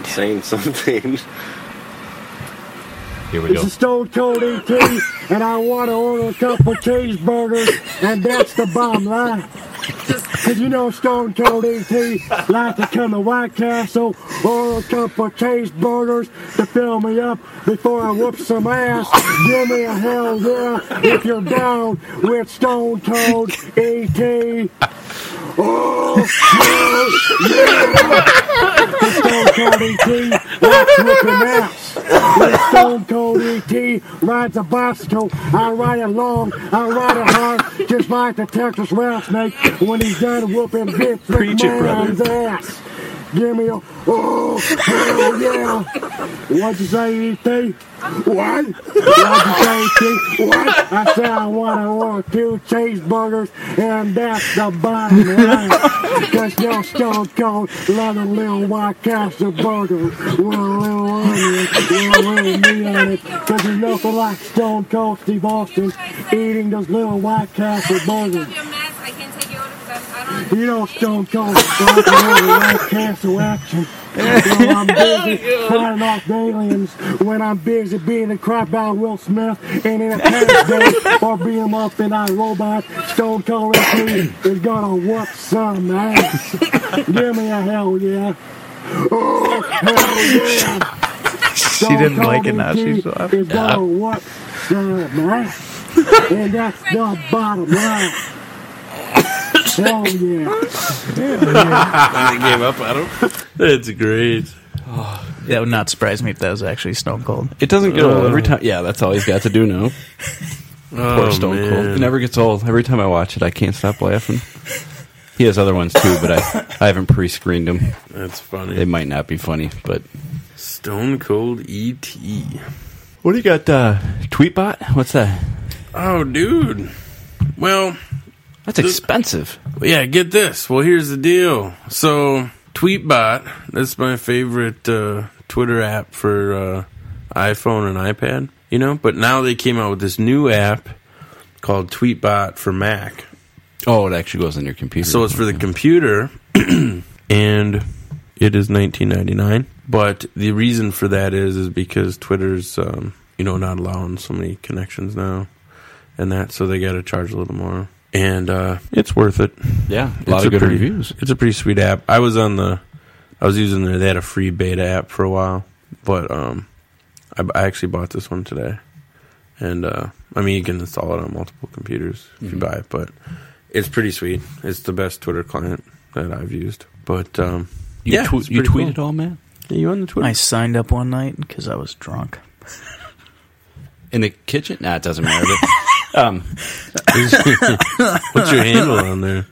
R: saying something.
C: Here we
Q: It's
C: go.
Q: a Stone Cold ET, and I want to order a couple cheeseburgers, and that's the bottom line. Cause you know Stone Cold ET like to come to White Castle, order a couple cheeseburgers to fill me up before I whoop some ass. Give me a hell yeah if you're down with Stone Cold ET. Oh, hell yeah. The Stone Cold E ET likes whooping ass. When Stone Cold E ET rides a bicycle, I ride it long, I ride it hard, just like the Texas rattlesnake when he's done whooping Vince
O: Preach it, brother.
Q: McMahon's ass. Give me a oh hell yeah! What'd you say, ET? What? What'd you say, ET? What? I said I want to order two cheeseburgers, and that's the bottom line. Cause your Stone Cold love a little White Castle burger with a little onion, with a little meat on it. Cause there's nothing like Stone Cold Steve Austin eating those little White Castle burgers. You know Stone Cold Steve Austin White Castle action. Well, I'm busy fighting off aliens when I'm busy being a crap out Will Smith and in a past day or being up in our robot. Stone Cold Steve is gonna whoop some ass. Give me a hell yeah. Oh, hell yeah.
E: she didn't like it. Now she's laughing.
Q: It's gonna work the math. and that's the bottom line. Hell yeah. Hell yeah.
D: I gave up on him. That's great.
E: That would not surprise me if that was actually Stone Cold.
C: It doesn't get old every time. Yeah, that's all he's got to do now. Poor
D: Oh,
C: Stone Cold.
D: man.
C: It never gets old. Every time I watch it, I can't stop laughing. He has other ones too, but I, I haven't pre-screened them.
D: That's funny.
C: They might not be funny, but
D: Stone Cold E ET.
C: what do you got? Uh, Tweetbot? What's that?
D: Oh, dude. Well,
C: that's expensive.
D: Yeah, get this. Well, here's the deal. So, Tweetbot, that's my favorite uh, Twitter app for uh, iPhone and iPad, you know? But now they came out with this new app called Tweetbot for Mac.
C: Oh, it actually goes on your computer.
D: So, it's for the computer, and it is 19.99. But the reason for that is is because Twitter's um, you know not allowing so many connections now, and that so they got to charge a little more. And uh, it's worth it.
C: Yeah, a lot
D: It's
C: of good
D: pretty-
C: reviews.
D: It's a pretty sweet app. I was on the, I was using the, they had a free beta app for a while, but um, I, b- I actually bought this one today, and uh, I mean you can install it on multiple computers if you buy it, but it's pretty sweet. It's the best Twitter client that I've used. But um,
C: You
D: yeah,
C: twe-
D: it's
C: you
D: pretty
C: tweet it all, man?
D: Yeah, you on the Twitter?
E: I signed up one night because I was drunk.
C: in the kitchen? Nah, it doesn't matter. But, um,
D: What's your handle on there?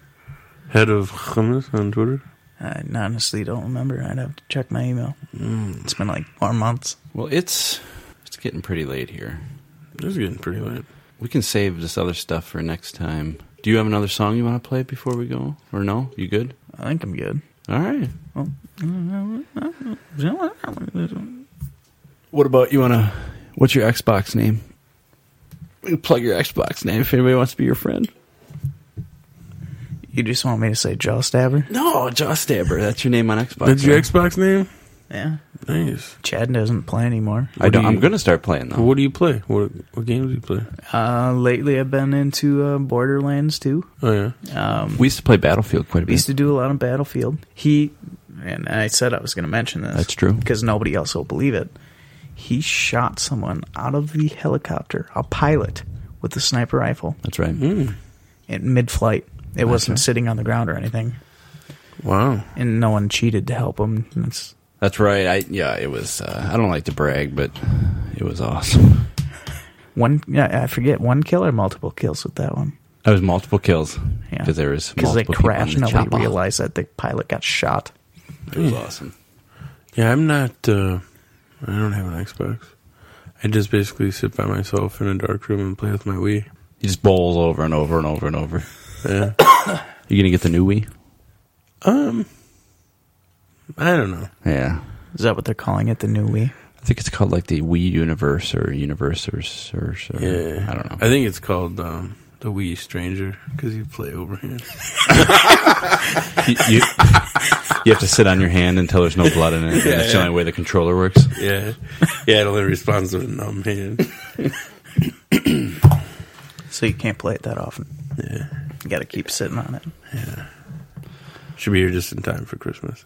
D: Head of hummus on Twitter.
E: I honestly don't remember. I'd have to check my email. It's been like four months.
C: Well, it's it's getting pretty late here.
D: It's getting pretty late.
C: We can save this other stuff for next time. Do you have another song you want to play before we go, or no? You good?
E: I think I'm good.
C: All right.
E: Well,
C: What about you want to? What's your Xbox name? Plug your Xbox name if anybody wants to be your friend.
E: You just want me to say jaw stabber?
C: No, Jaw Stabber. That's your name on Xbox.
D: That's your
C: right?
D: Xbox name?
E: Yeah.
D: Nice.
E: Chad doesn't play anymore.
C: I don't, I'm going to start playing though.
D: What do you play? What what games do you play?
E: Uh, lately, I've been into uh, Borderlands too.
D: Oh
E: yeah. Um,
C: we used to play Battlefield quite a
E: We used
C: bit.
E: to do a lot on Battlefield. He and I said I was going to mention this.
C: That's true.
E: because nobody else will believe it. He shot someone out of the helicopter, a pilot, with a sniper rifle
C: That's right.
E: in mid-flight. It wasn't
C: right.
E: sitting on the ground or anything,
D: Wow.
E: and no one cheated to help him. That's
C: That's right. I yeah, it was. Uh, I don't like to brag, but it was awesome.
E: one. Yeah, I forget one kill or multiple kills with that one
C: I was multiple kills
E: Yeah.
C: because there was
E: because they
C: multiple people in
E: crashed.
C: the
E: Nobody
C: chopper.
E: realized that the pilot got shot.
C: It was awesome.
D: Yeah, I'm not. Uh, I don't have an Xbox. I just basically sit by myself in a dark room and play with my Wii.
C: He just bowls over and over and over and over.
D: Yeah.
C: you gonna get the new Wii?
D: Um, I don't know.
C: Yeah,
E: Is that what they're calling it? The new Wii?
C: I think it's called like the Wii Universe or Universe or, or, or
D: Yeah,
C: I don't know.
D: I think it's called um, the Wii Stranger because you play overhand.
C: you, you, you have to sit on your hand until there's no blood in it. and
D: Yeah,
C: that's
D: yeah.
C: the only way the controller works.
D: yeah, yeah. It only responds with a numb hand.
E: So you can't play it that often.
D: Yeah,
E: You got to keep sitting on it.
D: should be here just in time for Christmas.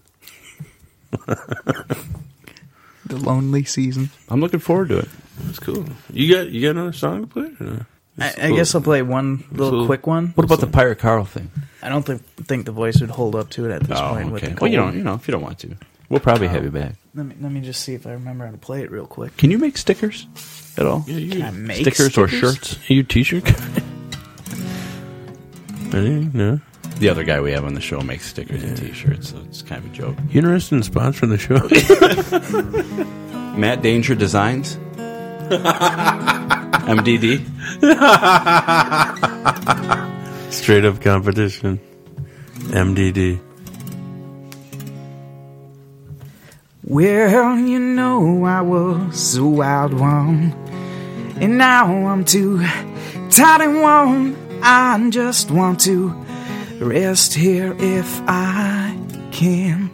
E: The lonely season.
C: I'm looking forward to it.
D: That's cool. You got you got another song to play? Or no?
E: I, I guess I'll play one little
D: little-
E: quick one.
C: What about the Pirate Carl thing?
E: I don't think think the voice would hold up to it at this
C: Oh,
E: point. With the Oh.
C: okay.
E: cold.
C: Well, you don't. You know, if you don't want to, we'll probably have you back.
E: Let me let me just see if I remember how to play it real quick.
C: Can you make stickers at all?
D: Yeah, you
E: Can I make
C: stickers, or shirts?
D: Are you a t-shirt guy? I didn't know.
C: The other guy we have on the show makes stickers and T-shirts, so it's kind of a joke.
D: You interested in sponsoring the show?
C: Matt Danger Designs. MDD.
D: Straight up competition. MDD.
S: Well, you know I was a wild one, and now I'm too tired and worn. I just want to rest here if I can,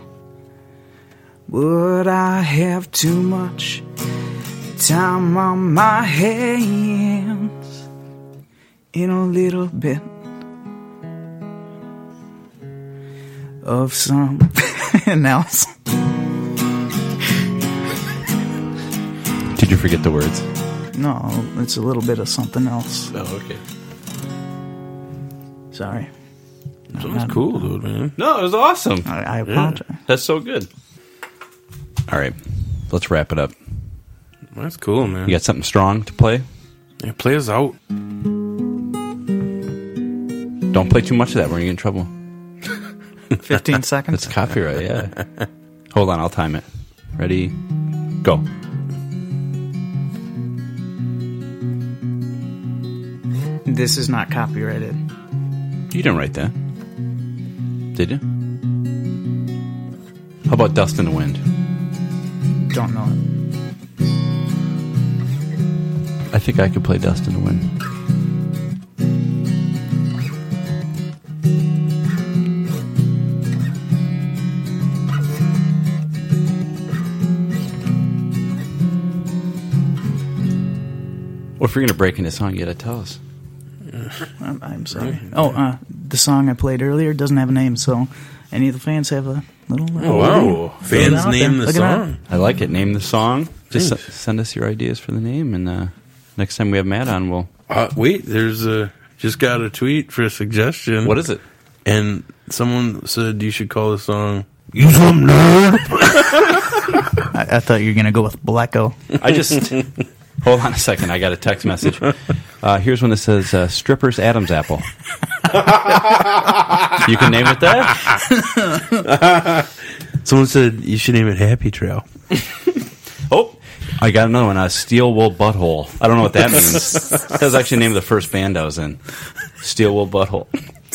S: but I have too much time on my hands. In a little bit of some else.
C: Did you forget the words?
E: No, it's a little bit of something else.
D: Oh, okay.
E: Sorry.
D: That was cool, dude, man.
C: No, it was awesome.
E: I, I
C: Yeah.
E: apologize.
C: That's so good. All right, let's wrap it up.
D: That's cool, man.
C: You got something strong to play?
D: Yeah, play us out.
C: Don't play too much of that. We're gonna get in trouble.
E: 15 seconds?
C: It's copyright. Yeah. Hold on, I'll time it. Ready? Go.
E: This is not copyrighted.
C: You didn't write that, did you? How about "Dust in the Wind"?
E: Don't know it.
C: I think I could play "Dust in the Wind." Well, if you're gonna break into song, you gotta tell us.
E: I'm, I'm sorry. Oh, uh, the song I played earlier doesn't have a name, so any of the fans have a little. uh, little-
C: Oh, wow.
E: throw it out there. Look at that.
C: I like it. Name the song. Just
D: Thanks.
C: se- send us your ideas for the name, and uh, next time we have Matt on, we'll.
D: Uh, wait, there's a just got a tweet for a suggestion.
C: What is it?
D: And someone said you should call the song "You Some Nerd."
E: I, I thought you were going to go with Blacko.
C: I just hold on a second. I got a text message. Uh, here's one that says uh, "Strippers Adam's Apple." you can name it that.
D: someone said you should name it Happy Trail.
C: oh, I got another one. Uh, Steel Wool Butthole. I don't know what that means. that was actually the name of the first band I was in. Steel Wool Butthole.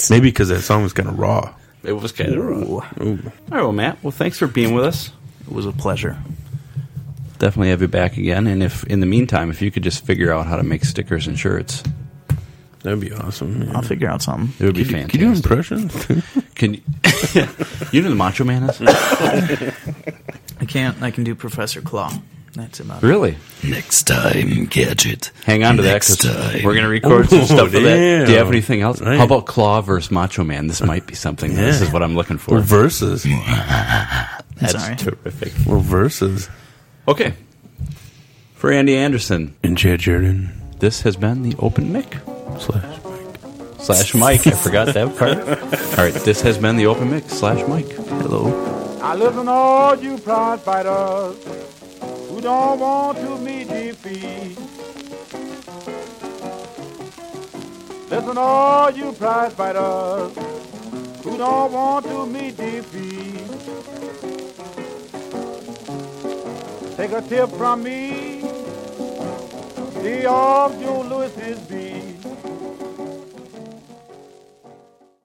D: Maybe because that song was kind of raw.
C: It was kind of rough. All right, well, Matt. Well, thanks for being with us.
E: It was a pleasure.
C: Definitely have you back again. And if in the meantime, if you could just figure out how to make stickers and shirts,
D: that'd be awesome.
E: I'll figure out something.
C: It would be
D: Could you-
C: fantastic.
D: could you do impressions?
C: can you, you know who the Macho Man is?
E: I can't. I can do Professor Claw. That's about it.
C: really?
E: Next time,
C: gadget. Hang on to
E: Next
C: that 'cause
E: time.
C: we're going to record some
E: Oh,
C: stuff for that. Do you have
D: damn.
C: anything else?
D: Right.
C: How about Claw versus Macho Man? This might be something. This
D: Yeah.
C: is what I'm looking for.
D: Or versus.
C: That's
E: Sorry.
C: terrific.
D: Or versus.
C: Okay. For Andy Anderson
D: and Chad Jordan,
C: this has been the open mic.
D: Slash
C: Mike. Slash Mike. I forgot that part. All right. This has been the open mic. Slash Mike. Hello.
Q: I listen to all you prize fighters who don't want to meet defeat. Listen to all you prize fighters who don't want to meet defeat. Take a tip from me, see off your Lewis's beat.